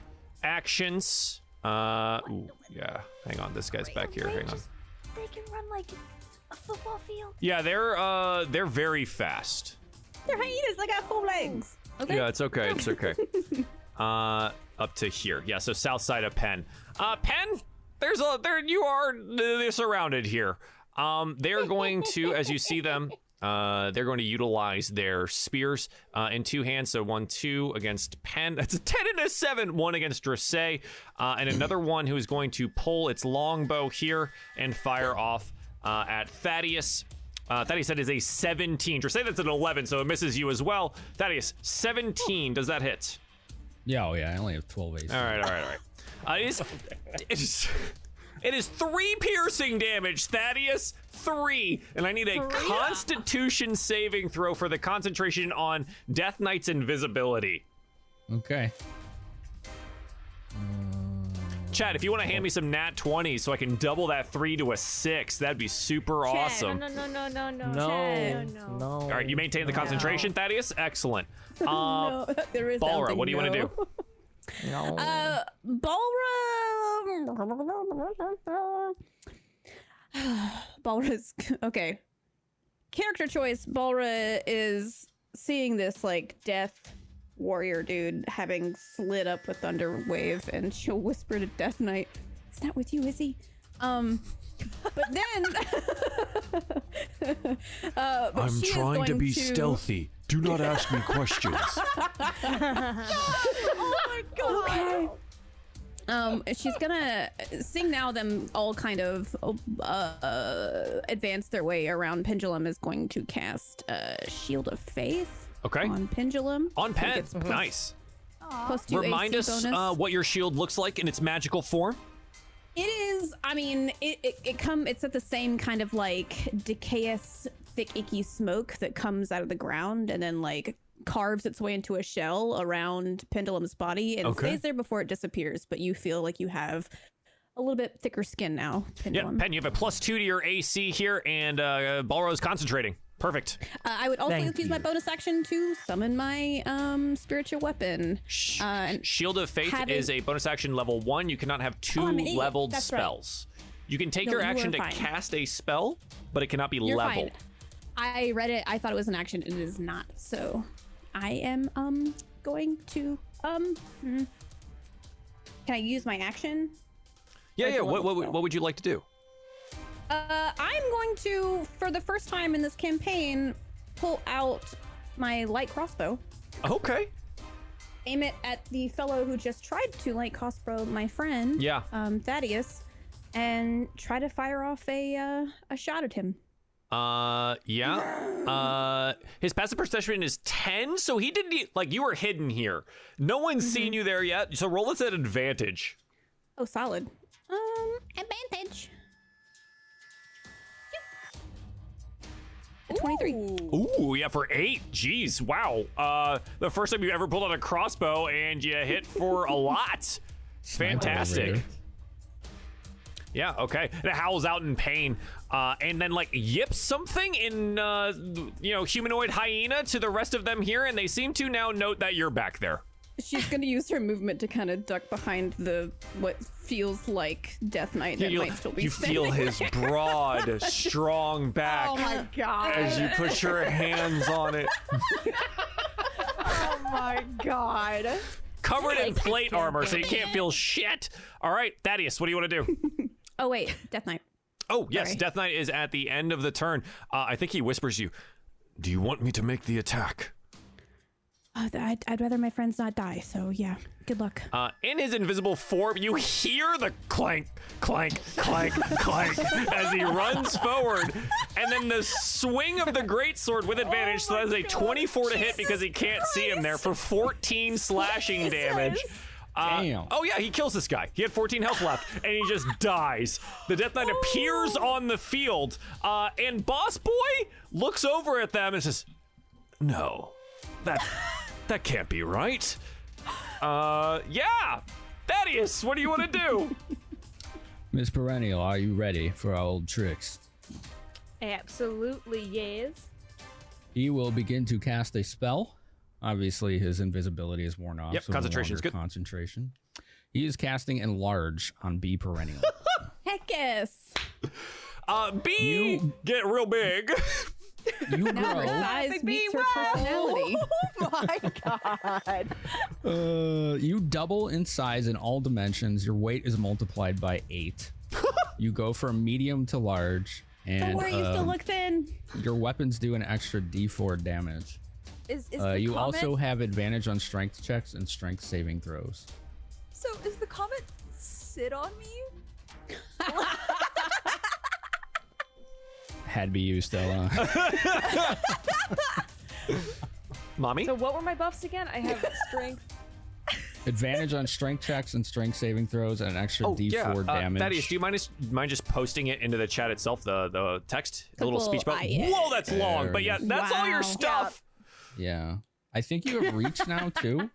actions. Uh, ooh, yeah. Hang on, this guy's back here. Hang on.
They can run like a football field.
Yeah, they're uh they're very fast.
They're hyenas. They got four legs.
Yeah, it's okay. It's okay. uh, up to here. Yeah, so south side of Penn. Uh, Penn, there's a there. You are uh, surrounded here. Um, they're going to, as you see them, uh, they're going to utilize their spears uh, in two hands. So one, two against Penn. That's a ten and a seven. One against Dressay, uh, and another one who is going to pull its longbow here and fire off uh, at Thaddeus. Uh, Thaddeus, that is a 17. Dressay, that's an 11, so it misses you as well. Thaddeus, 17. Does that hit?
Yeah, oh yeah, I only have 12 aces.
All right, all right, all right. Uh, it, is, it, is, it is three piercing damage, Thaddeus. Three. And I need a constitution saving throw for the concentration on Death Knight's invisibility. Oh.
Okay.
Chad, if you want to hand me some nat 20 so I can double that three to a six, that'd be super awesome.
No, no, no, no, no,
No, no.
All right, you maintain the concentration, Thaddeus? Excellent. Uh,
no, there is
Balra,
something
what do you want to
no.
do?
No.
Uh, Balra. Balra's okay. Character choice. Balra is seeing this like death warrior dude having slid up with Thunderwave, and she'll whisper to Death Knight, "It's not with you, is he?" Um, but then, uh, but
I'm
she is
trying to
going
be stealthy. Do not ask me questions.
Okay. Um, she's gonna seeing now them all kind of uh, advance their way around. Pendulum is going to cast uh, Shield of Faith
Okay.
on Pendulum.
On Penn. Nice.
Plus two
Remind
AC
us
bonus.
uh, what your shield looks like in its magical form.
It is. I mean, it, it it come. It's at the same kind of like decayous, thick, icky smoke that comes out of the ground and then like carves its way into a shell around Pendulum's body and
Okay.
stays there before it disappears. But you feel like you have a little bit thicker skin now,
Yeah,
Pendulum.
Penn, you have a plus two to your AC here, and uh, Balro's concentrating. Perfect.
uh, I would also
Thank
use my
you.
bonus action to summon my um spiritual weapon.
Sh-
Uh, and
Shield of Faith
having- Oh,
is a bonus action level one. You cannot have two
I'm an eight.
leveled
That's right.
spells. You can take
No,
your
you are
action to
fine.
cast a spell, but it cannot be
you're
leveled.
fine. I read it. I thought it was an action. It is not. So I am um going to um. hmm. Can I use my action?
Yeah,
Like
yeah.
a
What,
leveled
what, would-
spell.
what would you like to do?
Uh, I'm going to, for the first time in this campaign, pull out my light crossbow,
Okay.
aim it at the fellow who just tried to light crossbow my friend,
Yeah.
um, Thaddeus, and try to fire off a uh, a shot at him.
Uh, yeah. Uh, his passive perception is ten, so he didn't e- like you were hidden here. No one's
Mm-hmm.
seen you there yet, so roll this at advantage.
Oh, solid. Um, advantage. A Twenty-three.
Ooh, yeah, for eight. Jeez, wow. Uh, the first time you ever pulled out a crossbow and you hit for a lot. Fantastic. Yeah. Okay. And it howls out in pain, uh, and then like yips something in uh, you know humanoid hyena to the rest of them here, and they seem to now note that you're back there.
She's gonna use her movement to kind of duck behind the what feels like Death Knight that
you
might still be
you
standing.
feel his broad, strong back
Oh my god.
as you put your hands on it,
Oh my god.
covered in plate armor, so you can't feel shit. All right, Thaddeus, what do you want to do?
Oh wait, Death Knight.
Oh yes,
Sorry.
Death Knight is at the end of the turn. Uh, I think he whispers you,
Do you want me to make the attack?
Oh, th- I'd, I'd rather my friends not die, so yeah. Good luck.
Uh, in his invisible form, you hear the clank, clank, clank, clank as he runs forward, and then the swing of the greatsword with advantage. so that is a 24 to hit because he can't see him there for 14 slashing damage. Uh,
Damn.
Oh yeah, he kills this guy. He had 14 health left, and he just dies. The Death Knight appears on the field, uh, and Boss Boy looks over at them and says,
No.
"That, that can't be right." Uh, yeah, Thaddeus, what do you want to do?
Miss Perennial, are you ready for our old tricks?
Absolutely yes.
He will begin to cast a spell. Obviously, his invisibility is worn off.
Yep,
no
concentration is
longer
good.
Concentration. He is casting enlarge on B perennial.
Heck yes.
Uh, B get real big.
you
Now her
grow.
size
Big B,
meets her
wow.
personality.
my god.
Uh, you double in size in all dimensions. Your weight is multiplied by eight. you go from medium to large, and
Don't worry, you still
um,
look thin.
your weapons do an extra D4 damage.
Is, is
Uh,
the
you
comment,
also have advantage on strength checks and strength saving throws.
So is the comment sit on me?
Had to be you, Stella.
Mommy.
So what were my buffs again? I have strength.
advantage on strength checks and strength saving throws and an extra
Oh
D4
yeah, uh,
damage.
Thaddeus, do you mind, just- mind just posting it into the chat itself? The the text, the little
Couple-
speech bubble.
ah, yeah.
Whoa, that's long.
There
But
it
yeah,
is.
that's all your
Wow.
stuff.
yeah. I think you have reach now, too,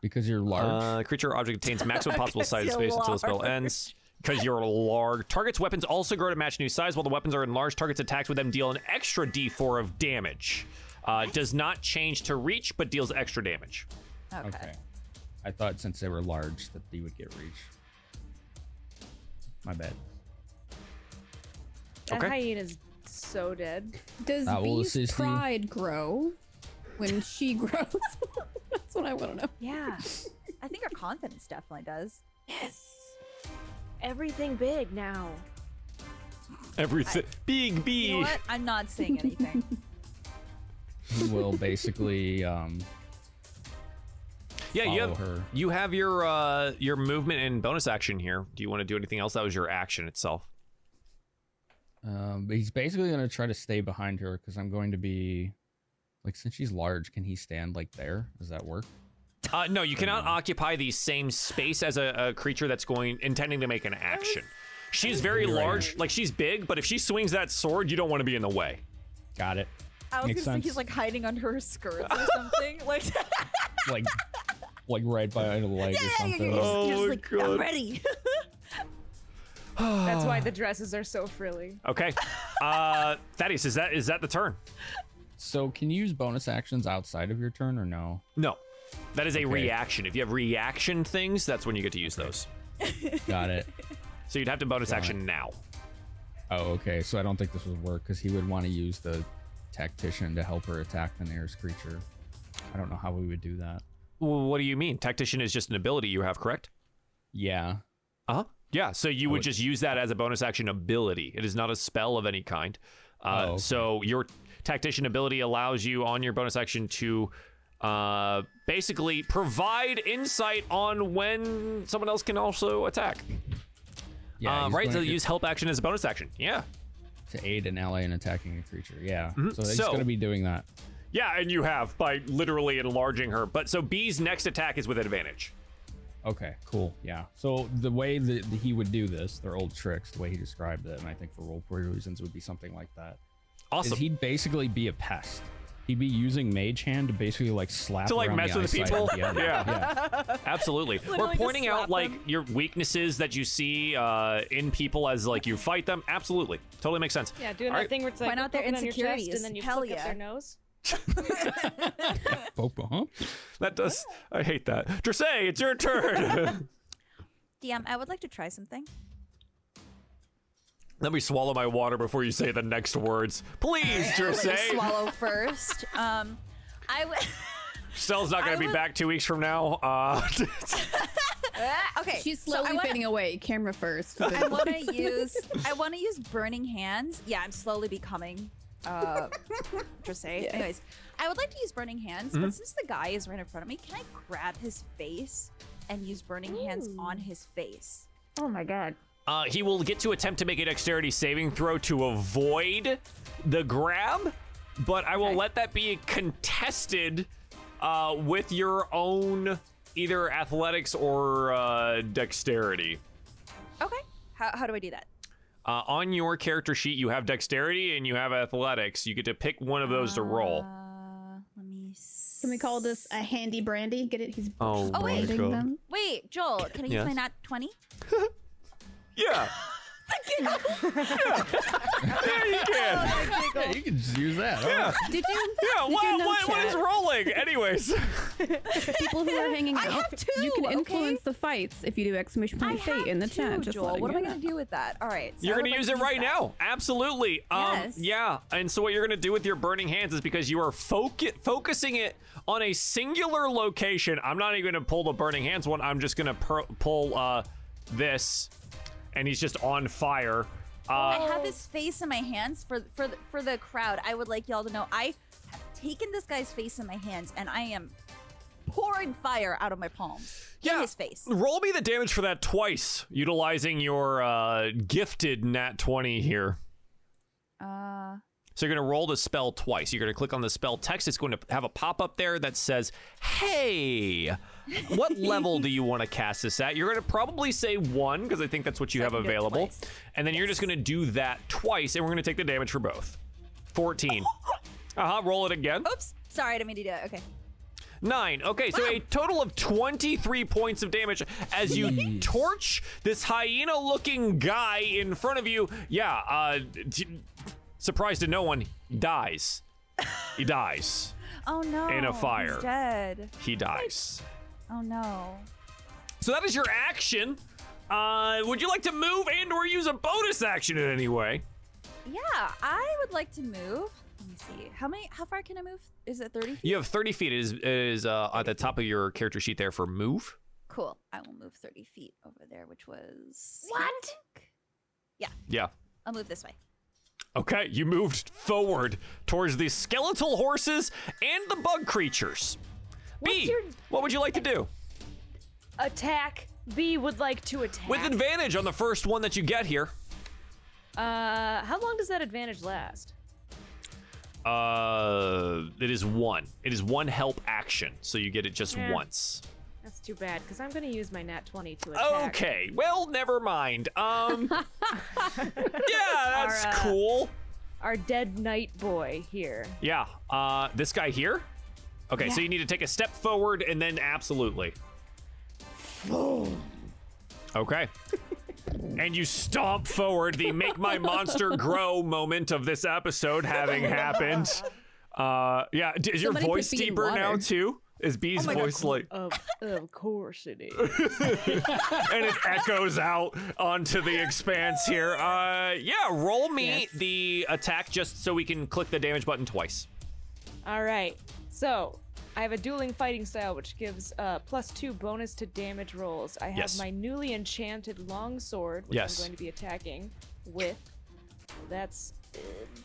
because you're large.
Uh, creature or object attains maximum possible
'Cause
size
you're
space until the spell
large.
ends. Because you're large. Target's weapons also grow to match new size. While the weapons are enlarged, target's attacks with them deal an extra d4 of damage. Uh, does not change to reach, but deals extra damage.
Okay.
Okay. I thought since they were large that they would get reach. My bad.
That
Okay.
hyena's so dead.
Does
That will
B's
assist you.
pride grow when she grows? That's what I want to know.
Yeah. I think our confidence definitely does.
Everything big now.
Everything. Big B.
You know what? I'm not saying anything.
He will basically um
yeah, you
follow
have,
her.
you have your uh, your movement and bonus action here. Do you want to do anything else? That was your action itself.
um he's basically gonna try to stay behind her because I'm going to be like since she's large, can he stand like there? Does that work?
Uh, no, you
Mm.
cannot occupy the same space as a, a creature that's going intending to make an action. She's very
right.
large, like she's big, but if she swings that sword, you don't want to be in the way.
Got it.
I was
Makes
gonna say
sense.
he's like hiding under her skirts or something. like
Like like right by the leg or something.
Oh
just like
my
I'm
God.
ready.
That's why the dresses are so frilly.
Okay, uh, Thaddeus, is that is that the turn?
So can you use bonus actions outside of your turn or no?
No, that is a
Okay.
reaction. If you have reaction things, that's when you get to use those.
Got it.
So you'd have to bonus action now.
Oh, okay. So I don't think this would work because he would want to use the tactician to help her attack the nearest creature. I don't know how we would do that.
Well, what do you mean? Tactician is just an ability you have, correct?
Yeah.
Uh huh. Yeah. So you would
I Uh-huh. would-
just use that as a bonus action ability. It is not a spell of any kind. Uh,
Oh, okay.
So your tactician ability allows you on your bonus action to uh, basically provide insight on when someone else can also attack.
Yeah.
um,
he's
right. So
going
you
to,
use help action as a bonus action. Yeah.
to aid an ally in attacking a creature. Yeah. So he's
Mm-hmm. So-
going to be doing that.
Yeah, and you have by literally enlarging her. But so B's next attack is with advantage.
Okay. Cool. Yeah. So the way that that he would do this, their old tricks, the way he described it, and I think for roleplay reasons would be something like that. is
Awesome.
he'd basically be a pest. He'd be using mage hand to basically like slap
To, like,
around
mess with the
eyesight of
people?
enemy.
Yeah.
yeah.
Absolutely. We're
just
pointing out
slap
like
them.
your weaknesses that you see uh, in people as like you fight them. Absolutely. Totally makes sense.
Yeah, doing
All
that
right.
thing where it's like
Point out their
poking on your chest
insecurities.
and then you
Hell
flick up
yeah.
their nose.
Poke- huh?
That does. I hate that. Dressay, it's your turn.
DM, I would like to try something.
Let me swallow my water before you say the next words. Please, Dressay.
Swallow first. Um, I would.
Stell's not going
I
to be
would-
back two weeks from now. Uh,
uh, okay.
She's
so I
slowly
wanna-
fading away, camera first.
I want to use. I want to use burning hands. Yeah, I'm slowly becoming. Uh, Dressay.
Yes.
Anyways, I would like to use burning hands, but since the guy is right in front of me, can I grab his face and use burning hands on his face?
Oh my god.
uh, he will get to attempt to make a dexterity saving throw to avoid the grab, but I will let that be contested uh, with your own either athletics or uh, dexterity.
Okay. How, how do I do that?
Uh, on your character sheet, you have dexterity and you have athletics. You get to pick one of those to roll.
Uh, let me. s-
Can we call this a handy brandy? Get it? He's
Oh
Oh, wait.
branding them.
Wait, Joel. Can I use my
Yes.
nat twenty?
Yeah.
Thank you.
Yeah, you can.
Yeah, you can just use that.
Yeah.
Did you?
Yeah,
did you
what,
know
what, what is
chat?
rolling? Anyways.
People who are hanging
I
out,
have two,
you can
okay?
influence the fights if you do exclamation
I
point fate
have
in the chat.
two,
Just
Joel.
letting
What am I
you
going to do with that? All right. so I
You're
would
gonna
like
use it right
that.
now. Absolutely. Um
Yes.
yeah. And so what you're gonna do with your burning hands is because you are focu- focusing it on a singular location. I'm not even gonna pull the burning hands one. I'm just gonna per- pull uh this, and he's just on fire.
Oh, I
Uh,
have his face in my hands for for the, for the crowd. I would like y'all to know I have taken this guy's face in my hands and I am pouring fire out of my palms.
yeah.
In his face.
Roll me the damage for that twice, utilizing your uh, gifted nat 20 here.
Uh
So you're going to roll the spell twice. You're going to click on the spell text. It's going to have a pop up there that says, "Hey, what level do you want to cast this at?" You're going to probably say 1 because I think that's what you have
can do it
available.
twice.
And then you're just going to do that twice and we're going to take the damage for both. 14. Uh-huh, roll it again.
oops. Sorry, I didn't mean to do that. Okay.
9. Okay, so a total of 23 points of damage as you torch this hyena looking guy in front of you. Yeah, uh t- surprise to no one, dies. He dies.
Oh no.
In a fire.
He's dead.
He dies.
Oh no.
So that is your action. Uh, would you like to move and or use a bonus action in any way?
Yeah, I would like to move. Let me see. How many how far can I move? Is it 30 feet?
You have 30 feet. It is, it is uh, at the top of your character sheet there for move.
Cool. I will move 30 feet over there, which was
What?
Yeah.
I'll move this way.
Okay, you moved forward towards the skeletal horses and the bug creatures. B,
your-
what would you like to do?
attack. B would like to attack.
With advantage on the first one that you get here.
uh, how long does that advantage last?
Uh, it is one. It is one help action, so you get it just
Yeah.
once.
That's too bad because I'm gonna use my nat twenty to attack.
Okay, well, never mind. Um, yeah, that's
Our, uh,
cool.
Our dead knight boy here.
Yeah, uh, this guy here. Okay, so you need to take a step forward and then absolutely. Okay. and you stomp forward, the make my monster grow moment of this episode having happened. Uh, yeah, d- is your
Somebody put
voice
bee in
deeper now
water. Oh
too? Is B's voice like,
Of, of course it is.
and it echoes out onto the expanse here. Uh, yeah, roll me
Yes.
the attack just so we can click the damage button twice.
All right. So I have a dueling fighting style, which gives uh, plus two bonus to damage rolls. I have
Yes.
my newly enchanted long sword, which
Yes.
I'm going to be attacking with. That's uh,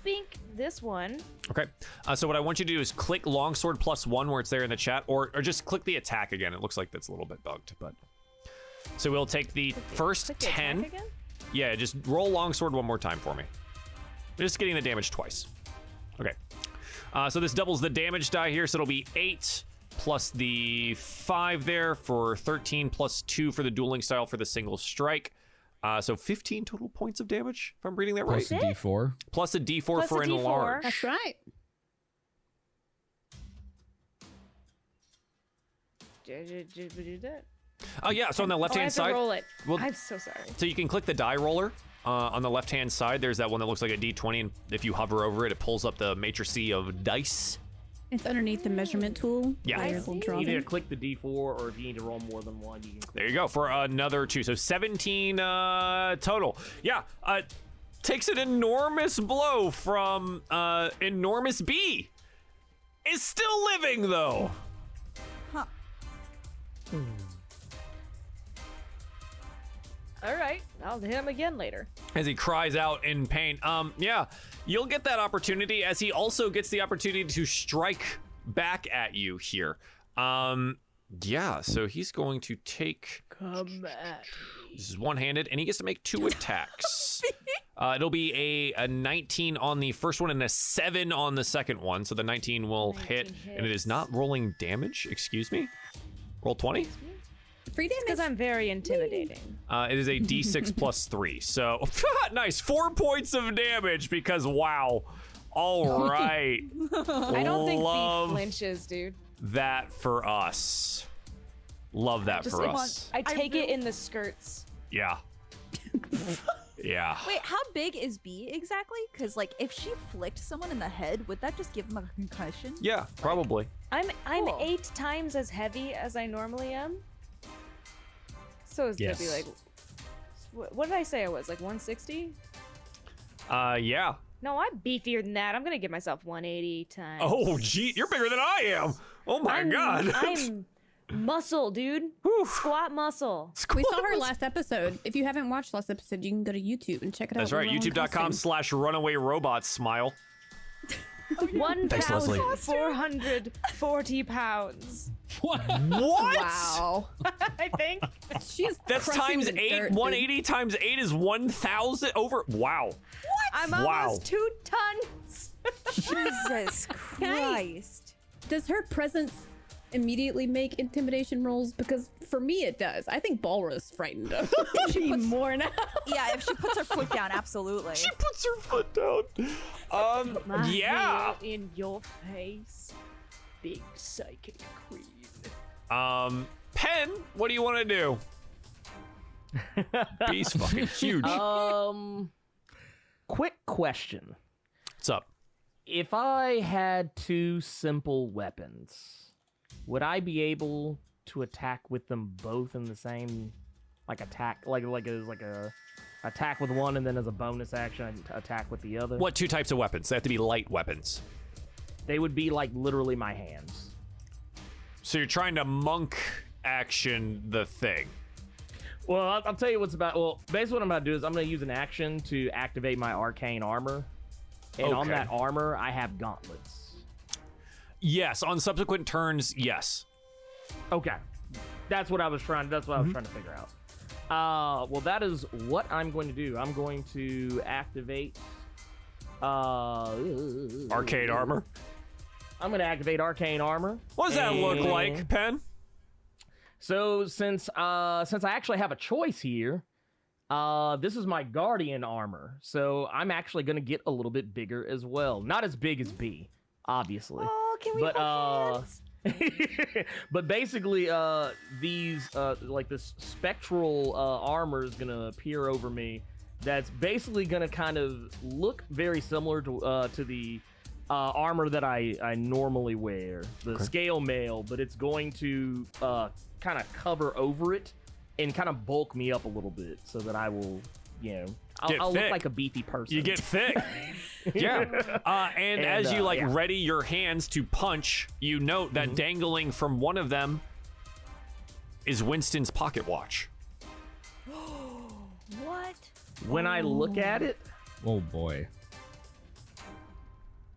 bink this one.
Okay. Uh, so what I want you to do is click longsword plus one where it's there in the chat, or or just click the attack again. It looks like that's a little bit bugged, but so we'll take the first
Click the attack
ten.
again?
Yeah, just roll longsword one more time for me. I'm just getting the damage twice. Okay. Uh, so this doubles the damage die here, so it'll be eight plus the five there for thirteen, plus two for the dueling style for the single strike. Uh, so 15 total points of damage, if I'm reading that right.
Plus Oh, a D4.
Plus a D4
Plus
for
a D4.
enlarge.
That's right.
Did- did- did we do that?
Oh yeah, so on the
oh,
left
I
hand
have
side,
To roll it.
Well-
I'm so sorry.
so you can click the die roller. Uh, on the left hand side, there's that one that looks like a D20, and if you hover over it, it pulls up the matrice of dice.
It's underneath the measurement tool.
Yeah.
where
I
it'll draw
Either
them.
click the D4 or if you need to roll more than one, you can click.
There you go for another two, so 17 uh, total. Yeah, uh, takes an enormous blow from uh, enormous B. Is still living though.
All right. I'll hit him again later.
as he cries out in pain. Um, yeah, you'll get that opportunity as he also gets the opportunity to strike back at you here. Um, yeah, so he's going to take.
Come at
This is one-handed, and he gets to make two attacks. uh, it'll be a, a 19 on the first one and a seven on the second one. So the 19 will hit,
19
and it is
hits.
not rolling damage. Excuse me. Roll 20.
Free
because
damage.
I'm very intimidating.
Uh, it is a d6 plus three. So nice. Four points of damage because wow. All right.
I don't think
Love
B flinches, dude.
that for us. Love that
Just
for
like-
us.
I take it in the skirts.
Yeah. Yeah.
Wait, how big is B exactly? Because like, if she flicked someone in the head, would that just give them a concussion?
Yeah, probably.
I'm I'm
Cool.
eight times as heavy as I normally am. So it's gonna be
Yes.
like, wh- what did I say I was? Like 160?
Uh, yeah.
No, I'm beefier than that. I'm gonna give myself 180 times.
Oh, gee, you're bigger than I am. Oh my
I'm,
god.
I'm muscle, dude. Squat muscle.
We saw her last episode. If you haven't watched last episode, you can go to YouTube and check it out.
That's right.
We're all in
YouTube.com
costumes.
slash runaway robots smile.
One
Thanks, Leslie.
thousand four hundred forty pounds.
What?
Wow.
I think.
She's
That's
crushing
times
the
eight.
dirt, dude.
180 times eight is 1,000 over. Wow.
I'm
Wow.
almost two tons.
Jesus Christ.
Does her presence immediately make intimidation rolls? Because for me, it does. I think Balra's frightened of. she more now.
Yeah, if she puts her foot down, absolutely.
She puts her foot down. Um,
My
yeah.
heel In your face, big psychic queen.
Um, Pen, what do you want to do? Beast fucking huge.
Um, quick question.
What's up?
If I had two simple weapons, would I be able to attack with them both in the same, like attack, like like as like a attack with one and then as a bonus action I attack with the other?
What two types of weapons? They have to be light weapons.
They would be like literally my hands.
So you're trying to monk action the thing.
Well, I'll, I'll tell you what's about. Well, basically, what I'm about to do is I'm going to use an action to activate my arcane armor, and on
Okay.
that armor, I have gauntlets.
Yes, on subsequent turns, yes.
Okay, that's what I was trying. That's what I was trying to figure out. Uh, well, that is what I'm going to do. I'm going to activate. Uh,
Arcade armor.
I'm going to activate arcane armor.
What does that look like,
And-
Pen?
So since uh since I actually have a choice here, uh this is my guardian armor. So I'm actually gonna get a little bit bigger as well. Not as big as B, obviously.
Oh, can we
But,
hold
uh,
hands?
but basically, uh these uh like this spectral uh armor is gonna appear over me that's basically gonna kind of look very similar to uh to the uh, armor that I, I normally wear, the scale mail, but it's going to uh, kind of cover over it and kind of bulk me up a little bit so that I will, you know,
Get
I'll, I'll
thick.
look like a beefy person.
You get thick. yeah. Uh, Mm-hmm. and,
And,
as you
uh,
like
yeah.
ready your hands to punch, you note that dangling from one of them is Winston's pocket watch.
What?
when I look at it,
Oh boy.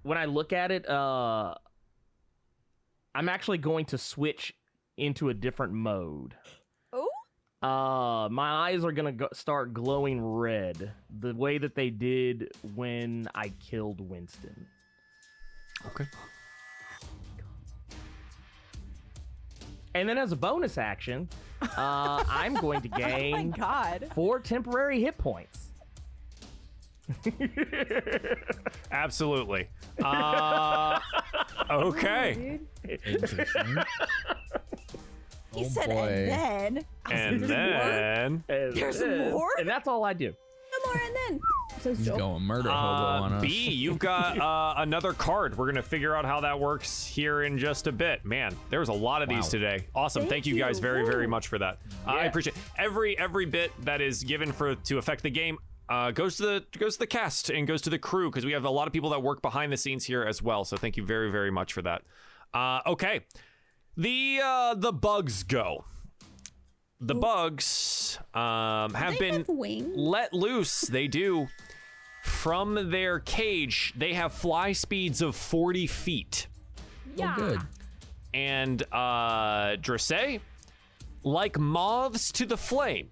when I look at it, uh, I'm actually going to switch into a different mode.
Oh.
Uh, my eyes are gonna go- start glowing red, the way that they did when I killed Winston.
Okay.
And then as a bonus action, uh, I'm going to
Oh my
gain
god.
four temporary hit points.
Absolutely. Uh, okay.
Interesting.
He
Oh,
said,
boy.
and then.
And then
And,
There's
then-
more?
And that's all I do.
No more and then. So
He's going murder hobo on
uh,
us.
B, you've got uh, another card. We're gonna figure out how that works here in just a bit. Man, there was a lot of these
Wow.
today. Awesome. Thank, you guys very very much for that. Uh, I
Yeah.
appreciate every every bit that is given for to affect the game. Uh, goes to the goes to the cast and goes to the crew because we have a lot of people that work behind the scenes here as well. So thank you very very much for that. Uh, okay, the uh, the bugs go. The bugs um, have
they
been
have wings.
let loose. They do. From their cage, they have fly speeds of 40 feet.
Oh, good.
And uh Dressay, like moths to the flame,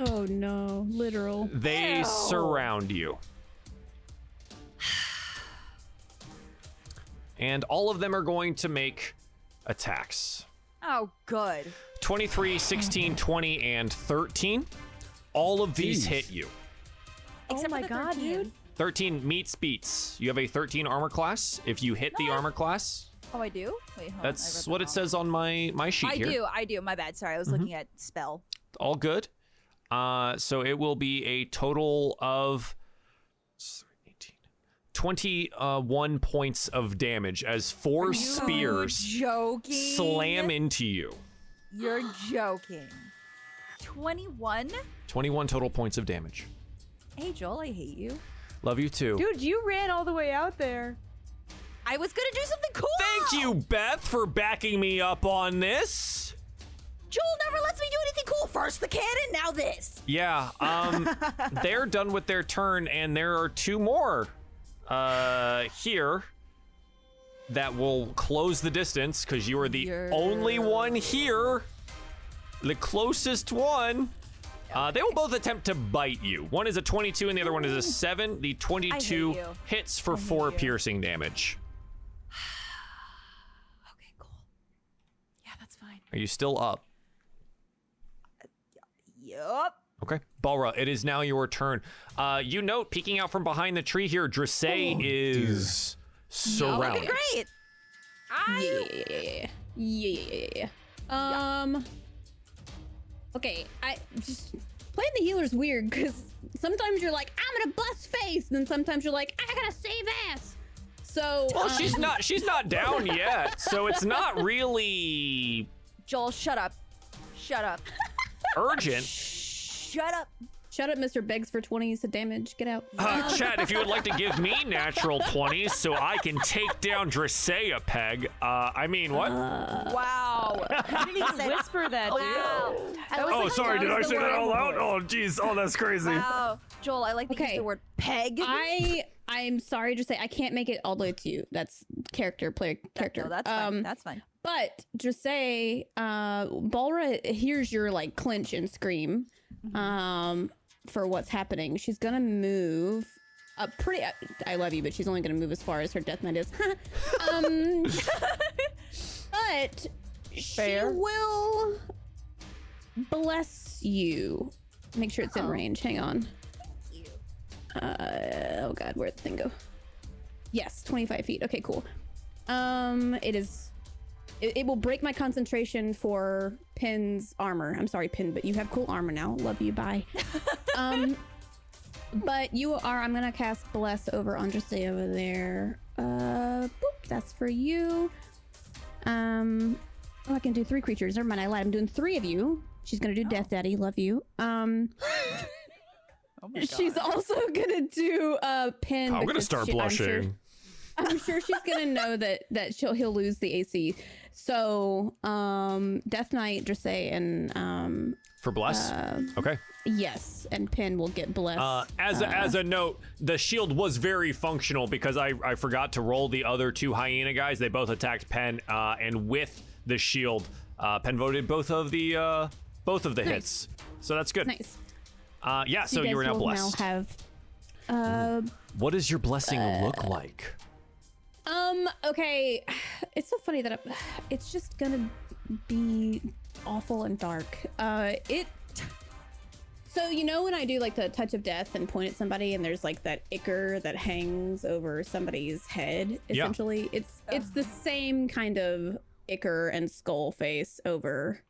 Oh no, literal.
they surround you. And all of them are going to make attacks.
Oh, good.
23, 16, 20, and 13. All of these
Jeez.
hit you.
oh
Except
my
for the
god,
13.
dude.
13 meets beats. You have a 13 armor class. If you hit the armor class,
Oh, I do? Wait, hold on, I read
that's
that
what
wrong.
it says on my my sheet
I
here. Mm-hmm.
do, I do. My bad. Sorry, I was looking at spell.
All good. Uh, so it will be a total of 21 uh, points of damage as four spears
joking.
slam into you.
You're joking. 21?
21 total points of damage.
Hey, Joel, I hate you.
Love you too.
Dude, you ran all the way out there.
I was gonna do something cool.
Thank you, Beth, for backing me up on this.
Joel never lets me do anything cool. First the cannon, now this.
Yeah, um, they're done with their turn, and there are two more uh, here that will close the distance because you are the only one here, the closest one. Uh, they will both attempt to bite you. One is a 22 and the other one is a 7. The 22
you.
hits for 4 piercing damage.
Yeah, that's fine.
Are you still up?
Yup.
Okay. Balra, it is now your turn. Uh, you note peeking out from behind the tree here, Drissay is surrounded.
Okay, great.
Yeah, yeah, yeah, yeah, yeah, yeah, yeah, yeah, yeah. Um. Okay, I just playing the healer's weird because sometimes you're like, I'm gonna bust face, and then sometimes you're like, I gotta save ass. So.
Well,
Uh,
she's
um,
not she's not down yet, so it's not really
Joel, shut up. Shut up.
urgent.
Shut up.
Shut up, Mr. Begs for 20 is the damage. Get out.
Uh, Chad, if you would like to give me natural 20s so I can take down Drissay a peg, uh, I mean, what?
Wow. I didn't even say
Whisper that, dude.
Oh, wow. I was
Oh,
like,
sorry,
that
did I
was
say
the
that
word.
all out? Oh, jeez. Oh, that's crazy.
Wow. Joel, I like to use
Okay.
the word peg.
I I'm sorry to say I can't make it all the way to you. That's character player character.
No, that's
um,
fine. That's fine.
But just say, uh, Balra hears your like clinch and scream, um, for what's happening. She's gonna move up pretty. I- I love you, but she's only gonna move as far as her death knight is. um, but
Fair.
she will bless you. Make sure it's in range. Hang on. Uh, oh god, where'd the thing go? Yes, 25 feet. Okay, cool. Um, it is. It, it will break my concentration for Pin's armor. I'm sorry, Pin, but you have cool armor now. Love you. Bye. um, but you are. I'm gonna cast Bless over Andraste over there. Uh, boop. That's for you. Um, oh, I can do three creatures. Never mind. I lied. I'm doing three of you. She's gonna do Death Daddy. Love you. Um. She's also gonna do uh pin.
Oh I'm gonna
because
start
she- I'm sure-
blushing.
I'm sure, she's gonna know that that she'll he'll lose the AC. So um Death Knight, Dressay, and um uh,
For bless?
Uh,
okay.
yes, and Pin will get blessed.
Uh, as a, as a note, the shield was very functional because I, I forgot to roll the other two hyena guys. They both attacked Penn, uh, and with the shield, uh, Penn voted both of the uh, both of the hits. So that's good.
nice.
Uh, yeah, so, you
guys
are now
will
blessed. Mm-hmm.
Now have. Uh,
what does your blessing look like?
um. Okay, it's so funny that i it's just gonna be awful and dark. Uh, it. So you know when I do like the touch of death and point at somebody, and there's like that ichor that hangs over somebody's head.
Yeah.
Essentially, it's it's the same kind of ichor and skull face over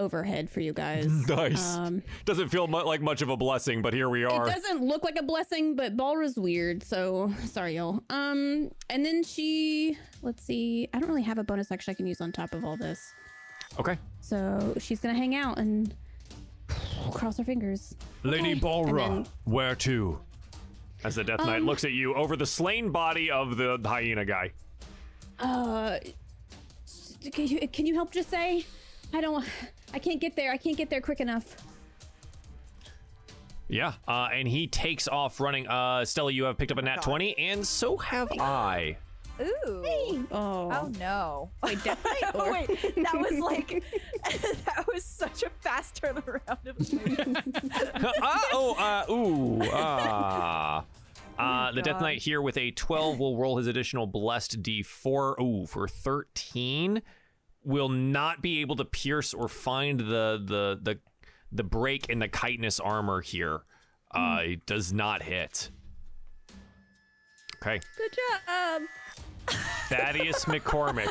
overhead for you guys.
Nice.
Um,
Doesn't feel mu- like much of a blessing, but here we
it
are.
doesn't look like a blessing, but Balra's weird, so sorry, y'all. Um, and then she, let's see, I don't really have a bonus action I can use on top of all this,
Okay.
so she's gonna hang out and cross her fingers.
Lady
Okay.
Balra,
And then- Um,
where to?
As the Death Knight looks at you over the slain body of the hyena guy.
Uh, can you can you help? Just say, I don't, I can't get there. I can't get there quick enough.
Yeah, uh, and he takes off running. Uh, Stella, you have picked up a nat 20, and so have I.
Ooh. Oh
Oh,
no.
wait, Death Knight. Or...
Wait, that was like that was such a fast turnaround of the
Ah, oh, uh, ooh, ah. Uh, the Death Knight here with a 12 will roll his additional blessed d4. Ooh, for 13 will not be able to pierce or find the the the the break in the chitinous armor here. Uh, it does not hit. Okay,
Good job.
Thaddeus McCormick.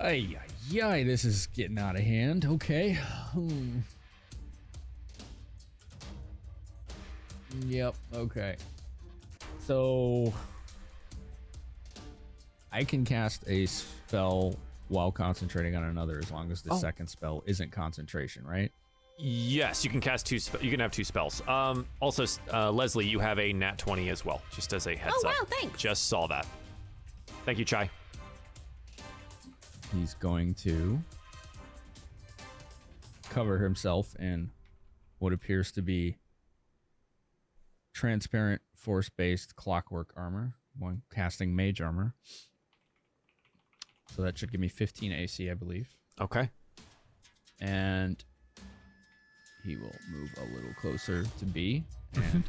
Ay, ay, ay, this is getting out of hand. Okay. Hmm. Yep. Okay. So I can cast a spell while concentrating on another as long as the
Oh.
second spell isn't concentration, right?
Yes, you can cast two. Spe- you can have two spells. Um, also, s- uh, Leslie, you have a nat twenty as well. Just as a heads
Oh,
up.
wow, thanks.
Just saw that. Thank you, Chai.
He's going to cover himself in what appears to be transparent force based clockwork armor, one casting mage armor. So that should give me 15 AC, I believe.
Okay.
and he will move a little closer to B and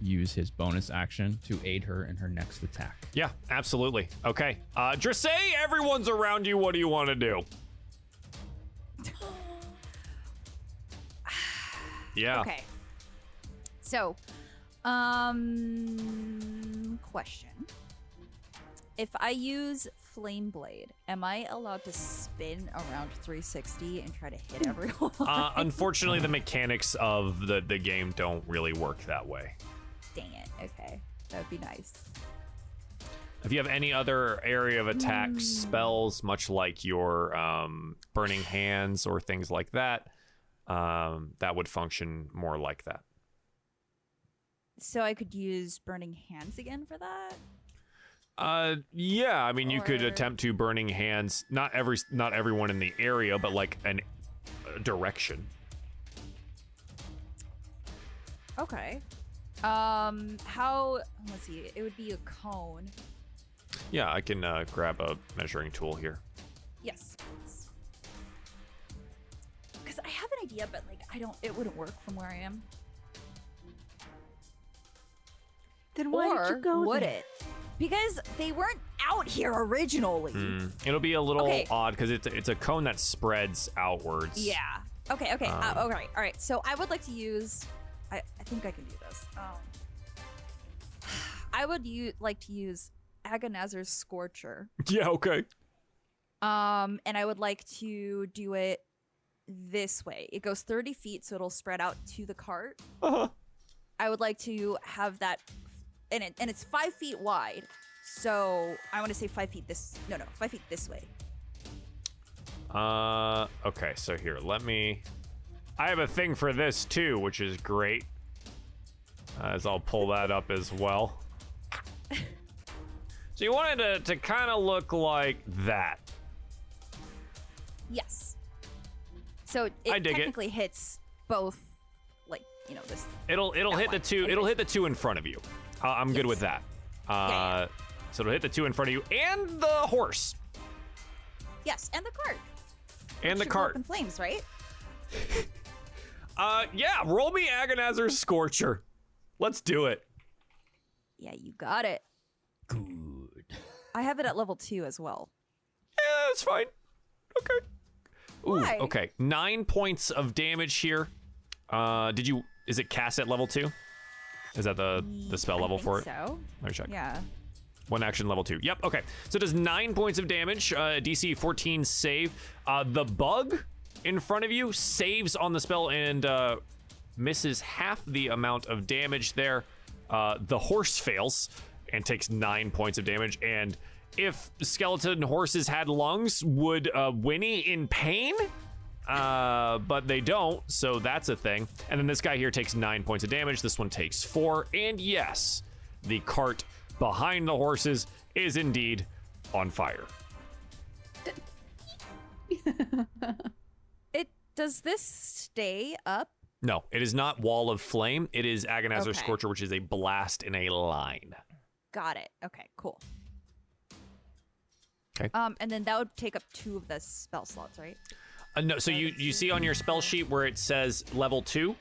use his bonus action to aid her in her next attack.
Yeah, absolutely. Okay. Uh, Drissay, everyone's around you. What do you want to do? Yeah.
Okay. So, um, question. If I use Flame Blade, am I allowed to spin around 360 and try to hit everyone?
Uh, unfortunately, the mechanics of the, the game don't really work that way.
Dang it. Okay. That would be nice.
If you have any other area of attack
Hmm.
spells, much like your um, burning hands or things like that, um, that would function more like that.
So I could use Burning Hands again for that?
Uh, yeah. I mean, you could
Or-
attempt to burning hands. Not every, not everyone in the area, but like an a direction.
Okay.
Um, how? Let's see. It would be a cone.
Yeah, I can uh, grab a measuring tool here.
Yes. Because I have an idea, but like I don't. It wouldn't work from where I am.
Then why
or
did you go
would
there?
it? Because they weren't out here originally.
Mm, It'll be a little
Okay.
odd because it's it's a cone that spreads outwards.
Yeah. Okay. Okay. uh,
Um,
all right. All right. So I would like to use. I, I think I can do this. Um, I would u- like to use Agonazer's Scorcher.
Yeah. Okay.
Um, and I would like to do it this way. It goes 30 feet, so it'll spread out to the cart.
Uh-huh.
I would like to have that, and it and it's five feet wide. So I want to say five feet this. No, no, five feet this way.
Uh, okay, so here, let me. I have a thing for this too, which is great. As I'll pull that up as well. So you wanted it to, to kind of look like that.
Yes. So it
I dig it.
technically hits both, like you know this.
It'll it'll
That
hit the
one.
two. It'll hit the two in front of you. Uh, I'm good with that. Uh,
Yeah,
so it'll hit the two in front of you and the horse
Yes, and the cart.
and the
Should go up
cart.
in flames, right?
Uh, yeah, roll me Agonizer's Scorcher. Let's do it.
Yeah, you got it. Good. I have it at level two as well.
Yeah, it's fine. Okay. Ooh,
Why?
okay. Nine points of damage here. Uh, did you? Is it cast at level two? Is that the the spell
I
level
think
for it?
So
Let me check.
yeah.
One action level two. Yep. Okay. So it does nine points of damage. Uh, DC 14 save. Uh, the bug in front of you saves on the spell and uh, misses half the amount of damage there. Uh, the horse fails and takes nine points of damage. And if skeleton horses had lungs, would uh, whinny in pain? Uh, but they don't, so that's a thing. And then this guy here takes nine points of damage. This one takes four. And yes, the cart behind the horses is indeed on fire.
It does this stay up?
No, it is not Wall of Flame. It is Agonizer
Okay.
Scorcher, which is a blast in a line.
Got it. Okay, cool.
'Kay.
Um, and then that would take up two of the spell slots, right?
Uh, no, so you you see on your spell sheet where it says level two,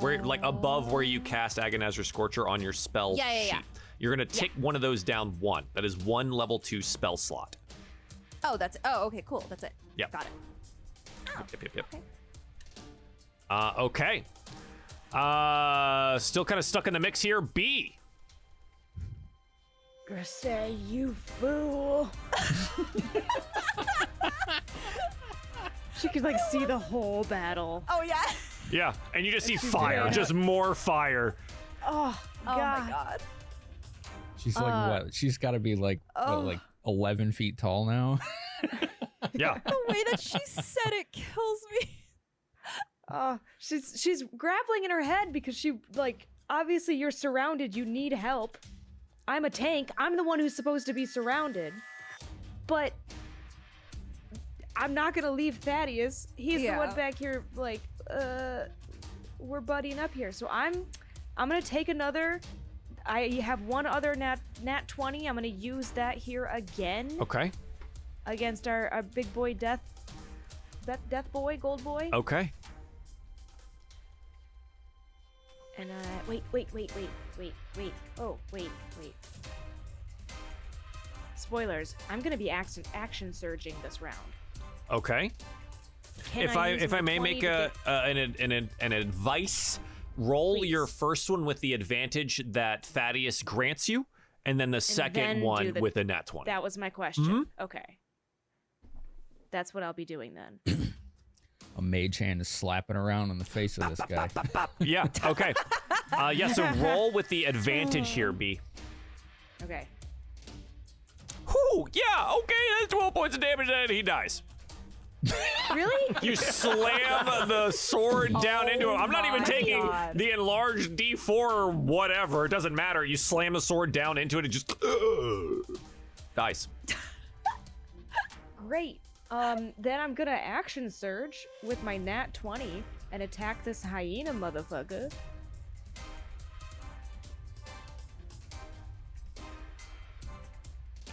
where like above where you cast Agonizer Scorcher on your spell
Yeah, yeah,
sheet.
yeah.
You're gonna tick one of those down one. That is one level two spell slot.
Oh, that's oh, okay, cool. That's it.
Yep.
Got it.
Yep, yep, yep.
Okay.
Uh, okay. Uh, still kind of stuck in the mix here. B.
Grisay, you fool.
She could like see the whole battle.
Oh yeah.
Yeah, and you just see fire, just more fire.
Oh,
Oh my
God.
god.
She's like what? She's got to be like what, like eleven feet tall now.
Yeah,
The way that she said it kills me.
Oh, she's she's grappling in her head because she like obviously you're surrounded. You need help. I'm a tank. I'm the one who's supposed to be surrounded. But I'm not gonna leave Thaddeus. He's the
Yeah.
one back here. Like, uh, we're buddying up here. So I'm I'm gonna take another. I have one other nat nat twenty. I'm gonna use that here again
Okay.
against our, our big boy death. Death, death boy, gold boy.
Okay.
And uh, wait, wait, wait, wait, wait, wait. Oh, wait, wait. Spoilers. I'm gonna be action action surging this round.
Okay.
Can
if I
use
if
my
I may
20
make
to
a
get-
uh, an, ad- an ad- an advice, roll your
Please.
first one with the advantage that Thaddeus grants you, and then the second
then do
one
the-
with the nat twenty.
that was my question.
Mm-hmm.
Okay. That's what I'll be doing then.
A mage hand is slapping around on the face of this guy.
yeah. Okay. Uh, yeah. So roll with the advantage here, B.
Okay.
Whoo! Yeah. Okay. That's twelve points of damage, and he dies.
Really?
You slam the sword down into him. I'm not even
Oh my
taking
God.
the enlarged D4 or whatever. It doesn't matter. You slam the sword down into it. It just dies.
Great. Um, then I'm gonna action surge with my nat 20 and attack this hyena motherfucker.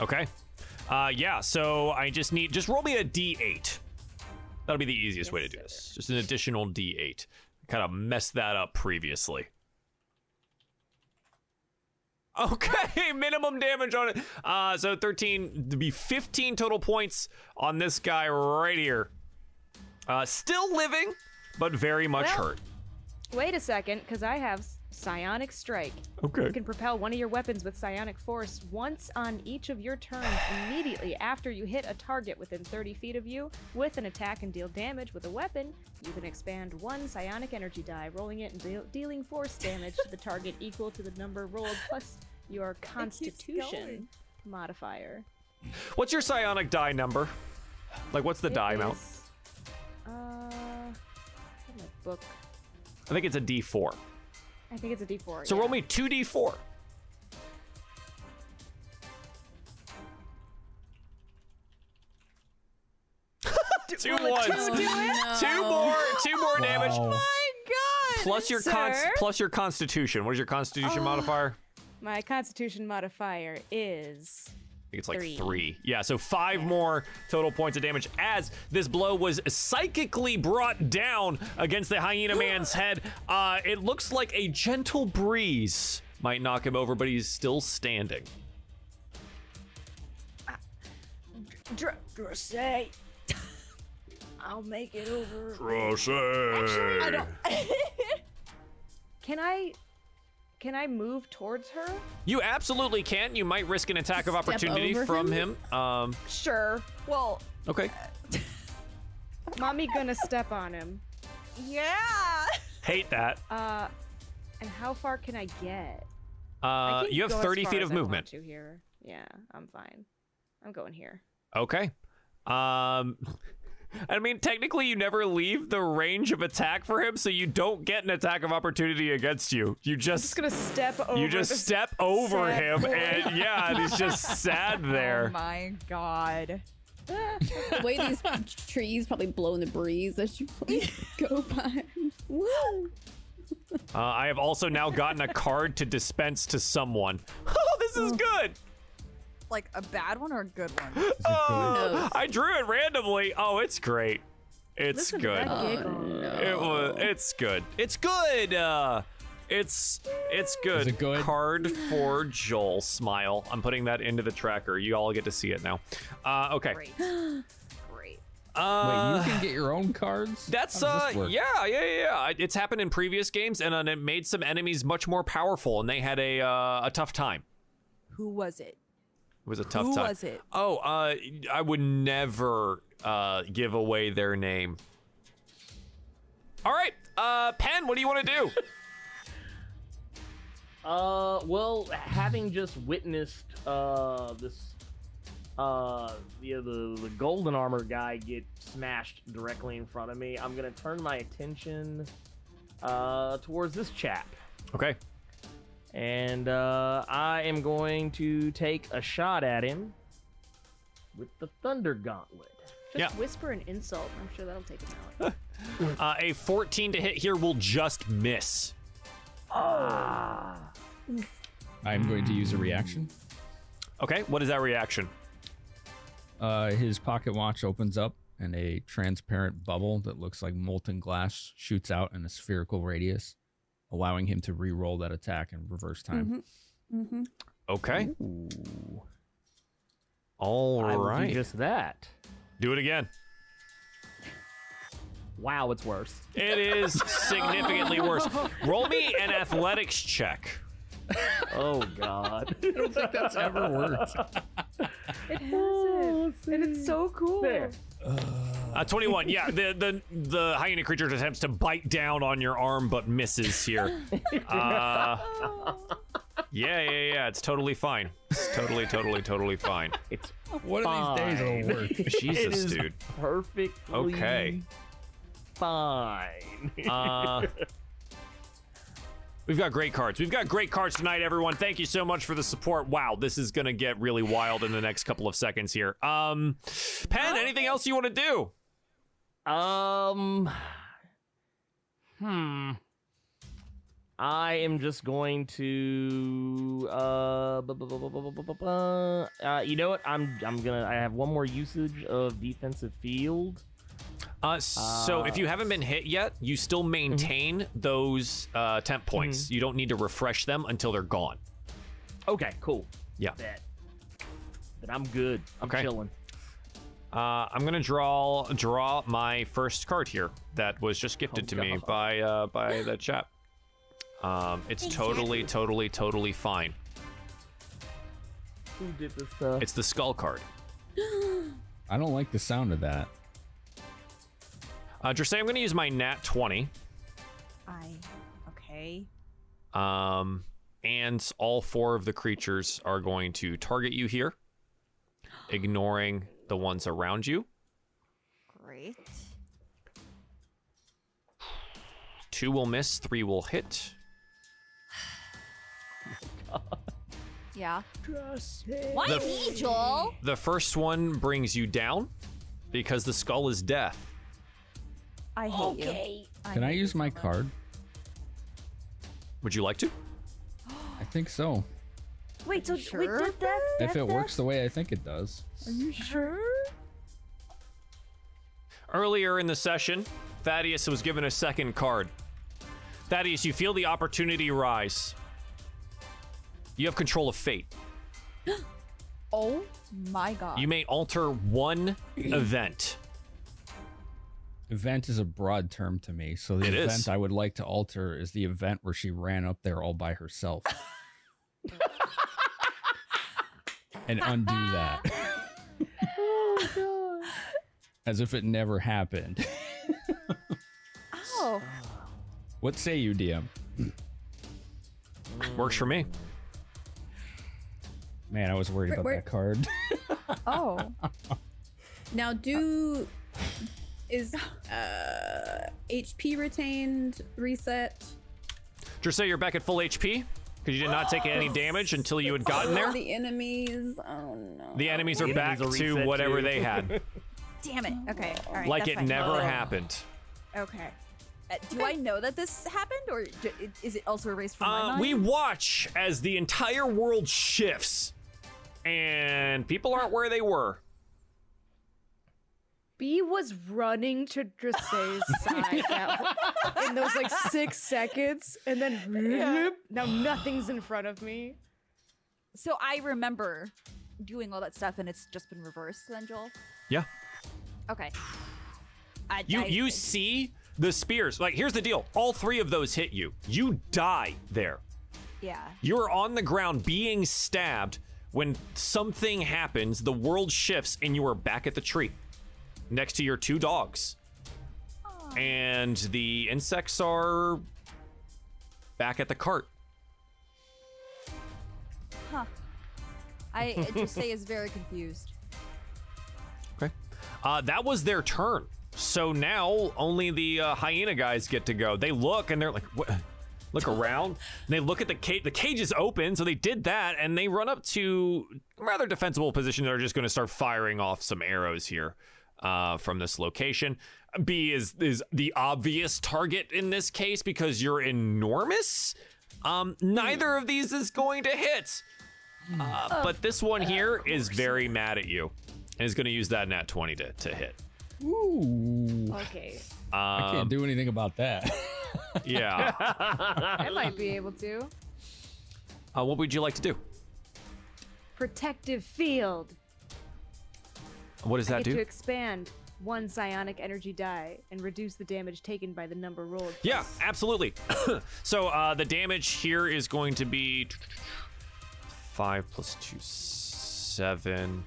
Okay. Uh, yeah. So I just need just roll me a D8. That'll be the easiest way to do this. Just an additional D8. Kind of messed that up previously. Okay, minimum damage on it. Uh, so 13 to be 15 total points on this guy right here. Uh, still living, but very much
Well-
hurt.
Wait a second, because I have psionic strike.
Okay.
You can propel one of your weapons with psionic force once on each of your turns immediately after you hit a target within 30 feet of you with an attack and deal damage with a weapon. You can expand one psionic energy die, rolling it and deal dealing force damage to the target equal to the number rolled plus your constitution modifier.
What's your psionic die number? Like, what's the
It
die amount?
is, Uh, in the book.
I think it's a D4.
I think it's a d4.
So
yeah.
roll me 2D4. two ones. Two more, two more damage.
Wow.
Plus your cons-
sir.
plus your constitution. What is your constitution modifier?
My constitution modifier is
I think it's like three.
Three.
Yeah, so five more total points of damage as this blow was psychically brought down against the hyena man's head. Uh, it looks like a gentle breeze might knock him over, but he's still standing.
Dr- Drosay. I'll make it over.
Actually,
Can I can I move towards her?
You absolutely can. You might risk an attack of opportunity
over
from him. Um,
Sure.
Well,
okay.
Mommy gonna step on him.
yeah.
Hate that.
Uh and how far can I get? I
Uh,
can
you have
go as
30
far
feet
as
of
I want
movement.
to here. Yeah, I'm fine. I'm going here.
Okay. Um, I mean, technically, you never leave the range of attack for him, so you don't get an attack of opportunity against you. You
I'm just
just.
gonna step over.
You just
this-
step over
sad
him,
boy.
and yeah, and he's just sad
Oh
there.
my god.
The way these trees probably blow in the breeze as you go by. Woo!
Uh, I have also now gotten a card to dispense to someone. Oh, this is good.
Like a bad one or a good one?
Oh,
knows?
I drew it randomly. Oh, it's great. It's
Listen to
Uh,
good.
that giggle.
It was. It's good. It's good. Uh, it's it's good.
it good?
Card for Joel. Smile. I'm putting that into the tracker. You all get to see it now. Uh, okay.
Great. Great.
Uh,
Wait, you can get your own cards.
that's
How does
uh
this work?
yeah, yeah yeah yeah. It's happened in previous games and then it made some enemies much more powerful and they had a uh, a tough time.
Who was it?
It was a tough
Who
time.
was it?
Oh, uh, I would never uh, give away their name. All right, Uh, Pen, what do you want to do?
Uh, well, having just witnessed uh this uh yeah, the the golden armor guy get smashed directly in front of me, I'm gonna turn my attention uh towards this chap,
okay.
and uh, I am going to take a shot at him with the thunder gauntlet.
Yeah.
Just whisper an insult. and I'm sure that'll take him out.
Uh, a 14 to hit here will just miss.
Oh.
I'm going to use a reaction.
Okay, what is that reaction?
Uh, his pocket watch opens up, and a transparent bubble that looks like molten glass shoots out in a spherical radius, allowing him to re-roll that attack in reverse time.
Mm-hmm.
Okay. All
I will
right.
do just that.
Do it again.
Wow, it's worse.
It is significantly worse. Roll me an athletics check.
Oh God.
That's ever worked.
It has it. And it's so cool.
There.
Uh, 21. Yeah, the the the hyena creature attempts to bite down on your arm but misses here. Uh, yeah, yeah, yeah. It's totally fine. It's totally, totally, totally fine.
It's
One
Mm-hmm.
of these days
Fine.
it'll work.
it
Jesus,
is
dude.
perfectly
Okay.
Fine.
Uh, we've got great cards. We've got great cards tonight, everyone. Thank you so much for the support. Wow, this is gonna get really wild in the next couple of seconds here. Um, Pen, anything else you want to do?
Um. Hmm. I am just going to uh, bu- bu- bu- bu- bu- bu- bu- bu- bu- uh you know what I'm I'm gonna I have one more usage of defensive field.
Uh, so if you haven't been hit yet, you still maintain those uh, temp points. You don't need to refresh them until they're gone.
Okay, cool.
Yeah.
Bet. But I'm good. I'm
Okay.
chilling.
Uh, I'm gonna draw draw my first card here that was just gifted to me
God.
by uh, by the chap. Um, it's totally, totally, totally fine.
Who did this? Uh,
It's the skull card.
I don't like the sound of that.
Uh, Drusay, I'm gonna use my nat 20,
I. Okay.
um, and all four of the creatures are going to target you here, ignoring the ones around you.
Great.
Two will miss, three will hit.
Yeah.
Trust
Why
The-
me, Joel?
The first one brings you down because the skull is death.
I hate you.
Okay.
Can I
hate
use
you
my
so much.
card?
Would you like to?
I think so.
Wait, so we
sure?
did that?
If
that-
it
that-
works the way I think it does.
Earlier in the session, Thaddeus was given a second card. Thaddeus, you feel the opportunity rise. You have control of fate.
Oh my god.
You may alter one event.
Event is a broad term to me, so the
It
event
is.
I would like to alter is the event where she ran up there all by herself. and undo that. As if it never happened.
oh.
What say you, DM?
Works for me.
Man, I was worried about
where-
that card.
Oh.
Now, do is uh HP retained reset?
Drusay, you're back at full HP because you did not take any damage until you had gotten there.
The enemies. Oh no.
The enemies
The
are back
enemies are
to
reset
whatever
too.
they had,
Damn it. Okay. All right.
like
that's
it
fine.
Oh.
Oh.
never happened.
Okay. Uh, do I know that this happened, or j- it- is it also erased from my
Uh,
mind?
we watch as the entire world shifts, and people aren't where they were.
B was running to Drace's side now in those like six seconds, and then now nothing's in front of me.
So I remember doing all that stuff, and it's just been reversed. Then Joel.
Yeah.
Okay. I,
You
I-
you see the spears. Like here's the deal. All three of those hit you. You die there.
yeah.
You're on the ground being stabbed when something happens, the world shifts and you are back at the tree next to your two dogs.
Aw.
And the insects are back at the cart.
Huh. I uh, Jose is very confused.
Okay. Uh, that was their turn. So now only the uh, hyena guys get to go. They look and they're like, what? look around. And they look at the cage. The cage is open, so they did that, and they run up to rather defensible position. They're just going to start firing off some arrows here uh, from this location. B is is the obvious target in this case because you're enormous. Um, neither of these is going to hit. Uh, but this one here is very mad at you and is going to use that nat 20 to, to hit.
Ooh.
Okay.
I can't
Um,
do anything about that.
yeah.
I might be able to.
Uh, what would you like to do?
Protective field.
What does
I
that
get
do?
to expand one psionic energy die and reduce the damage taken by the number rolled.
Yeah, absolutely. so uh, the damage here is going to be five plus two, seven.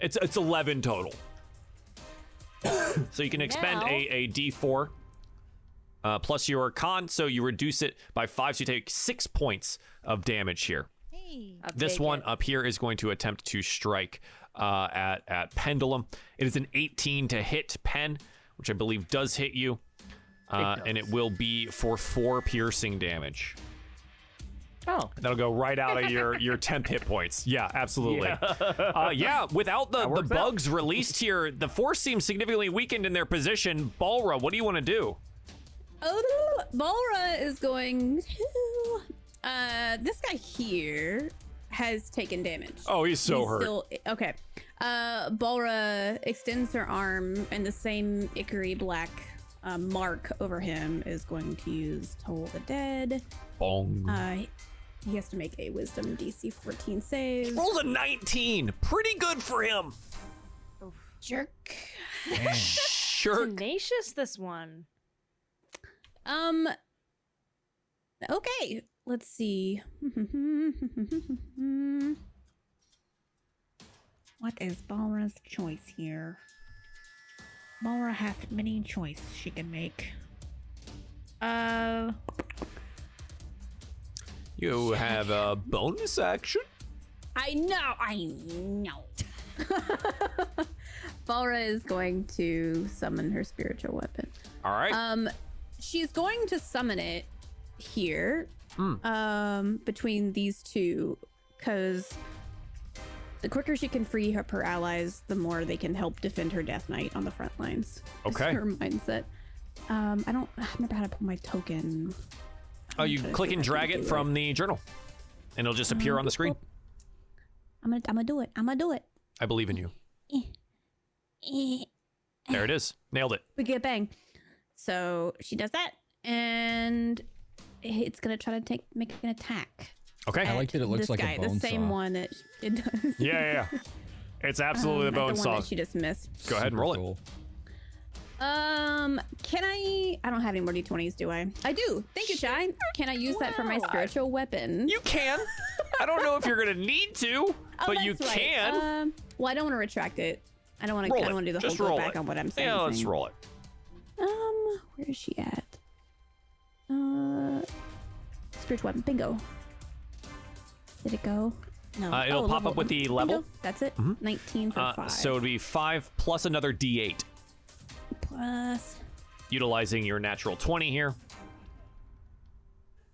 It's it's eleven total. so you can expend
Now-
a a D four uh, plus your con, so you reduce it by five, so you take six points of damage here.
Hey.
I'll
This
take
one
it.
up here is going to attempt to strike uh, at at Pendulum. It is an 18 to hit Pen, which I believe does hit you, uh, and it will be for four piercing damage.
Oh,
That'll go right out of your your temp hit points. Yeah, absolutely. Yeah, uh, yeah without the, the
works out.
bugs released here, the force seems significantly weakened in their position. Balra, what do you want to do?
Oh, Balra is going. to- Uh, this guy here has taken damage.
Oh, he's so
He's
hurt.
still- okay. Uh, Balra extends her arm, and the same Ickery black uh, mark over him is going to use Toll the Dead.
Bong.
Uh, he has to make a Wisdom DC 14 save.
Rolls a 19. Pretty good for him.
Jerk.
Sure.
Tenacious, this one.
Um. Okay, let's see. what is Balra's choice here? Balra has many choice she can make. Uh,
You have a bonus action.
I know, I know. Balra is going to summon her spiritual weapon.
All right.
Um, she's going to summon it here,
Hmm.
um, between these two, because the quicker she can free up her allies, the more they can help defend her Death Knight on the front lines. is
Okay.
her mindset. Um, I don't I remember how to pull my token.
Oh, you
trying to
click
see
and
if I
drag
can
it
do
from the journal, and it'll just appear on the screen.
I'm gonna, I'm gonna do it. I'm gonna do it.
I believe in you. There it is. Nailed it.
We get a bang. So she does that, and it's gonna try to take make an attack.
Okay.
I like that it
at
looks
this
like a
guy, the
bone
same
saw.
one that it does.
Yeah, yeah. yeah. It's absolutely
Um,
the
not
bone
the
saw.
One that she just missed.
Go ahead and roll it.
Cool.
Um, can I? I don't have any more d20s, do I? I do. Thank you, Shy. Can I use that for my spiritual weapon?
You can. I don't know if you're gonna need to,
Oh,
but you
that's right.
can.
Um, well, I don't want to retract it. I don't want to. I
roll
don't want
it.
to do the
just
whole go
roll
back
it.
on what I'm saying.
Yeah, let's
thing.
roll it.
Um, where is she at? Uh, spiritual weapon. Bingo. Did it go? No.
Uh, it'll
Oh,
pop
level
up with
one.
the level.
Bingo. That's it. 19 for
Uh,
five.
so it'd be five plus another D8,
plus
utilizing your natural 20 here.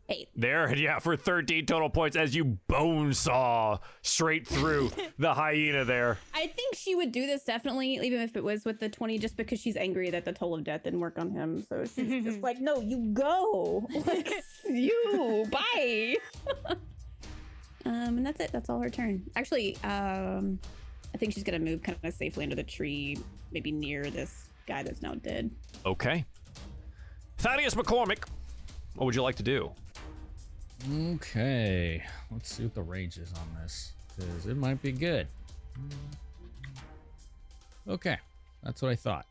eight.
There, yeah, for 13 total points as you bone saw straight through the hyena there.
I think she would do this definitely, even if it was with the 20, just because she's angry that the toll of death didn't work on him. So she's just like, no, you go. Like, you, bye. um, and that's it. That's all her turn. Actually, um, I think she's going to move kind of safely under the tree, maybe near this guy that's now dead.
Okay. Thaddeus McCormick, what would you like to do?
Okay, let's see what the range is on this because it might be good. Okay, that's what I thought.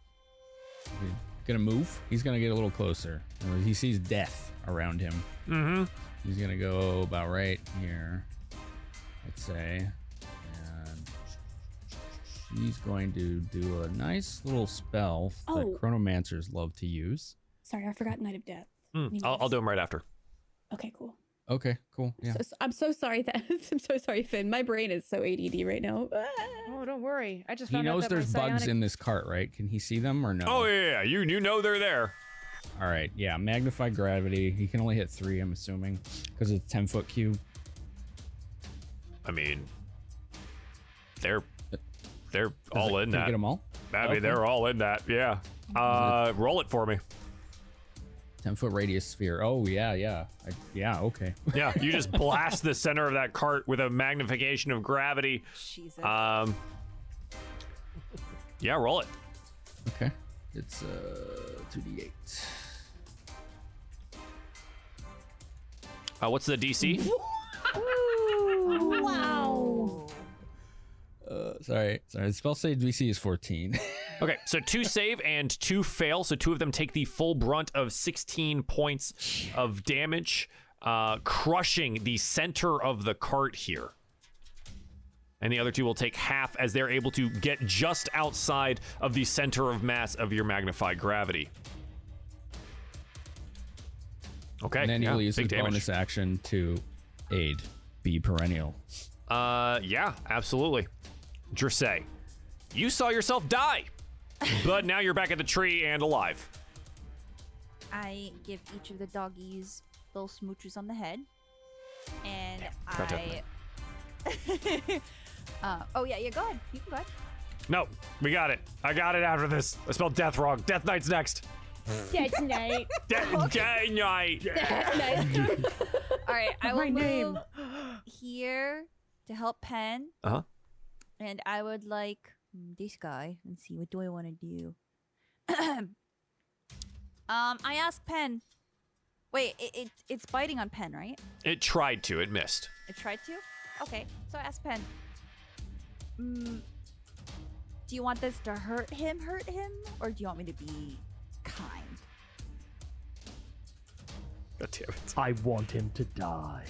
He's gonna move. He's gonna get a little closer. Uh, He sees death around him.
Mm-hmm.
He's gonna go about right here, let's say, and She's going to do a nice little spell that
Oh.
chronomancers love to use.
Sorry, I forgot Night of Death.
Mm,
Mean
I'll, I'll
Nights.
do them right after.
Okay, cool.
Okay, cool. Yeah.
So- so- I'm so sorry that I'm so sorry, Finn. My brain is so ADD right now.
Oh, don't worry. I just
He
found out
knows
that my
there's bugs
psionic-
in this cart, right? Can he see them or no?
Oh yeah, yeah, you you know they're there.
All right. Yeah. Magnify gravity. He can only hit three, I'm assuming, because it's a 10 foot cube.
I mean, they're they're all in
Can we
that.
get them all?
I mean,
Okay.
they're all in that. Yeah. Uh, roll it for me.
10 foot radius sphere. Oh, yeah. Yeah. I, yeah. Okay.
Yeah, you just blast the center of that cart with a magnification of gravity.
Jesus.
Um, yeah, roll it.
Okay. It's uh 2d8.
Uh, what's the DC?
wow.
Uh, sorry. Sorry. The spell save DC is 14.
Okay, so two save and two fail. So two of them take the full brunt of 16 points of damage, uh, crushing the center of the cart here. And the other two will take half as they're able to get just outside of the center of mass of your magnified gravity. Okay.
and then
yeah,
he'll use
big
his
damage.
bonus action to aid. Be perennial.
Uh, yeah, absolutely. Drissay, you saw yourself die, but now you're back at the tree and alive.
I give each of the doggies little smooches on the head, and
forgot to
I. uh, oh yeah, yeah. Go ahead. You can go ahead.
No, we got it. I got it after this. I spelled death wrong. Death Knight's next.
Dead night.
Death Death Knight.
All right, I will
My name.
move here to help Pen,
Uh-huh.
and I would like mm, this guy and see what do I want to do. um, I asked Pen. Wait, it, it it's biting on Pen, right?
It tried to. It missed.
It tried to? Okay, so I asked Pen. Mm, do you want this to hurt him, hurt him? Or do you want me to be kind?
God damn it.
I want him to die.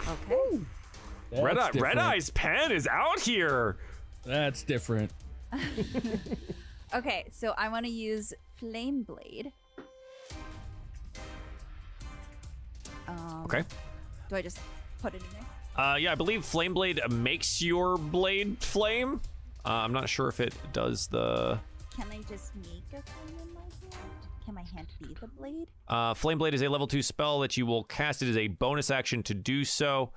Okay.
Red, Eye,
That's
Red
different.
Eye's pen is out here.
That's different.
Okay, so I want to use Flame Blade. Um,
Okay.
Do I just put it in there?
Uh, yeah, I believe Flame Blade makes your blade flame. Uh, I'm not sure if it does the.
Can I just make a flame in my hand? Can my hand be the blade?
Uh, Flame Blade is a level two spell that you will cast it as a bonus action to do so.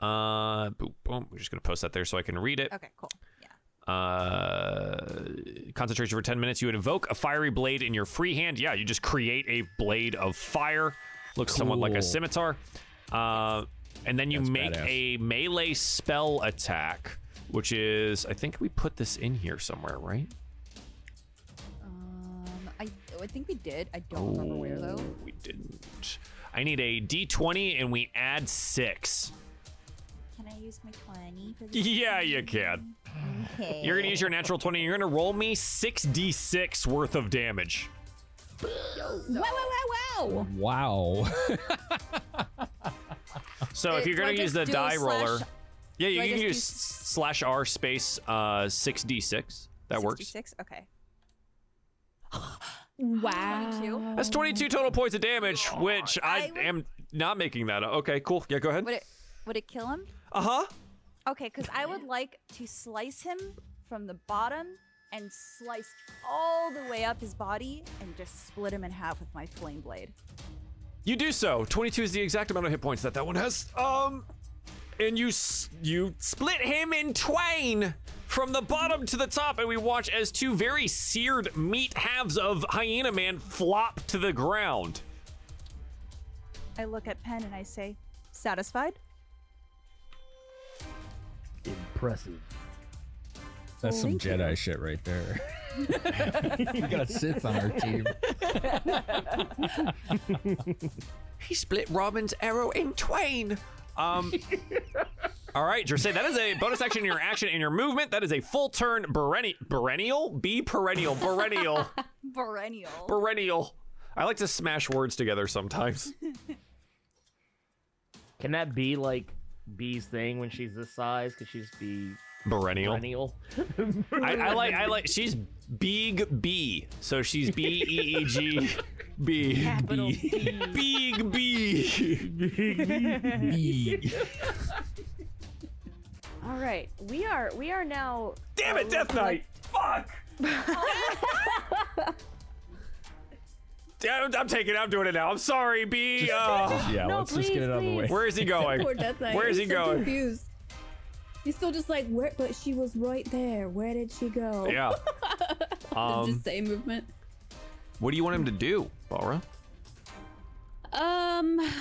Uh, boom, boom. We're just gonna post that there so I can read it.
Okay, cool. Yeah.
uh, concentration for 10 minutes. You would invoke a fiery blade in your free hand. Yeah, you just create a blade of fire. Looks somewhat like a
Cool.
scimitar. Uh, and then you
That's
make a
badass.
melee spell attack, which is, I think we put this in here somewhere, right?
Um, I, I think we did. I don't remember where though.
Oh, We didn't. I need a d20 and we add six.
Can I use my 20 for this?
Yeah, you can.
Okay.
You're going to use your natural 20. You're going to roll me 6d6 worth of damage.
Wow! Wow! Wow! Wow!
Wow.
So if
Uh,
you're
do I
gonna use the
just do
die roller,
slash-
yeah, you
I
can
just do
use
s-
slash r space uh six d six. That works.
66? Okay.
Wow.
22?
That's twenty two total points of damage, which I,
I would-
am not making that up. Okay, cool. Yeah, go ahead.
Would it would it kill him?
Uh
Uh-huh.
huh.
Okay, because I would like to slice him from the bottom and slice all the way up his body and just split him in half with my flame blade.
You do so. Twenty two is the exact amount of hit points that that one has. Um, and you s- you split him in twain. From the bottom to the top, and we watch as two very seared meat halves of Hyena Man flop to the ground.
I look at Penn and I say, "Satisfied?"
Impressive.
That's some Jedi shit right there. we got Sith on our team.
He split Robin's arrow in twain. Um. all right, Jersey, that is a bonus action in your action and your movement. That is a full turn bereni- perennial? Be perennial. Perennial.
Perennial.
perennial. I like to smash words together sometimes.
Can that be like Bee's thing when she's this size? Could she just be
Perennial.
Perennial.
I, I like. I like. She's big B. So she's B E E G B.
Capital B.
Big B.
All right, we are we are now.
Damn it, Death Knight. Fuck. Yeah, I'm, I'm taking. it. I'm doing it now. I'm sorry, B. Oh.
Yeah,
No,
let's just get it out of the way.
please,
Where is he going?
Poor Death Knight.
Where is
He's
he
so
going?
Confused. He's still just like, where? But she was right there. Where did she go?
Yeah. Um,
just say movement.
what do you want him to do, Balra?
Um.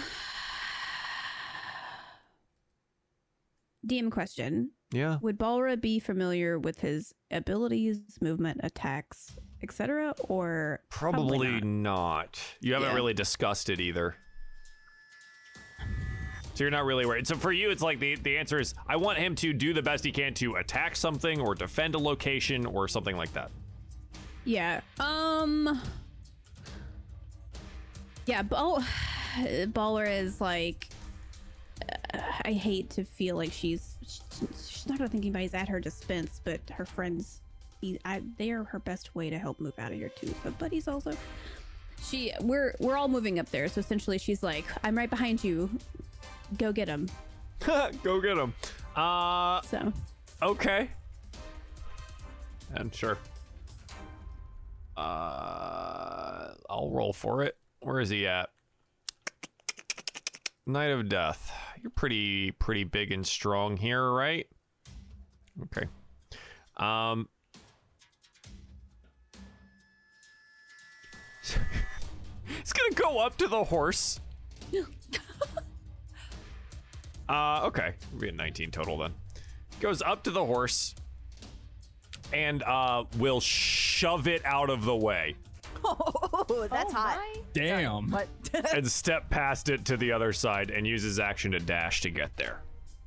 DM question:
Yeah.
Would Balra be familiar with his abilities, movement, attacks, etc., or
Probably, not.
not.
You haven't
Yeah.
really discussed it either. So you're not really worried. So for you, it's like the, the answer is I want him to do the best he can to attack something or defend a location or something like that.
Yeah. Um. Yeah. Ball. Baller is like. uh, I hate to feel like she's she's she's not gonna think anybody's at her dispense, but her friends, he- I, they are her best way to help move out of here too. But Buddy's also. She we're we're all moving up there, so essentially she's like, I'm right behind you. Go get him.
Go get him. Uh,
So
okay. And sure. Uh, I'll roll for it. Where is he at? Knight of Death. You're pretty pretty big and strong here, right? Okay. Um. He's gonna go up to the horse. uh, okay. It'll be a 19 total then. Goes up to the horse and uh will shove it out of the way
Oh, that's
Oh
hot.
my-
Damn.
What?
and step past it to the other side and use his action to dash to get there.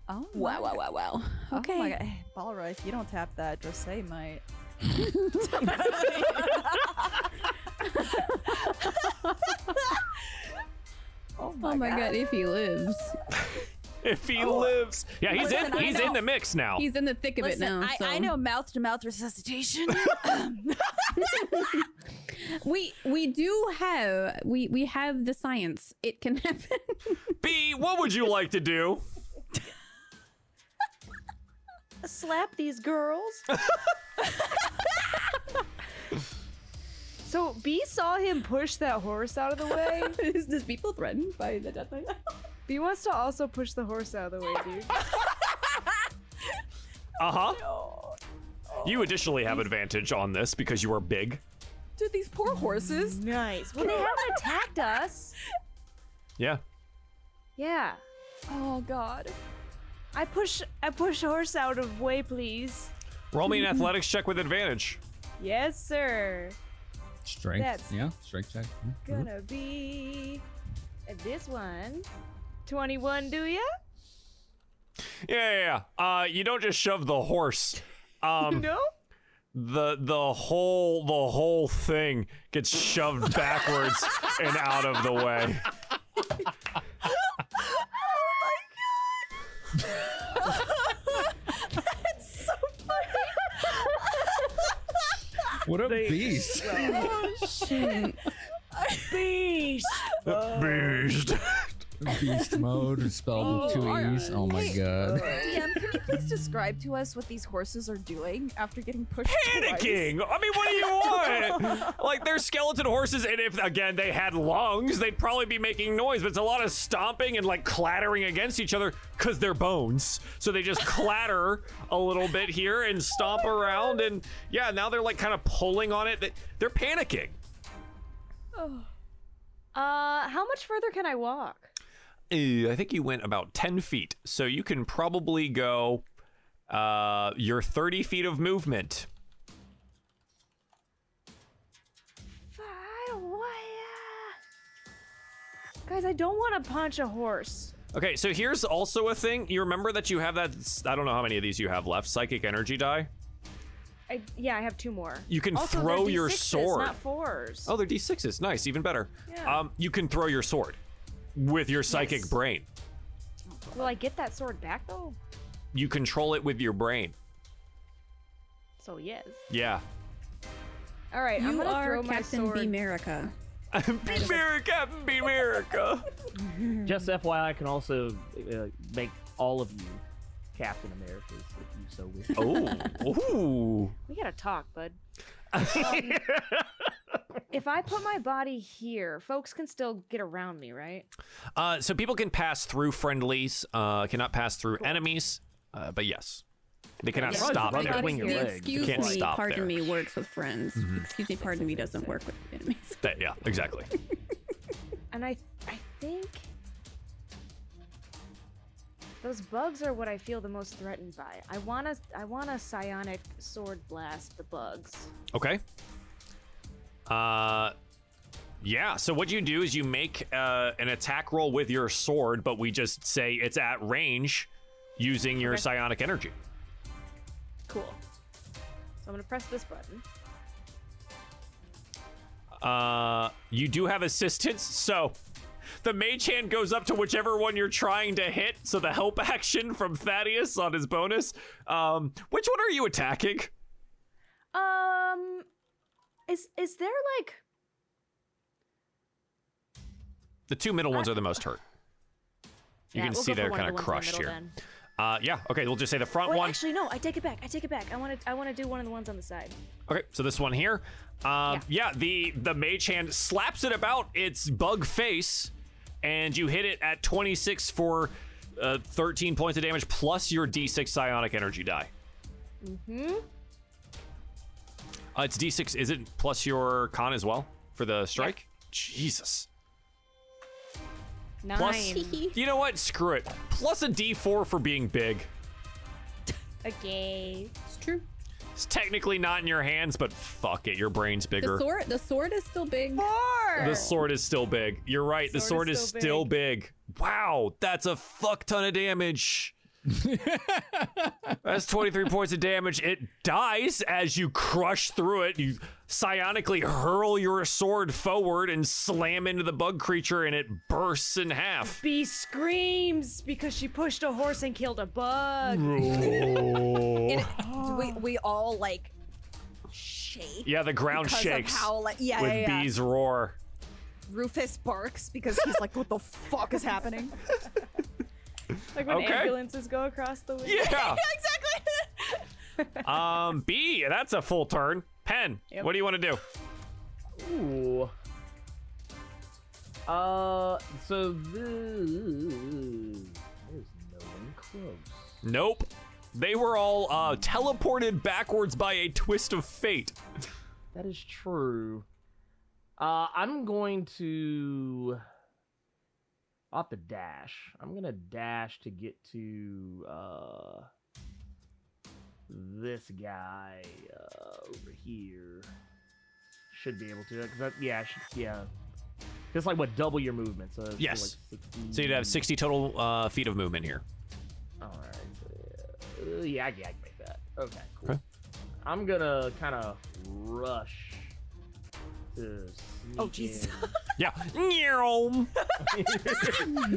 oh,
wow, wow, wow, wow. Okay.
Oh my God. Balra, if you don't tap that, Drosay might. oh
Oh my god, if he lives,
If he lives. Yeah,
Oh.
he's
Listen,
in
I
he's in
know.
the mix now.
he's in the thick of
Listen,
it now.
I, I
so-
know mouth to mouth resuscitation.
We we do have we we have the science. It can happen.
B, what would you like to do?
Slap these girls. so B saw him push that horse out of the way.
Does people threatened by the death knight?
B wants to also push the horse out of the way, dude.
Uh-huh.
Oh.
You additionally have advantage on this because you are big.
Dude, these poor horses.
Nice. Well, they haven't attacked us.
Yeah.
Yeah.
Oh god.
I push I push horse out of way, please.
Roll me an athletics check with advantage.
Yes, sir.
Strength.
That's-
Yeah, strength check. Yeah.
Gonna be this one. 21, do ya?
Yeah, yeah, yeah. Uh, you don't just shove the horse. Um,
No?
the the whole the whole thing gets shoved backwards and out of the way.
Oh, That's so funny.
What a beast.
Oh,
Beast!
Beast.
beast mode spelled with two e's. Oh my god.
DM, can you please describe to us what these horses are doing after getting pushed?
Panicking. I mean, what do you want? like they're skeleton horses, and if again they had lungs, they'd probably be making noise. But it's a lot of stomping and like clattering against each other because they're bones. So they just clatter a little bit here and stomp around, and yeah, now they're like kind of pulling on it. They- They're panicking.
Uh, how much further can I walk?
Uh, I think you went about 10 feet. So you can probably go uh, your 30 feet of movement.
F- I don't want Guys, I don't want to punch a horse.
Okay, so here's also a thing. You remember that you have that, I don't know how many of these you have left, psychic energy die?
I, yeah, I have two more.
You can
Also, they're
throw your
D6s,
sword.
Not fours.
Oh, they're d6s. Nice, even better.
Yeah.
Um, you can throw your sword with your psychic
Yes.
brain.
Will I get that sword back though?
You control it with your brain.
So yes.
Yeah.
All right, I'm
you
gonna
are
throw my
Captain
sword.
Beamerica.
Be Mary, Captain, be America.
Just FYI, I can also uh, make all of you Captain Americas if you so wish.
Oh, ooh.
We gotta talk, bud. Um, if I put my body here, folks can still get around me, right?
Uh, so people can pass through friendlies, uh, cannot pass through enemies, uh, but yes, they cannot
yeah.
stop
Right,
there.
right. Swing your
the
leg.
excuse
Can't
me,
stop there.
pardon
Mm-hmm.
me works with friends. Excuse me, pardon me doesn't work with enemies.
That- yeah, exactly.
And I, I think those bugs are what I feel the most threatened by. I wanna, I wanna psionic sword blast the bugs.
Okay. Uh, yeah. So what you do is you make uh, an attack roll with your sword, but we just say it's at range, using your psionic energy.
Cool. So I'm gonna press this button.
Uh, you do have assistance, so the mage hand goes up to whichever one you're trying to hit. So the help action from Thaddeus on his bonus. Um, which one are you attacking?
Um, is is there like
The two middle ones are the most hurt. You
Yeah,
can
we'll
see
go for
they're
one
kind
of
of
the ones in the
crushed
middle
here. Uh, yeah. Okay. We'll just say the front
Wait,
one.
actually, no. I take it back. I take it back. I want to. I want to do one of the ones on the side.
Okay, so this one here. Um, yeah. the the mage hand slaps it about its bug face, and you hit it at 26 for uh, 13 points of damage plus your d6 psionic energy die.
Hmm.
Uh, it's d6. Is it plus your con as well for the strike? Jesus.
Nine.
Plus, you know what? Screw it. Plus a d4 for being big.
okay.
It's true.
It's technically not in your hands, but fuck it, your brain's bigger.
The sword, the sword is still big.
The sword is still big. You're right. The sword,
Sword
is,
is
still,
still
big. Wow, that's a fuck ton of damage. that's 23 points of damage. It dies as you crush through it. You psionically hurl your sword forward and slam into the bug creature, and it bursts in half.
Bee screams because she pushed a horse and killed a
Mm.
bug.
And it- we we all like shake
Yeah, the ground
because
shakes
of how uh, like yeah,
with
yeah, yeah.
bees roar.
Rufus barks because he's like, what the fuck is happening?
Like when
Okay.
ambulances go across the window.
Yeah.
exactly.
um, B, that's a full turn. Pen,
Yep.
what do you want to do?
Ooh. Uh, so the there's no one close.
Nope. They were all uh, teleported backwards by a twist of fate.
That is true. Uh, I'm going to off the dash. I'm gonna dash to get to uh this guy uh, over here. Should be able to because I, yeah, I should, yeah. Just like what double your movement. So it'd be
Yes.
Like
So you'd have 60 total uh, feet of movement here.
All right. So, uh, yeah, I can I can make that. Okay, cool.
Okay.
I'm gonna kind of rush to. Sneak
Oh, jeez.
in.
Yeah. Meow.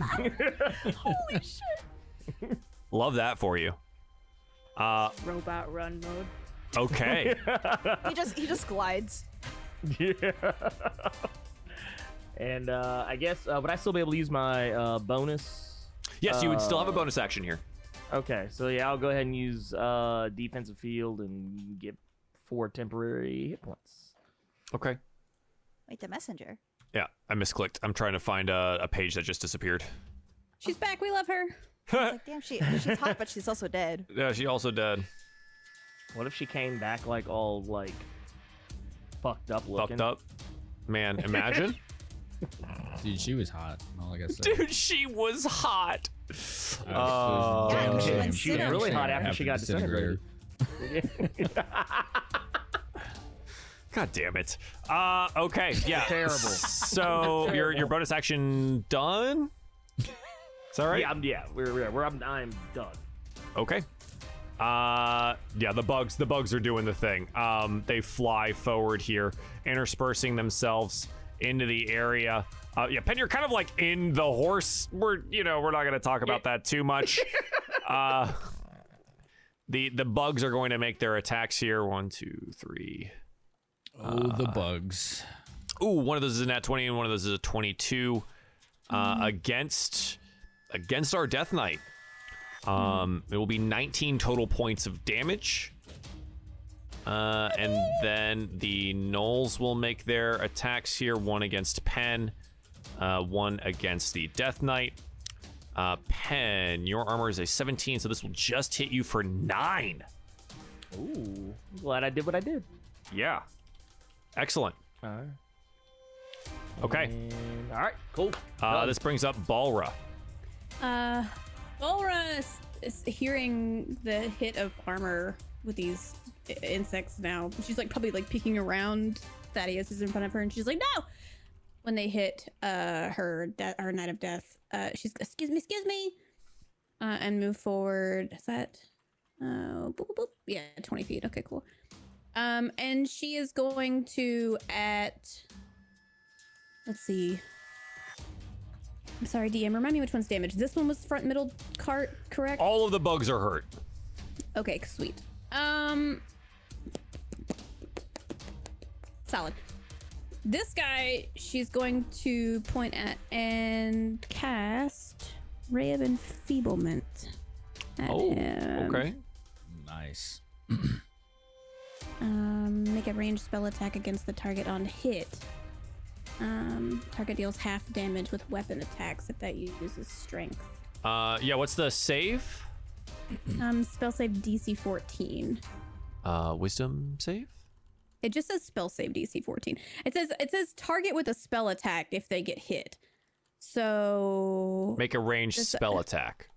Holy shit.
Love that for you. Uh,
Robot run mode.
okay.
He just he just glides.
Yeah. and uh, I guess uh, would I still be able to use my uh, bonus?
yes, you would still have a
Uh,
bonus action here.
Okay, so yeah, I'll go ahead and use uh, defensive field and get four temporary hit points.
Okay.
Wait, the messenger.
Yeah, I misclicked. I'm trying to find a, a page that just disappeared.
She's back. We love her.
It's like, damn, she she's hot, but she's also dead.
Yeah, she also dead.
What if she came back like all like fucked up looking?
Fucked up. Man, imagine.
Dude, she was hot. All I gotta say.
Dude, she was hot.
Uh,
Yeah,
damn
she
shame.
went
Damn
sick.
really
shame
hot
it
after she
happened.
got
Disintegrated.
God damn it. Uh, okay. Yeah.
Terrible.
So your your bonus action done. Is that right?
Yeah, I'm, yeah, we're, we're, we're I'm, I'm done.
Okay. Uh, yeah. The bugs the bugs are doing the thing. Um, they fly forward here, interspersing themselves into the area. Uh, yeah, Pen, you're kind of like in the horse. We're you know we're not gonna talk about that too much. uh, The the bugs are going to make their attacks here. One, two, three.
Oh, the bugs.
Ooh, one of those is a nat 20 and one of those is a 22 uh, against against our death knight. Um, it will be 19 total points of damage. Uh, and then the gnolls will make their attacks here. One against Pen, uh, one against the Death Knight. Uh, Pen, your armor is a 17, so this will just hit you for nine.
Ooh, I'm glad I did what I did.
Yeah. Excellent.
All right.
Okay.
And- all right. Cool.
Uh,
Done.
this brings up Balra.
Uh, Volra is, is hearing the hit of armor with these i- insects now. She's like probably like peeking around. Thaddeus is in front of her, and she's like, "No!" When they hit uh her de- her knight of death, uh, she's excuse me, excuse me, uh, and move forward. Is that? Uh, boop, boop, boop. yeah, twenty feet. Okay, cool. Um, and she is going to at. Let's see. I'm sorry, DM. Remind me which one's damaged. This one was front middle cart, correct?
All of the bugs are hurt.
Okay, sweet. Um, solid. This guy, she's going to point at and cast Ray of Enfeeblement at uh,
Oh,
him.
okay.
Nice.
Um, make a ranged spell attack against the target on hit. Um, target deals half damage with weapon attacks if that uses strength.
Uh, yeah, what's the save?
Um, spell save DC 14.
Uh, wisdom save?
It just says spell save DC 14. It says it says target with a spell attack if they get hit. So
Make a ranged
Just- uh,
spell attack.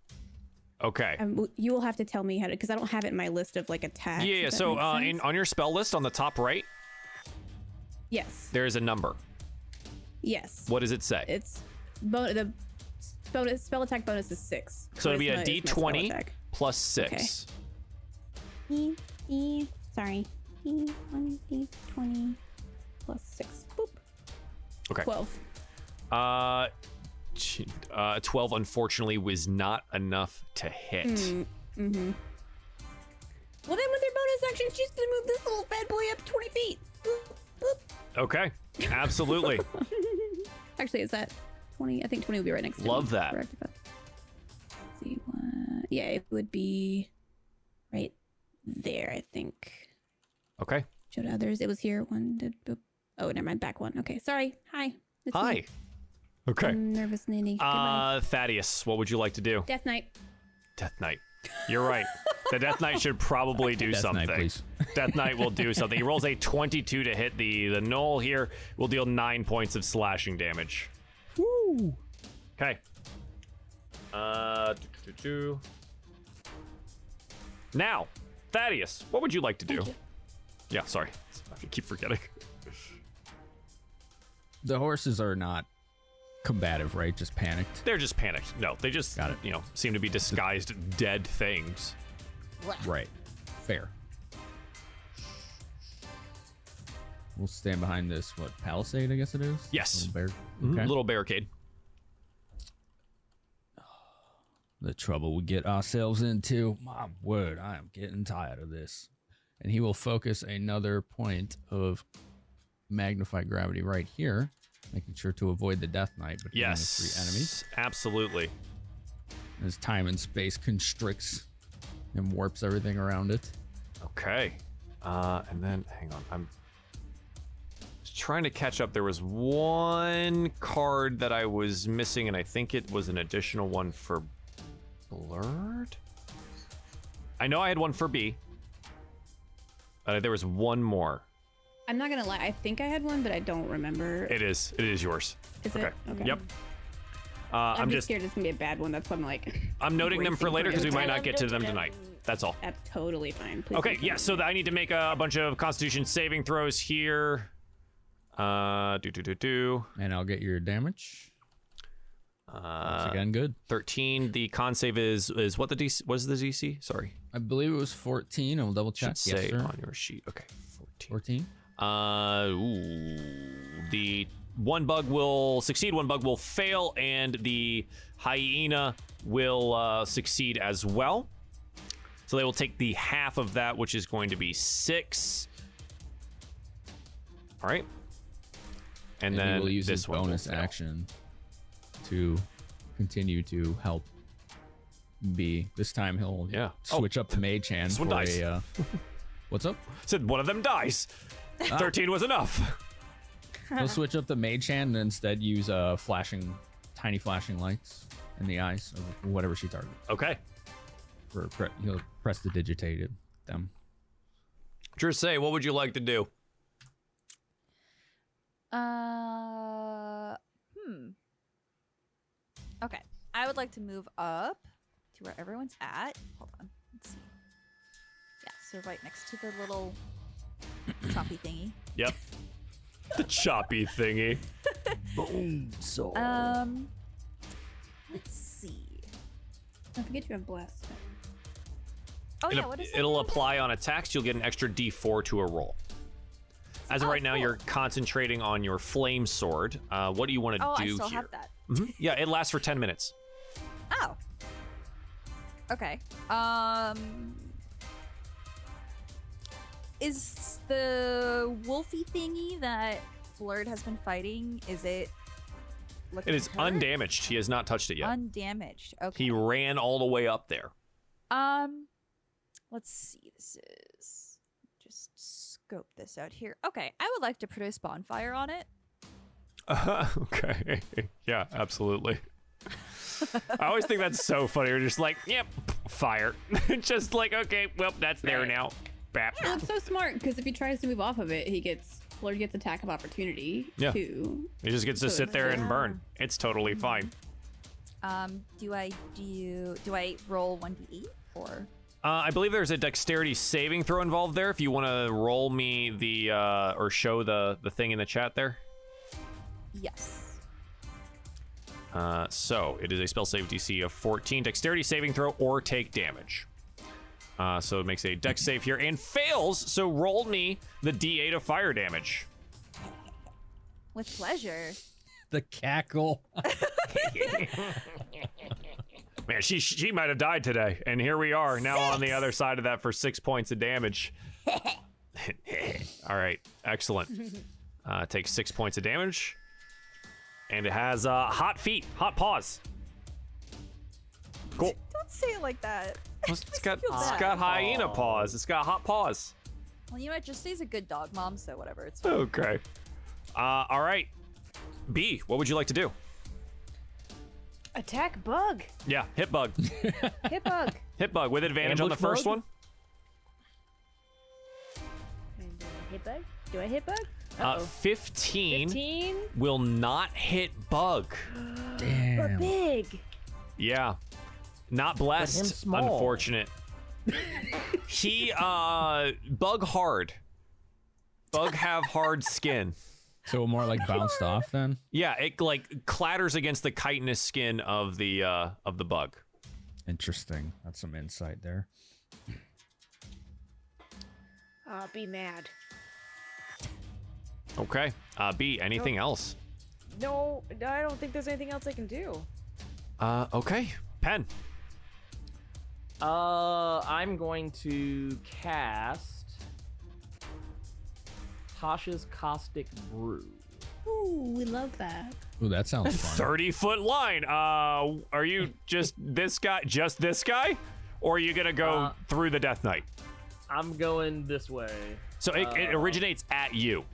Okay.
um, w- you will have to tell me how to because I don't have it in my list of like attacks.
yeah,
if
yeah.
that
So
makes
uh,
sense.
in, on your spell list on the top right,
yes,
there is a number.
yes,
What does it say?
it's bon- the s- bonus spell attack bonus is six.
so it'll be a
Charisma is my spell
d20
attack.
plus 6.
E- E- Sorry, E- one D twenty plus six. Boop.
Okay.
Twelve.
Uh, t- uh, 12, unfortunately, was not enough to hit.
Hmm. Mm-hmm. Well, then with her bonus action, she's gonna move this little bad boy up twenty feet. Boop, boop.
Okay. Absolutely.
Actually, is that 20? I think 20 would be right next to
Love
me.
that.
Correct, but- Let's see. One. Yeah, it would be right there, I think.
okay.
Show to others. It was here. One. did- boop. Oh, never mind. Back one. Okay. Sorry. Hi. It's
Hi.
Me.
Okay.
I'm nervous, Nanny. Goodbye.
Uh, Thaddeus, what would you like to do?
Death Knight.
Death Knight. You're right. The Death Knight should probably do
Death
something.
Knight, please.
Death Knight will do something. He rolls a 22 to hit the the knoll here. Will deal nine points of slashing damage. Woo. Okay. Uh, do, do, do, do. now, Thaddeus, what would you like to do? Yeah, sorry, I keep forgetting.
The horses are not combative, right? Just panicked.
They're just panicked. No, they just
Got it.
You know, seem to be disguised dead things.
Right. Fair. We'll stand behind this, what, palisade, I guess it is?
Yes. Mm-hmm.
Little bear. Okay.
Little barricade.
the trouble we get ourselves into. My word, I am getting tired of this. And he will focus another point of magnified gravity right here, making sure to avoid the death knight between
Yes.
the three enemies.
Absolutely.
As time and space constricts and warps everything around it.
Okay. Uh, and then, hang on. I'm just trying to catch up. There was one card that I was missing, and I think it was an additional one for Blurred? I know I had one for B. Uh, there was one more.
I'm not gonna lie. I think I had one, but I don't remember.
It is. It is yours.
Is
okay.
it? Okay.
Yep. Uh,
I'm,
I'm
just
just.
scared it's gonna be a bad one. That's why I'm like,
I'm noting them for
bracing
later because we
it.
might not get to them tonight. That's all.
That's totally fine. Please
Okay,
don't
yeah,
tell
so
me.
that I need to make a, a bunch of constitution saving throws here. Uh do do do do.
And I'll get your damage. Once
Uh
again, good.
13. The con save is is what the DC what is the DC? Sorry.
I believe it was 14. I'll double
Should
check.
say
Yes, sir.
on your sheet. Okay. 14.
14.
Uh ooh. The one bug will succeed, one bug will fail, and the hyena will uh, succeed as well. So they will take the half of that, which is going to be six. All right. And, then
he will use
this
his
one will
bonus
fail.
action to continue to help B. This time he'll
Yeah. Oh,
switch up to Mage Hand
this
for
one dies.
a. Uh, what's up?
Said one of them dies.
Ah.
Thirteen was enough.
He'll switch up the Mage Hand and instead use uh, flashing, tiny flashing lights in the eyes of whatever she targets.
Okay.
For pre- he'll press the digitated them.
Drissay, what would you like to do?
Uh, hmm. Okay, I would like to move up to where everyone's at. Hold on, let's see. Yeah, so right next to the little choppy thingy.
Yep. the choppy thingy.
So
Um, let's see.
Don't forget you have blessed.
Oh
it'll,
yeah, what is that?
it'll apply on attacks. You'll get an extra D4 to a roll. As of
Oh,
right now,
cool.
you're concentrating on your flame sword. Uh, what do you want to
Oh,
do
I still
here?
have that.
Mhm. Yeah, it lasts for 10 minutes.
Oh. Okay. Um. Is the wolfy thingy that Blurred has been fighting? Is it? looking
It is
hurt?
undamaged. He has not touched it yet.
Undamaged. Okay.
he ran all the way up there.
Um, let's see. This is just scope this out here. Okay, I would like to produce bonfire on it.
okay. yeah, absolutely. I always think that's so funny. We're just like, yep, fire. just like, okay, well, that's there now. Bap.
Well, it's so smart because if he tries to move off of it, he gets Lord gets attack of opportunity
Yeah.
too.
He just gets to
So
sit
it's
there
just-
and burn. It's totally fine.
Um, do I do do I roll one d eight or?
Uh, I believe there's a dexterity saving throw involved there. If you want to roll me the uh, or show the the thing in the chat there.
Yes.
Uh, so it is a spell save DC of 14, dexterity saving throw, or take damage. Uh, so it makes a dex save here and fails. So roll me the D8 of fire damage.
With pleasure.
The cackle.
Man, she she might have died today, and here we are now on the other side of that for six points of damage. All right, excellent. Uh, takes six points of damage, and it has uh, hot feet, hot paws. Cool.
Don't say it like that.
It's got
feel
it's
bad.
got hyena paws. It's got hot paws.
Well, you know what? Just say he's a good dog mom, so whatever. It's fine.
Okay. Uh, all right. B, what would you like to do?
Attack bug.
Yeah, hit bug.
Hit bug.
hit bug with advantage on the
Ambush
first
mode?
one.
And do I hit bug? Do I hit bug?
Uh,
Uh-oh.
15,
15.
will not hit bug.
But big.
Yeah. Not blessed.
small.
Unfortunate. he uh bug hard. Bug have hard skin.
So more like bounced off then.
Yeah, it like clatters against the chitinous skin of the uh of the bug.
Interesting. That's some insight there.
I'll be mad.
Okay. Uh B, anything else?
No, I don't think there's anything else I can do.
Uh okay. Pen.
Uh, I'm going to cast Tasha's Caustic Brew.
Ooh, we love that.
Ooh, that sounds fun.
30 foot line. Uh, are you just this guy, just this guy? Or are you going to go
Uh,
through the Death Knight?
I'm going this way.
So it, it
uh,
originates at you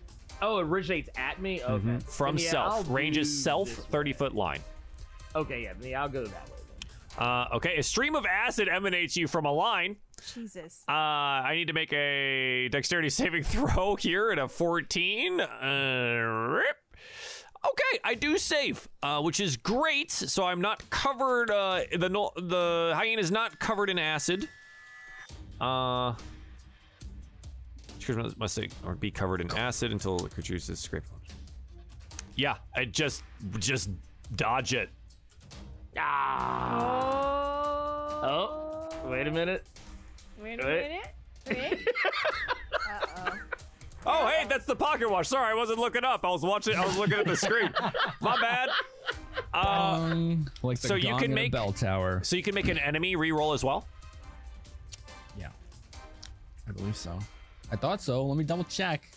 Oh, it originates at me. Okay.
Mm-hmm. from
Then, yeah, I'll
self. Range
do
is self,
this
30
way.
foot line.
Okay, yeah, then, yeah, I'll go that way. Then.
Uh, okay, a stream of acid emanates you from a line.
Jesus.
Uh, I need to make a dexterity saving throw here at a 14. Uh, rip. Okay, I do save, uh, which is great. So I'm not covered. Uh, the no- the hyena is not covered in acid. Uh, creature must- must say- or be covered in acid until the creature uses scrape. Yeah, I just just dodge it.
Oh, wait a minute.
Wait a
Wait.
minute. Wait.
Oh, hey, that's the pocket watch. Sorry, I wasn't looking up. I was watching. I was looking at the screen. My bad. Uh,
Gong, Um, like the
so you
gong
can
in a
make-
bell tower.
so you can make an enemy re-roll as well.
believe so. I thought so. Let me double check.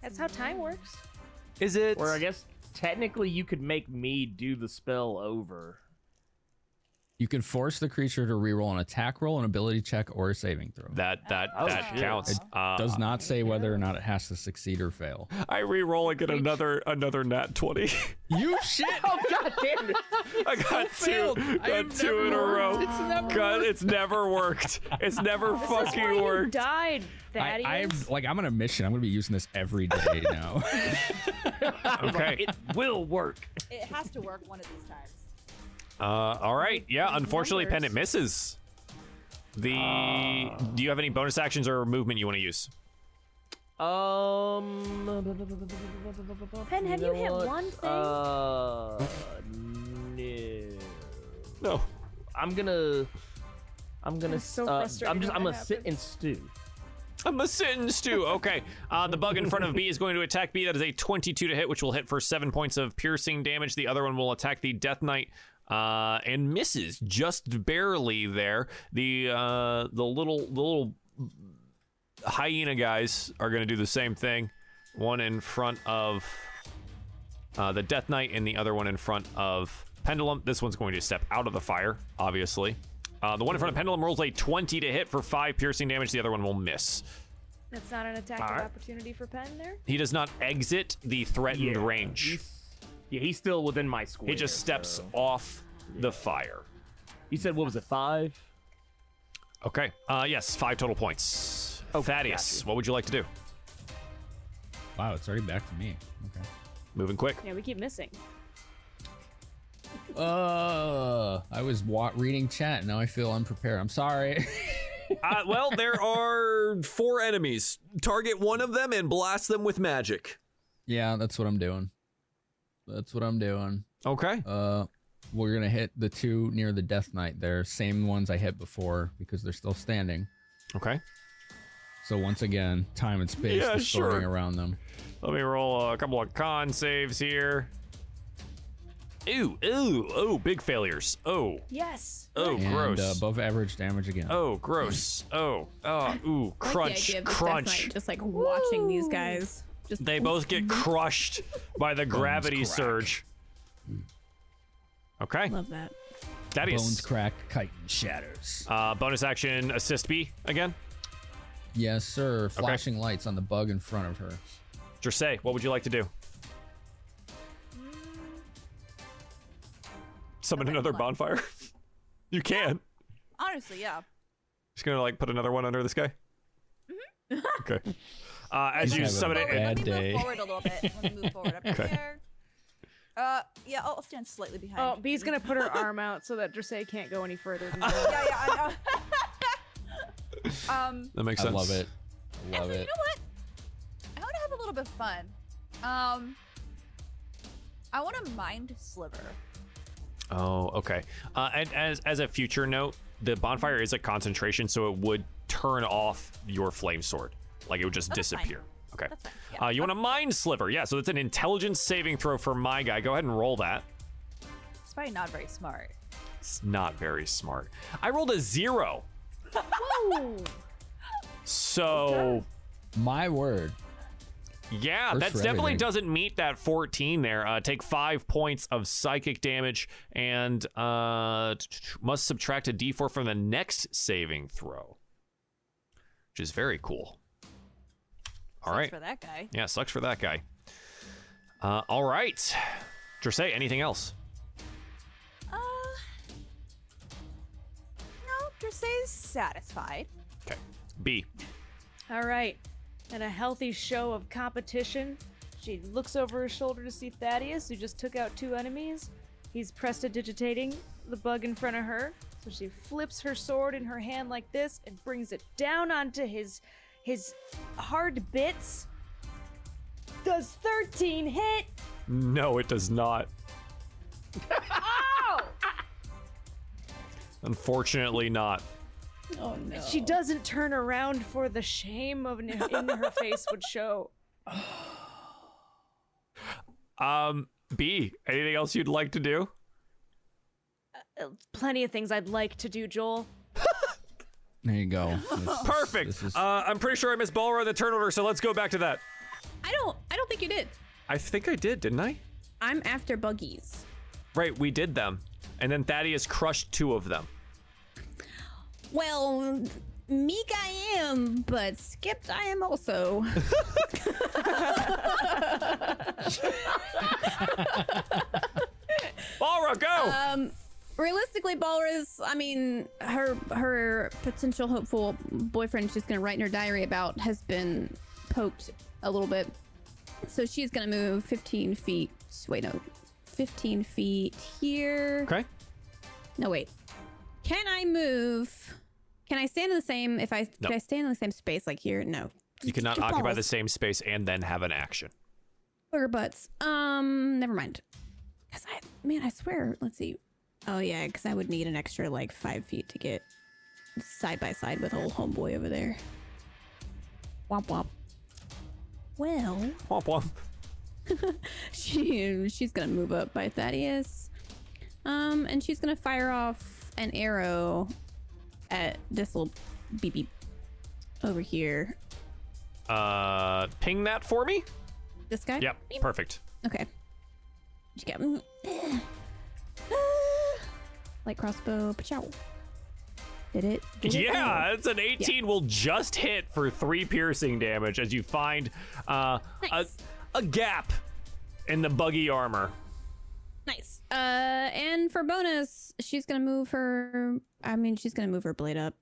That's how time works.
Is it?
Or I guess technically you could make me do the spell over.
You can force the creature to reroll an attack roll, an ability check, or a saving throw.
That that
Oh,
that
shit.
counts. Uh,
It does not say whether or not it has to succeed or fail.
I re-roll and get another another nat twenty.
You shit!
Oh god damn it!
I got two, got two in a row. It's never God, it's never worked. It's never fucking worked.
Died,
I,
Thaddeus.
I'm like I'm on a mission. I'm gonna be using this every day now.
Okay.
It will work.
It has to work one of these times.
Uh, all right. Yeah. Unfortunately, Pennant misses. The Do you have any bonus actions or movement you want to use?
Um.
Pen, have you
know
hit
what?
one thing?
Uh, no.
No.
I'm gonna. I'm gonna.
That's so
uh, I'm
frustrating
just.
when
I'm
that
gonna sit and stew.
I'm a sin stew. Okay. Uh, the bug in front of B is going to attack B. That is a 22 to hit, which will hit for seven points of piercing damage. The other one will attack the Death Knight uh, and misses just barely there. The uh, the little the little hyena guys are going to do the same thing. One in front of uh, the Death Knight and the other one in front of Pendulum. This one's going to step out of the fire, obviously. Uh, the one in front of Pendulum rolls a 20 to hit for five piercing damage. The other one will miss.
That's not an attack
All
of
right.
opportunity for Pen there.
He does not exit the threatened
Yeah,
range.
he's- yeah, he's still within my square.
He just steps
so-
off the fire.
You said what was it? Five.
Okay. Uh, yes, five total points. Thaddeus, what would you like to do?
wow, it's already back to me. Okay.
Moving quick.
Yeah, we keep missing.
Uh, I was wa- reading chat. Now I feel unprepared. I'm sorry.
uh, well, there are four enemies. Target one of them and blast them with magic.
yeah, that's what I'm doing. That's what I'm doing.
Okay.
Uh, we're gonna hit the two near the Death Knight. They're same ones I hit before because they're still standing.
Okay.
So once again, time and space
Yeah,
distorting
sure.
around them.
Let me roll a couple of con saves here. Ooh, ooh, oh, big failures. Oh,
Yes.
oh,
and
gross.
Uh, above average damage again.
oh, gross. Oh, oh, ooh,
I like the
crunch,
idea of this Death
crunch.
Knight just like watching these guys. Just
They both get crushed by the gravity
crack.
surge. Okay.
love that.
Thaddeus.
Bones crack, chitin shatters.
Uh, bonus action assist B again.
Yes, sir. Flashing lights on the bug in front of her.
Jersey, what would you like to do? Summon another bonfire. you can.
Honestly, yeah.
Just gonna like put another one under this guy. Mm-hmm. okay. Uh, as you
having
summon
a
it,
bad
Let me
it,
day.
move forward a little bit. Let me move forward up
Okay.
there. Uh, yeah, I'll I'll stand slightly behind.
Oh, B's gonna put her arm out so that Drusay can't go any further. Than that.
yeah, yeah, I know. um,
That makes
I
sense.
love it. I love
actually, you know
it.
what? I want to have a little bit of fun. Um, I want to mind sliver.
Oh, okay. Uh, and as as a future note, the bonfire is a concentration, so it would turn off your flame sword. Like it would just
Oh, that's fine.
disappear. Okay.
That's fine, yeah.
Uh, you want a mind sliver? Yeah. So that's an intelligence saving throw for my guy. Go ahead and roll that.
It's probably not very smart.
It's not very smart. I rolled a zero.
Whoa.
So
My word.
yeah,
Works
that
for
definitely
everything.
doesn't meet that 14 there. Uh, take five points of psychic damage and uh, t- t- must subtract a d4 from the next saving throw, which is very cool. All
Sucks
right.
For that guy.
Yeah, sucks for that guy. Uh, all right. Jersey, anything else?
Uh, no, Drusay's satisfied.
Okay. B.
All right. In a healthy show of competition, she looks over her shoulder to see Thaddeus, who just took out two enemies. He's prestidigitating the bug in front of her, so she flips her sword in her hand like this and brings it down onto his his hard bits. Does 13 hit?
No, it does not.
Oh!
Unfortunately, not.
Oh no.
She doesn't turn around for the shame of in her face would show.
Um, B. Anything else you'd like to do?
Uh, Plenty of things I'd like to do, Joel.
There you go.
Perfect. uh, I'm pretty sure I missed Balra in the turn order, so let's go back to that.
I don't. I don't think you did.
I think I did, didn't I?
I'm after buggies.
Right, we did them. And then Thaddeus crushed two of them.
Well, meek I am, but skipped I am also.
Balra, go!
Um, realistically, Balra's. I mean, her her potential hopeful boyfriend she's gonna write in her diary about has been poked a little bit, so she's gonna move 15 feet. Wait, no, 15 feet here.
Okay.
No, wait. Can I move? Can I stand in the same? If I
No.
can I stand in the same space like here? No.
You cannot occupy the
Balls.
same space and then have an action.
Burger butts. Um, never mind. Cause I, man, I swear. Let's see. Oh yeah, cause I would need an extra like five feet to get side by side with old homeboy over there. Womp womp. Well,
Womp womp.
she she's gonna move up by Thaddeus, um, and she's gonna fire off an arrow at this little BB over here.
Uh, ping that for me?
This guy.
Yep, perfect.
Okay. You get like crossbow. Pachow. Did it? did it?
Yeah,
Oh.
it's an 18 will just hit for three piercing damage as you find uh, a, a gap in the buggy armor.
Nice. Uh, and for bonus, she's gonna move her. I mean, she's gonna move her blade up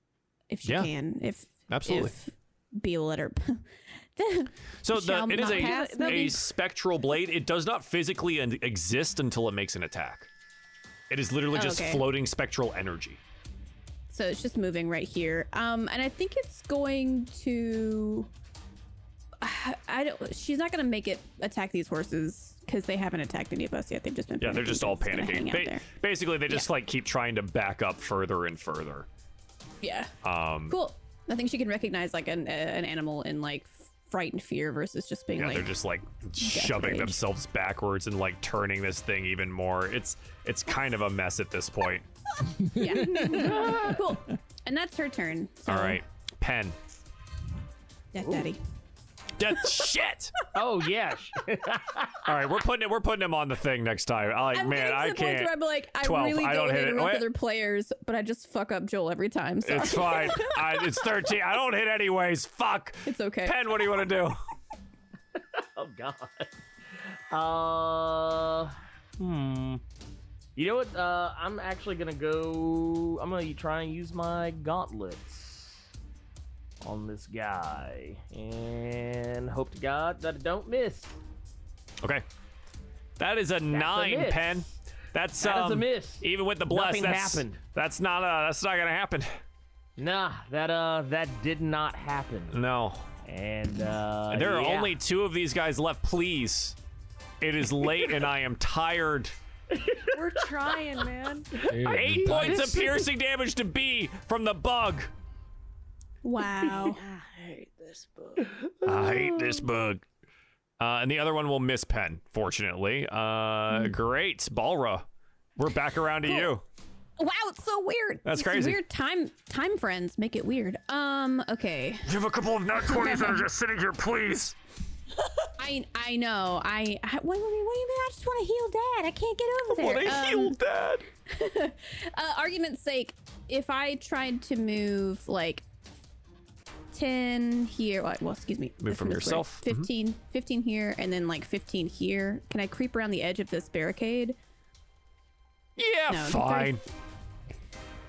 if she
Yeah.
can. If
Absolutely.
If B will let her.
So the,
Shall
it is
not
a,
pass. That'll
a
be-
spectral blade. It does not physically en- exist until it makes an attack. It is literally
Oh,
just
okay.
floating spectral energy.
so it's just moving right here. Um, and I think it's going to. I don't. She's not gonna make it attack these horses because they haven't attacked any of us yet. They've just been.
Yeah, they're
panicking,
just
so
all
it's gonna hang
panicking. Ba-
out there.
basically, they just like keep trying to back up further and further.
Yeah.
Um,
Cool. I think she can recognize like an uh, an animal in like fright and fear versus just being
Yeah,
like
they're just like shoving
rage.
themselves backwards and like turning this thing even more. It's it's kind of a mess at this point.
yeah. cool. And that's her turn. So,
All right, pen.
Death Daddy.
Death shit.
Oh yeah.
All right, we're putting it. We're putting him on the thing next time. I like,
I'm
man,
getting to
I
the
can't.
point where I'm like, I
12,
really
I
go
don't
and
hit it.
interrupt
Wait.
other players, but I just fuck up Joel every time. So
It's fine. I, it's 13. I don't hit anyways. Fuck.
It's okay.
Pen, what do you want to do?
Oh god. Uh hmm. You know what? Uh I'm actually gonna go I'm gonna try and use my gauntlets on this guy. And hope to God that I don't miss.
Okay. That is a nine,
miss.
Pen. That's
That
um,
is a miss.
Even with the bless,
Nothing
that's
happened.
that's not uh, that's not gonna happen.
Nah, that uh that did not happen.
No.
And uh
there are
yeah.
only two of these guys left. Please. It is late and I am tired.
We're trying, man.
Eight points of piercing damage to B from the bug.
Wow.
I hate this book.
I hate this bug. Uh, and the other one will miss Pen, fortunately. Uh, Great, Balra. We're back around to you.
wow, it's so weird.
That's
It's
crazy.
Weird time time friends make it weird. Um, okay.
You have a couple of nat 20s that are just sitting here, please.
I I know. I, I wait, wait, wait, what do you mean? I just want to heal dad. I can't get over there.
What a
Um,
heal, Dad.
uh, argument's sake, if I tried to move like 10 here, well, well, excuse me.
Move
this
from
one is weird.
yourself. Mhm.
15, 15 here, and then like 15 here. Can I creep around the edge of this barricade?
Yeah,
No,
fine.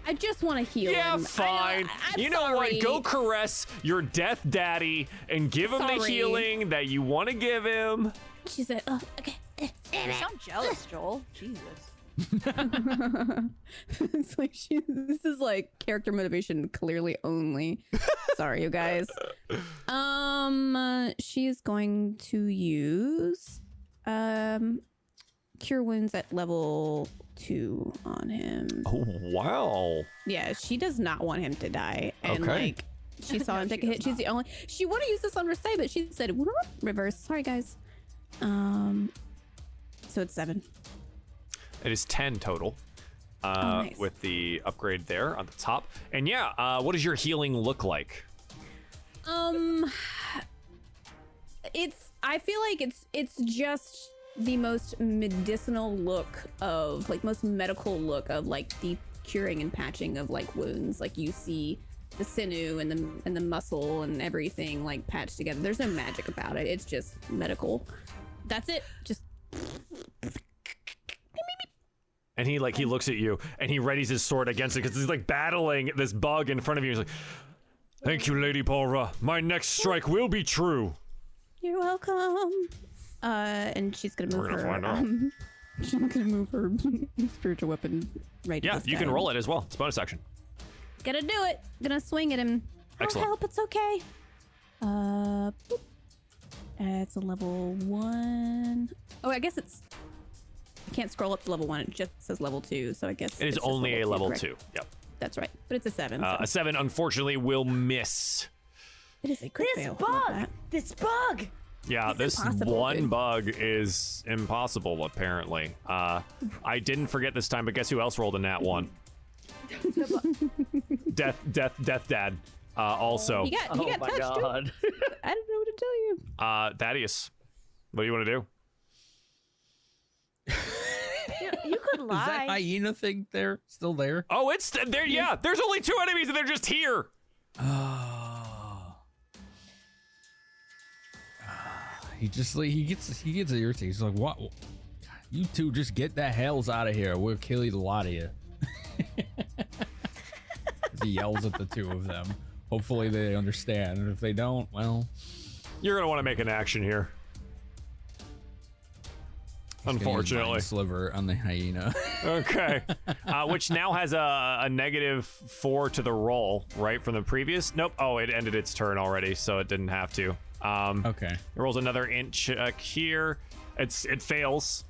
I just want to heal.
Yeah,
him. I-
fine.
I- I'm
you know
sorry.
what? Go caress your death daddy and give him the
Sorry.
healing that you want to give him.
She's like, oh, okay. eh,
You
damn it."
sound jealous, Joel. Jesus.
it's like she, this is like character motivation clearly only. Sorry, you guys. Um, uh, she's going to use um cure wounds at level two on him.
Oh, wow.
Yeah, she does not want him to die, and
Okay.
like she saw him take a hit. She's the only she want to use this on Rasay, but she said "Whoop, reverse. Sorry, guys. Um, so it's seven.
It is 10 total. Uh, uh,
Oh, nice.
with the upgrade there on the top. And yeah, uh, what does your healing look like?
Um, it's. I feel like it's. It's just the most medicinal look of like most medical look of like the curing and patching of like wounds. Like you see the sinew and the and the muscle and everything like patched together. There's no magic about it. It's just medical. That's it. Just
And he like he looks at you and he readies his sword against it because he's like battling this bug in front of you. He's like, "Thank you, Lady Palra. My next strike will be true."
You're welcome. Uh, and she's gonna move
We're gonna
her.
find out.
Um, she's gonna move her spiritual weapon right.
Yeah, you can roll it as well. It's a bonus action.
Gonna do it. Gonna swing at him.
Excellent.
I'll help. It's okay. Uh, boop. Uh, it's a level one. Oh, I guess it's. I can't scroll up to level one. It just says level two, so I guess
It is
it's just
only a level
correct.
two. Yep.
That's right, but it's a seven.
Uh,
so-
a seven, unfortunately, will miss.
It is a crit
This
fail.
bug! This bug!
Yeah, this
impossible,
one
dude.
bug is impossible, apparently. Uh, I didn't forget this time, but guess who else rolled a nat one? death, death, death, dad. Uh, also,
He
Oh,
got, he got touched. too. I don't know what to tell you.
uh, Thaddeus, what do you want to do?
You, you could lie.
Is that hyena thing there still there?
Oh, it's there. Yeah, there's only two enemies, and they're just here.
He just like he gets he gets irritated. He's like, "What? You two just get the hells out of here. We'll kill you, the lot of you." he yells at the two of them. Hopefully they understand, and if they don't, well,
You're gonna want to make an action here.
he's gonna use
Unfortunately.
Mind sliver on the hyena.
Okay. uh, which now has a, a negative four to the roll, right, from the previous? Nope. Oh, it ended its turn already, so it didn't have to. Um,
okay,
It rolls another inch check here. It's It fails.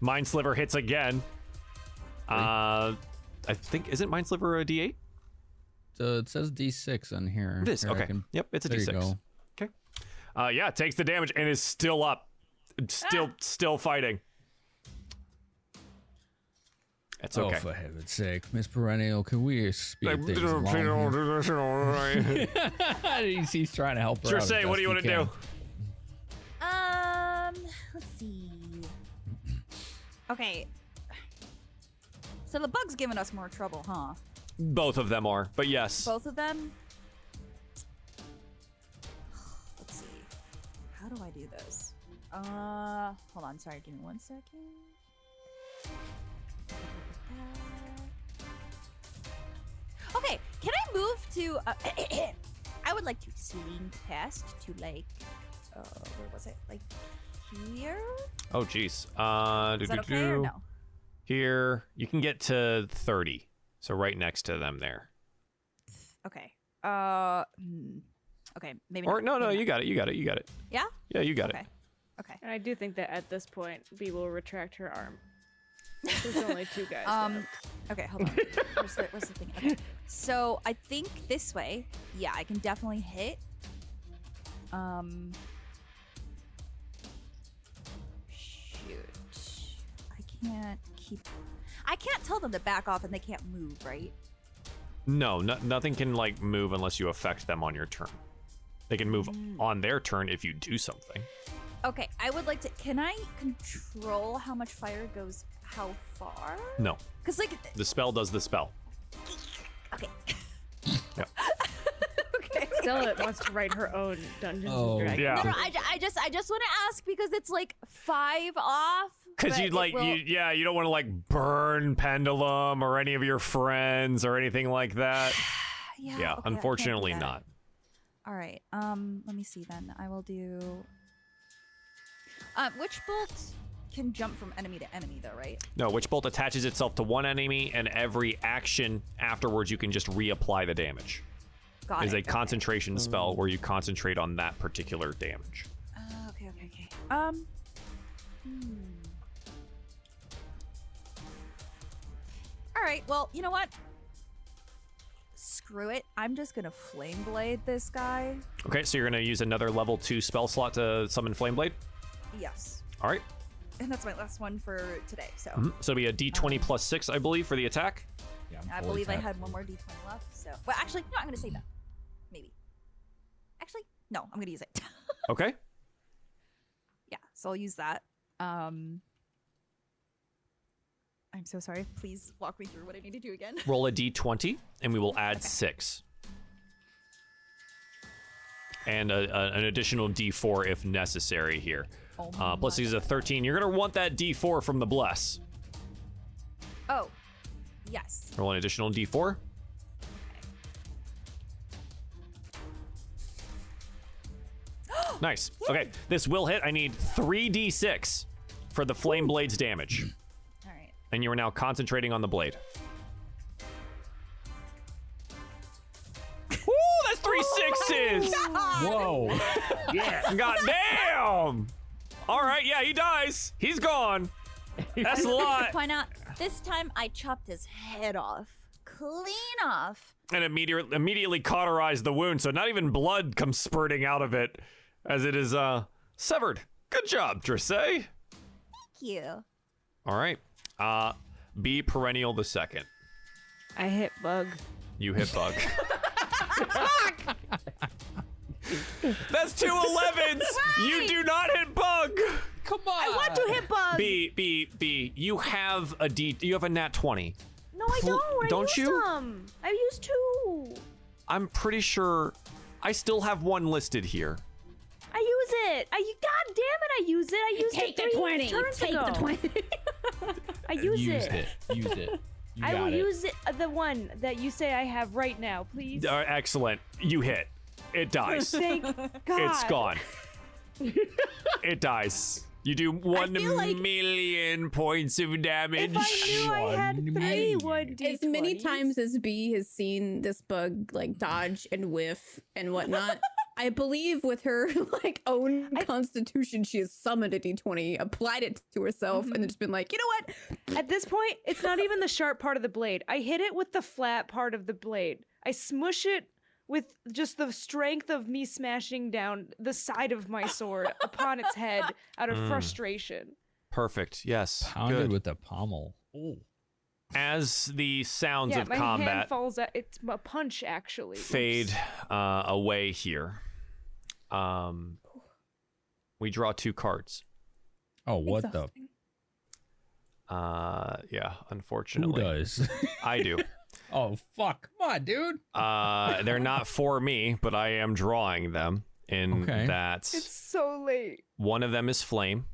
Mind Sliver hits again. Uh, I think, isn't Mind Sliver a D8?
so it says D6 on here.
It is.
Here, I
Okay.
can-
Yep, it's a
there you
D6.
go.
Okay. Uh, yeah, takes the damage and is still up. Still,
Ah!
still fighting. That's
Oh,
okay.
for heaven's sake, Miss Perennial, can we speed things along? here? he's, he's trying to help her.
Sure,
out as
say, what
best
do you
he
want to do?
can.
Um, let's see. Okay. So the bug's giving us more trouble, huh?
Both of them are, but yes.
Both of them? Let's see. How do I do this? Uh, hold on. Sorry, give me one second. Okay, can I move to? Uh, I would like to swing past to like, uh, where was it? Like here?
Oh, jeez. Uh,
Is that okay or
doo-doo-doo.
no?
Here, you can get to 30. So right next to them there.
Okay. Uh, hmm. okay. Maybe.
Or
not,
no, no,
maybe
you got it. You got it. You got it.
not. Yeah.
Yeah, you got
Okay.
it.
Okay.
And I do think that at this point, B will retract her arm. There's only two guys.
Um. Okay. Hold on. Where's the, where's the thing? Okay. So I think this way. Yeah, I can definitely hit. Um. Shoot. I can't keep. I can't tell them to back off, and they can't move. Right.
No, no, nothing can like move unless you affect them on your turn. They can move
Hmm.
on their turn if you do something.
Okay. I would like to. Can I control how much fire goes how far?
No,
Cause like.
the spell does the spell.
Okay.
Yep.
okay.
Zealot wants to write her own Dungeons
Oh,
and Dragons.
yeah.
No, no, I, ju- I just I just want to ask because it's like five off.
Because
but
you
it
like,
will-
you, yeah, you don't want to like burn Pendulum or any of your friends or anything like that.
yeah.
yeah,
okay, I can't do
unfortunately
that.
not.
All right. Um, let me see then. I will do. Uh, which bolt can jump from enemy to enemy though, right?
No, Witch Bolt attaches itself to one enemy, and every action afterwards, you can just reapply the damage.
Got
It's
it. Hmm.
a
okay.
concentration spell where you concentrate on that particular damage.
Oh, okay, okay, okay. Um. hmm. All right. Well, you know what? Screw it. I'm just gonna flame blade this guy.
Okay, so you're going to use another level two spell slot to summon Flameblade.
Yes.
All right.
and that's my last one for today. So
Mhm. So it'll be a d20 plus six, I believe, for the attack.
Yeah,
I believe I had one more d20 left. So, well, actually, no, I'm gonna save that. Maybe. Actually, no, I'm gonna use it.
Okay.
yeah, so I'll use that. Um, I'm so sorry. Please walk me through what I need to do again.
Roll a d20, and we will add six. And a, a- an additional d4 if necessary here. Uh, plus, these a 13. You're going to want that d4 from the bless.
Oh, yes.
Roll an additional d4. nice. Okay, this will hit. I need 3d6 for the flame blade's damage.
All right.
And you are now concentrating on the blade. Woo, that's three sixes!
Ah,
Whoa.
yeah. God damn! All right, yeah, he dies. He's gone. That's a
I would like
lot.
To point out, this time I chopped his head off, clean off.
and immediately immediately cauterize the wound, so not even blood comes spurting out of it as it is uh severed. Good job, Drissay.
Thank you.
All right. Uh be perennial the second.
I hit bug.
You hit bug. That's two 11s. You do not hit bug.
Come on. I want to hit bug.
B B B. You have a D. You have a nat twenty.
No,
I Pl- don't. I don't used you?
I used two.
I'm pretty sure. I still have one listed here.
I use it. I God damn it! I use it. I used
Take
it
the 20.
three turns
Take the
ago.
20.
I use
Used
it.
Uh, it. Used it. You
I
got
will
it.
use it, uh, the one that you say I have right now, please.
Uh, excellent. You hit.
Oh,
It dies.
Thank God.
It's gone. it dies. You do one
feel
million
like-
points of damage.
As many times as B has seen this bug like dodge and whiff and whatnot, I believe with her like own constitution, she has summoned a d20, applied it to herself, and then just been like, you know what?
At this point, it's not even the sharp part of the blade. I hit it with the flat part of the blade. I smush it with just the strength of me smashing down the side of my sword upon its head out of
Mm.
frustration.
Perfect. Yes.
Pounded
Good.
with the pommel.
As the sounds
yeah,
of
my hand
combat
falls out. It's a punch, actually.
fade uh, away here, um, we draw two cards.
Oh, what the?
Uh, yeah. Unfortunately,
does?
I do.
Oh, fuck. Come on, dude.
Uh, they're not for me, but I am drawing them. In
Okay.
that
It's so late.
one of them is flame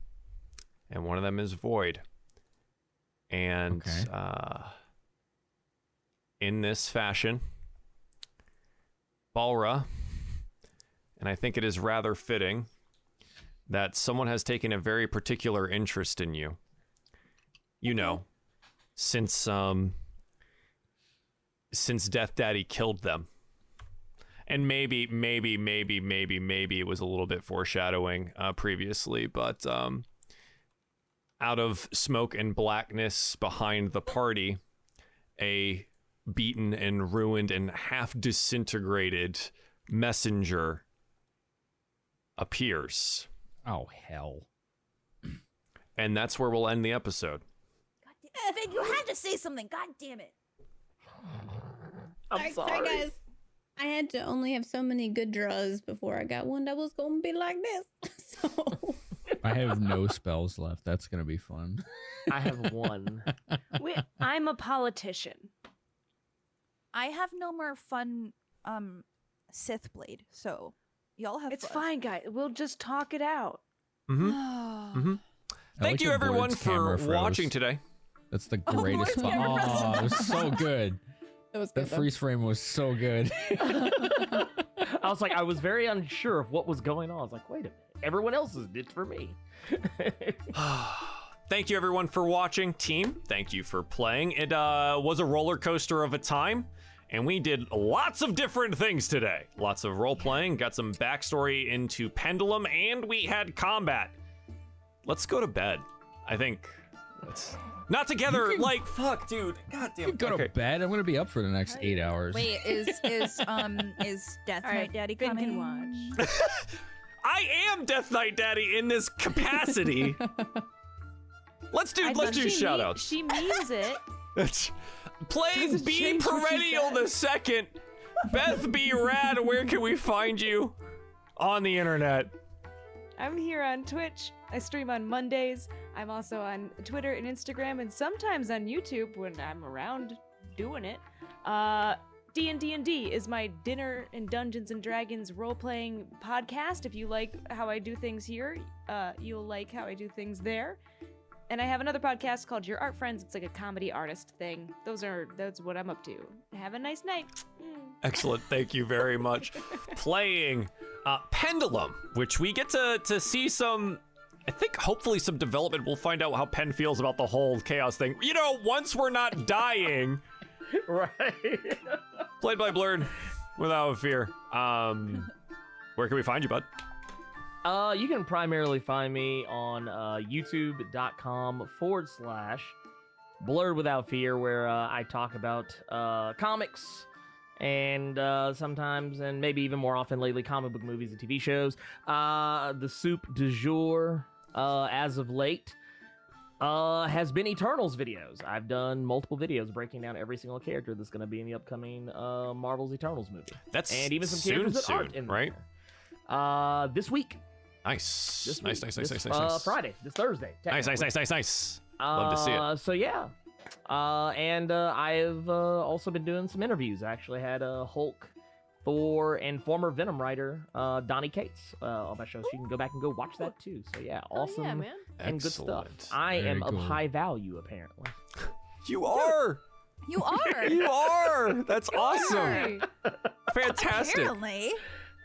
and one of them is void and uh, in this fashion balra and i think it is rather fitting that someone has taken a very particular interest in you you know since um since death daddy killed them and maybe maybe maybe maybe maybe it was a little bit foreshadowing uh, previously but um, out of smoke and blackness behind the party a beaten and ruined and half disintegrated messenger appears
Oh, hell.
and that's where we'll end the episode
Fig, you had to say something. God damn it.
I'm sorry. guys. I had to only have so many good draws before I got one that was gonna be like this. So
I have no spells left. That's going to be fun.
I have one.
We, I'm a politician.
I have no more fun um Sith blade, so y'all have
It's
fun.
fine, guys. We'll just talk it out.
mm-hmm.
mm-hmm.
thank
like
you
your
everyone
board's
for
camera froze.
watching today
That's the
Oh,
greatest.
Lord,
Oh,
never frozen.
it was so good.
that was
That freeze frame was so good.
I was like, I was very unsure of what was going on. I was like, wait a minute. Everyone else's did for me.
thank you everyone for watching team thank you for playing it uh, was a roller coaster of a time and we did lots of different things today lots of role playing got some backstory into pendulum and we had combat let's go to bed i think let's not together like fuck dude god damn
Go to bed. I'm going to be up for the next eight hours.
Wait, is is um is Death
All
Knight
right,
Daddy
Finn
coming?
can watch.
i am death knight daddy in this capacity Let's do
I
let's
mean,
do
she
shout
mea-
outs.
She means it.
Play
Doesn't
B
change what she
Perennial the second. Beth B Rad, where can we find you? On the internet.
I'm here on Twitch. I stream on Mondays. I'm also on Twitter and Instagram, and sometimes on YouTube when I'm around doing it. Uh, D and D and D is my dinner and Dungeons and Dragons role playing podcast. If you like how I do things here, uh, you'll like how I do things there. And I have another podcast called Your Art Friends. It's like a comedy artist thing. Those are that's what I'm up to. Have a nice night.
Mm.
Excellent. Thank you very much. Playing uh, Pendulum, which we get to to see some. I think hopefully some development. We'll find out how Penn feels about the whole chaos thing. You know, once we're not dying,
right?
Played by Blurred, without a fear. Um, where can we find you, bud?
Uh, you can primarily find me on uh, youtube.com forward slash blurred without fear, where uh, I talk about uh, comics and uh, sometimes, and maybe even more often lately, comic book movies and TV shows. Uh, the soup du jour uh, as of late uh, has been Eternals videos. I've done multiple videos breaking down every single character that's going to be in the upcoming uh, Marvel's Eternals movie.
That's
and even some
soon,
characters that
soon,
aren't in
right?
there. Uh, this week.
Nice.
This
nice,
week.
nice, nice,
This,
nice, nice,
uh,
nice.
Friday. This Thursday.
Nice, nice,
technically.
nice, nice, nice. Love to see it.
Uh, So yeah, uh, and uh, I've uh, also been doing some interviews. I actually had a Hulk, Thor, and former Venom writer uh, Donnie Cates uh, on my show, so you can go back and go watch that too. So yeah, awesome
Oh, man.
and good
Excellent.
stuff. I
Very
am
cool.
of high value apparently.
You are.
You are.
You are. That's awesome. Fantastic.
Apparently.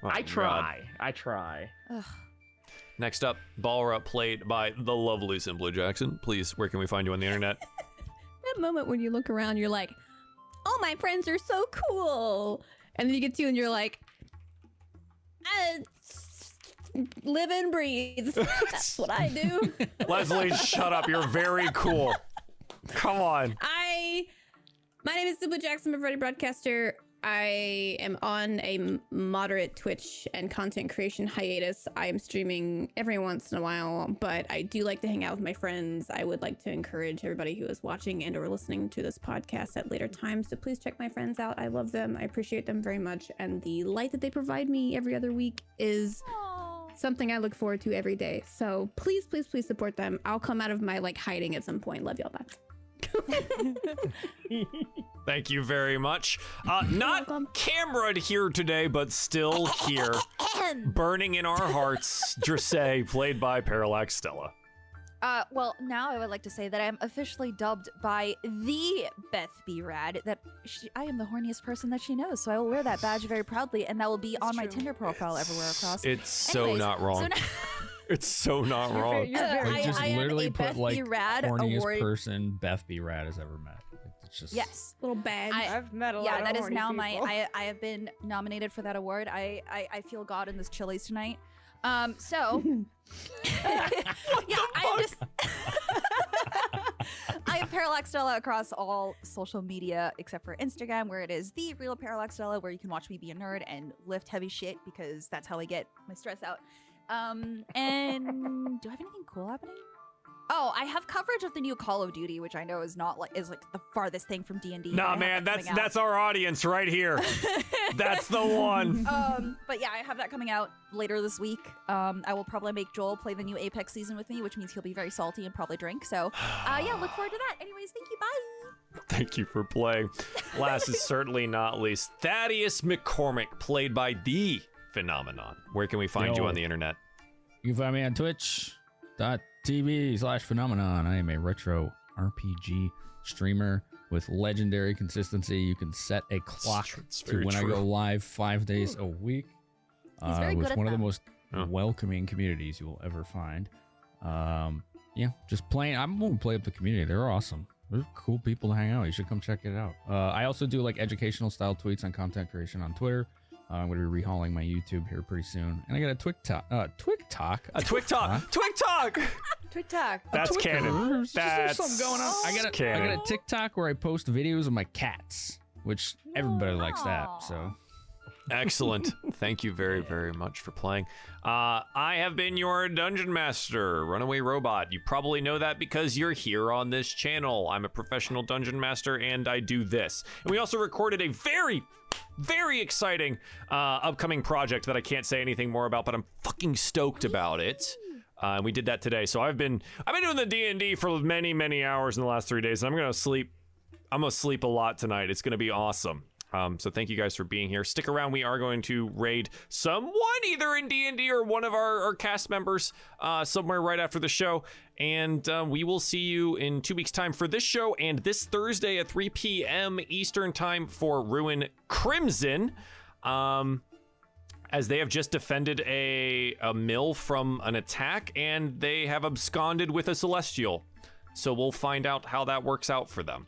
Oh,
I
God.
try. I try.
Ugh.
Next up, Balra played by the lovely Simpler Jackson. Please, where can we find you on the internet?
That moment when you look around, you're like, "All my friends are so cool," and then you get to you and you're like, I "Live and breathe. That's what I do.
Leslie, shut up. You're very cool. Come on.
I my name is Sibley Jackson, I'm a variety broadcaster. I am on a m- moderate Twitch and content creation hiatus. I am streaming every once in a while, but I do like to hang out with my friends. I would like to encourage everybody who is watching and or listening to this podcast at later times to please check my friends out. I love them. I appreciate them very much and the light that they provide me every other week is something I look forward to every day. So please, please, please support them. I'll come out of my like hiding at some point. Love y'all. Bye.
Thank you very much. Uh, not cameraed here today, but still here, burning in our hearts. Drissay, played by Parallax Stella.
Uh, well, now I would like to say that I'm officially dubbed by the Beth B. Rad. That she, I am the horniest person that she knows, so I will wear that badge very proudly, and that will be on my Tinder profile everywhere across.
It's so
Anyways,
not wrong.
So now-
it's so not
You're
wrong.
very- you're very-
Like,
I-
just
I am
literally
a
put
Beth B.
like
Rad
horniest
award-
person Beth B. Rad has ever met. Like, it's just
Yes,
little badge.
I,
have met a
yeah,
lot of
that is
horny
now my.
people.
I, I have been nominated for that award. I, I, I feel God in this Chili's tonight. Um, so yeah, I'm just. I am Parallax Stella across all social media except for Instagram, where it is the real Parallax Stella, where you can watch me be a nerd and lift heavy shit because that's how I get my stress out. Um, and do I have anything cool happening? Oh, I have coverage of the new Call of Duty, which I know is not like is like the farthest thing from D and D.
Nah, man, that's that's our audience right here. that's the one.
um, but yeah, I have that coming out later this week. Um, I will probably make Joel play the new Apex season with me, which means he'll be very salty and probably drink. So, uh, yeah, look forward to that. Anyways, thank you. Bye.
Thank you for playing. Last is certainly not least, Thaddeus McCormick, played by the Phenomenon. Where can we find you
Yo.
on the internet?
You can find me on twitch.tv slash phenomenon. I am a retro RPG streamer with legendary consistency. You can set a clock
true. It's
to
very
when I
true.
go live five days a week uh,
He's very
with
good at
one of the
that.
most welcoming communities you will ever find. Um, yeah, just playing. I'm going to play up the community. They're awesome. They're cool people to hang out. with. You should come check it out. Uh, I also do like educational style tweets on content creation on Twitter. Uh, I'm going to be rehauling my YouTube here pretty soon, and I got a Twig Talk. Uh, Twig Talk.
A Twig Talk. Twig Talk.
TikTok.
That's
Twitter.
canon.
There's just- there's
That's
something going on. I got a, I
canon.
got a TikTok where I post videos of my cats, which everybody likes that. So
Excellent. Thank you very, very much for playing. Uh, I have been your dungeon master, Runaway Robot. You probably know that because you're here on this channel. I'm a professional dungeon master and I do this. And we also recorded a very, very exciting uh, upcoming project that I can't say anything more about, but I'm fucking stoked about it. Uh, and we did that today. So I've been I've been doing the D and D for many many hours in the last three days, and I'm gonna sleep. I'm gonna sleep a lot tonight. It's gonna be awesome. Um, so thank you guys for being here. Stick around. We are going to raid someone either in D and D or one of our, our cast members uh, somewhere right after the show, and uh, we will see you in two weeks' time for this show and this Thursday at 3 p.m. Eastern time for Ruin Crimson. Um, as they have just defended a, a mill from an attack and they have absconded with a celestial. So we'll find out how that works out for them.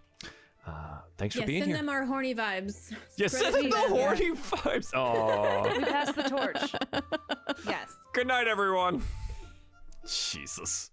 Uh, thanks
yeah,
for being
send
here.
them our horny vibes.
yeah,
Spread
send them
it
the
to them.
horny vibes. Oh,
We pass the torch.
Yes.
good night, everyone. Jesus.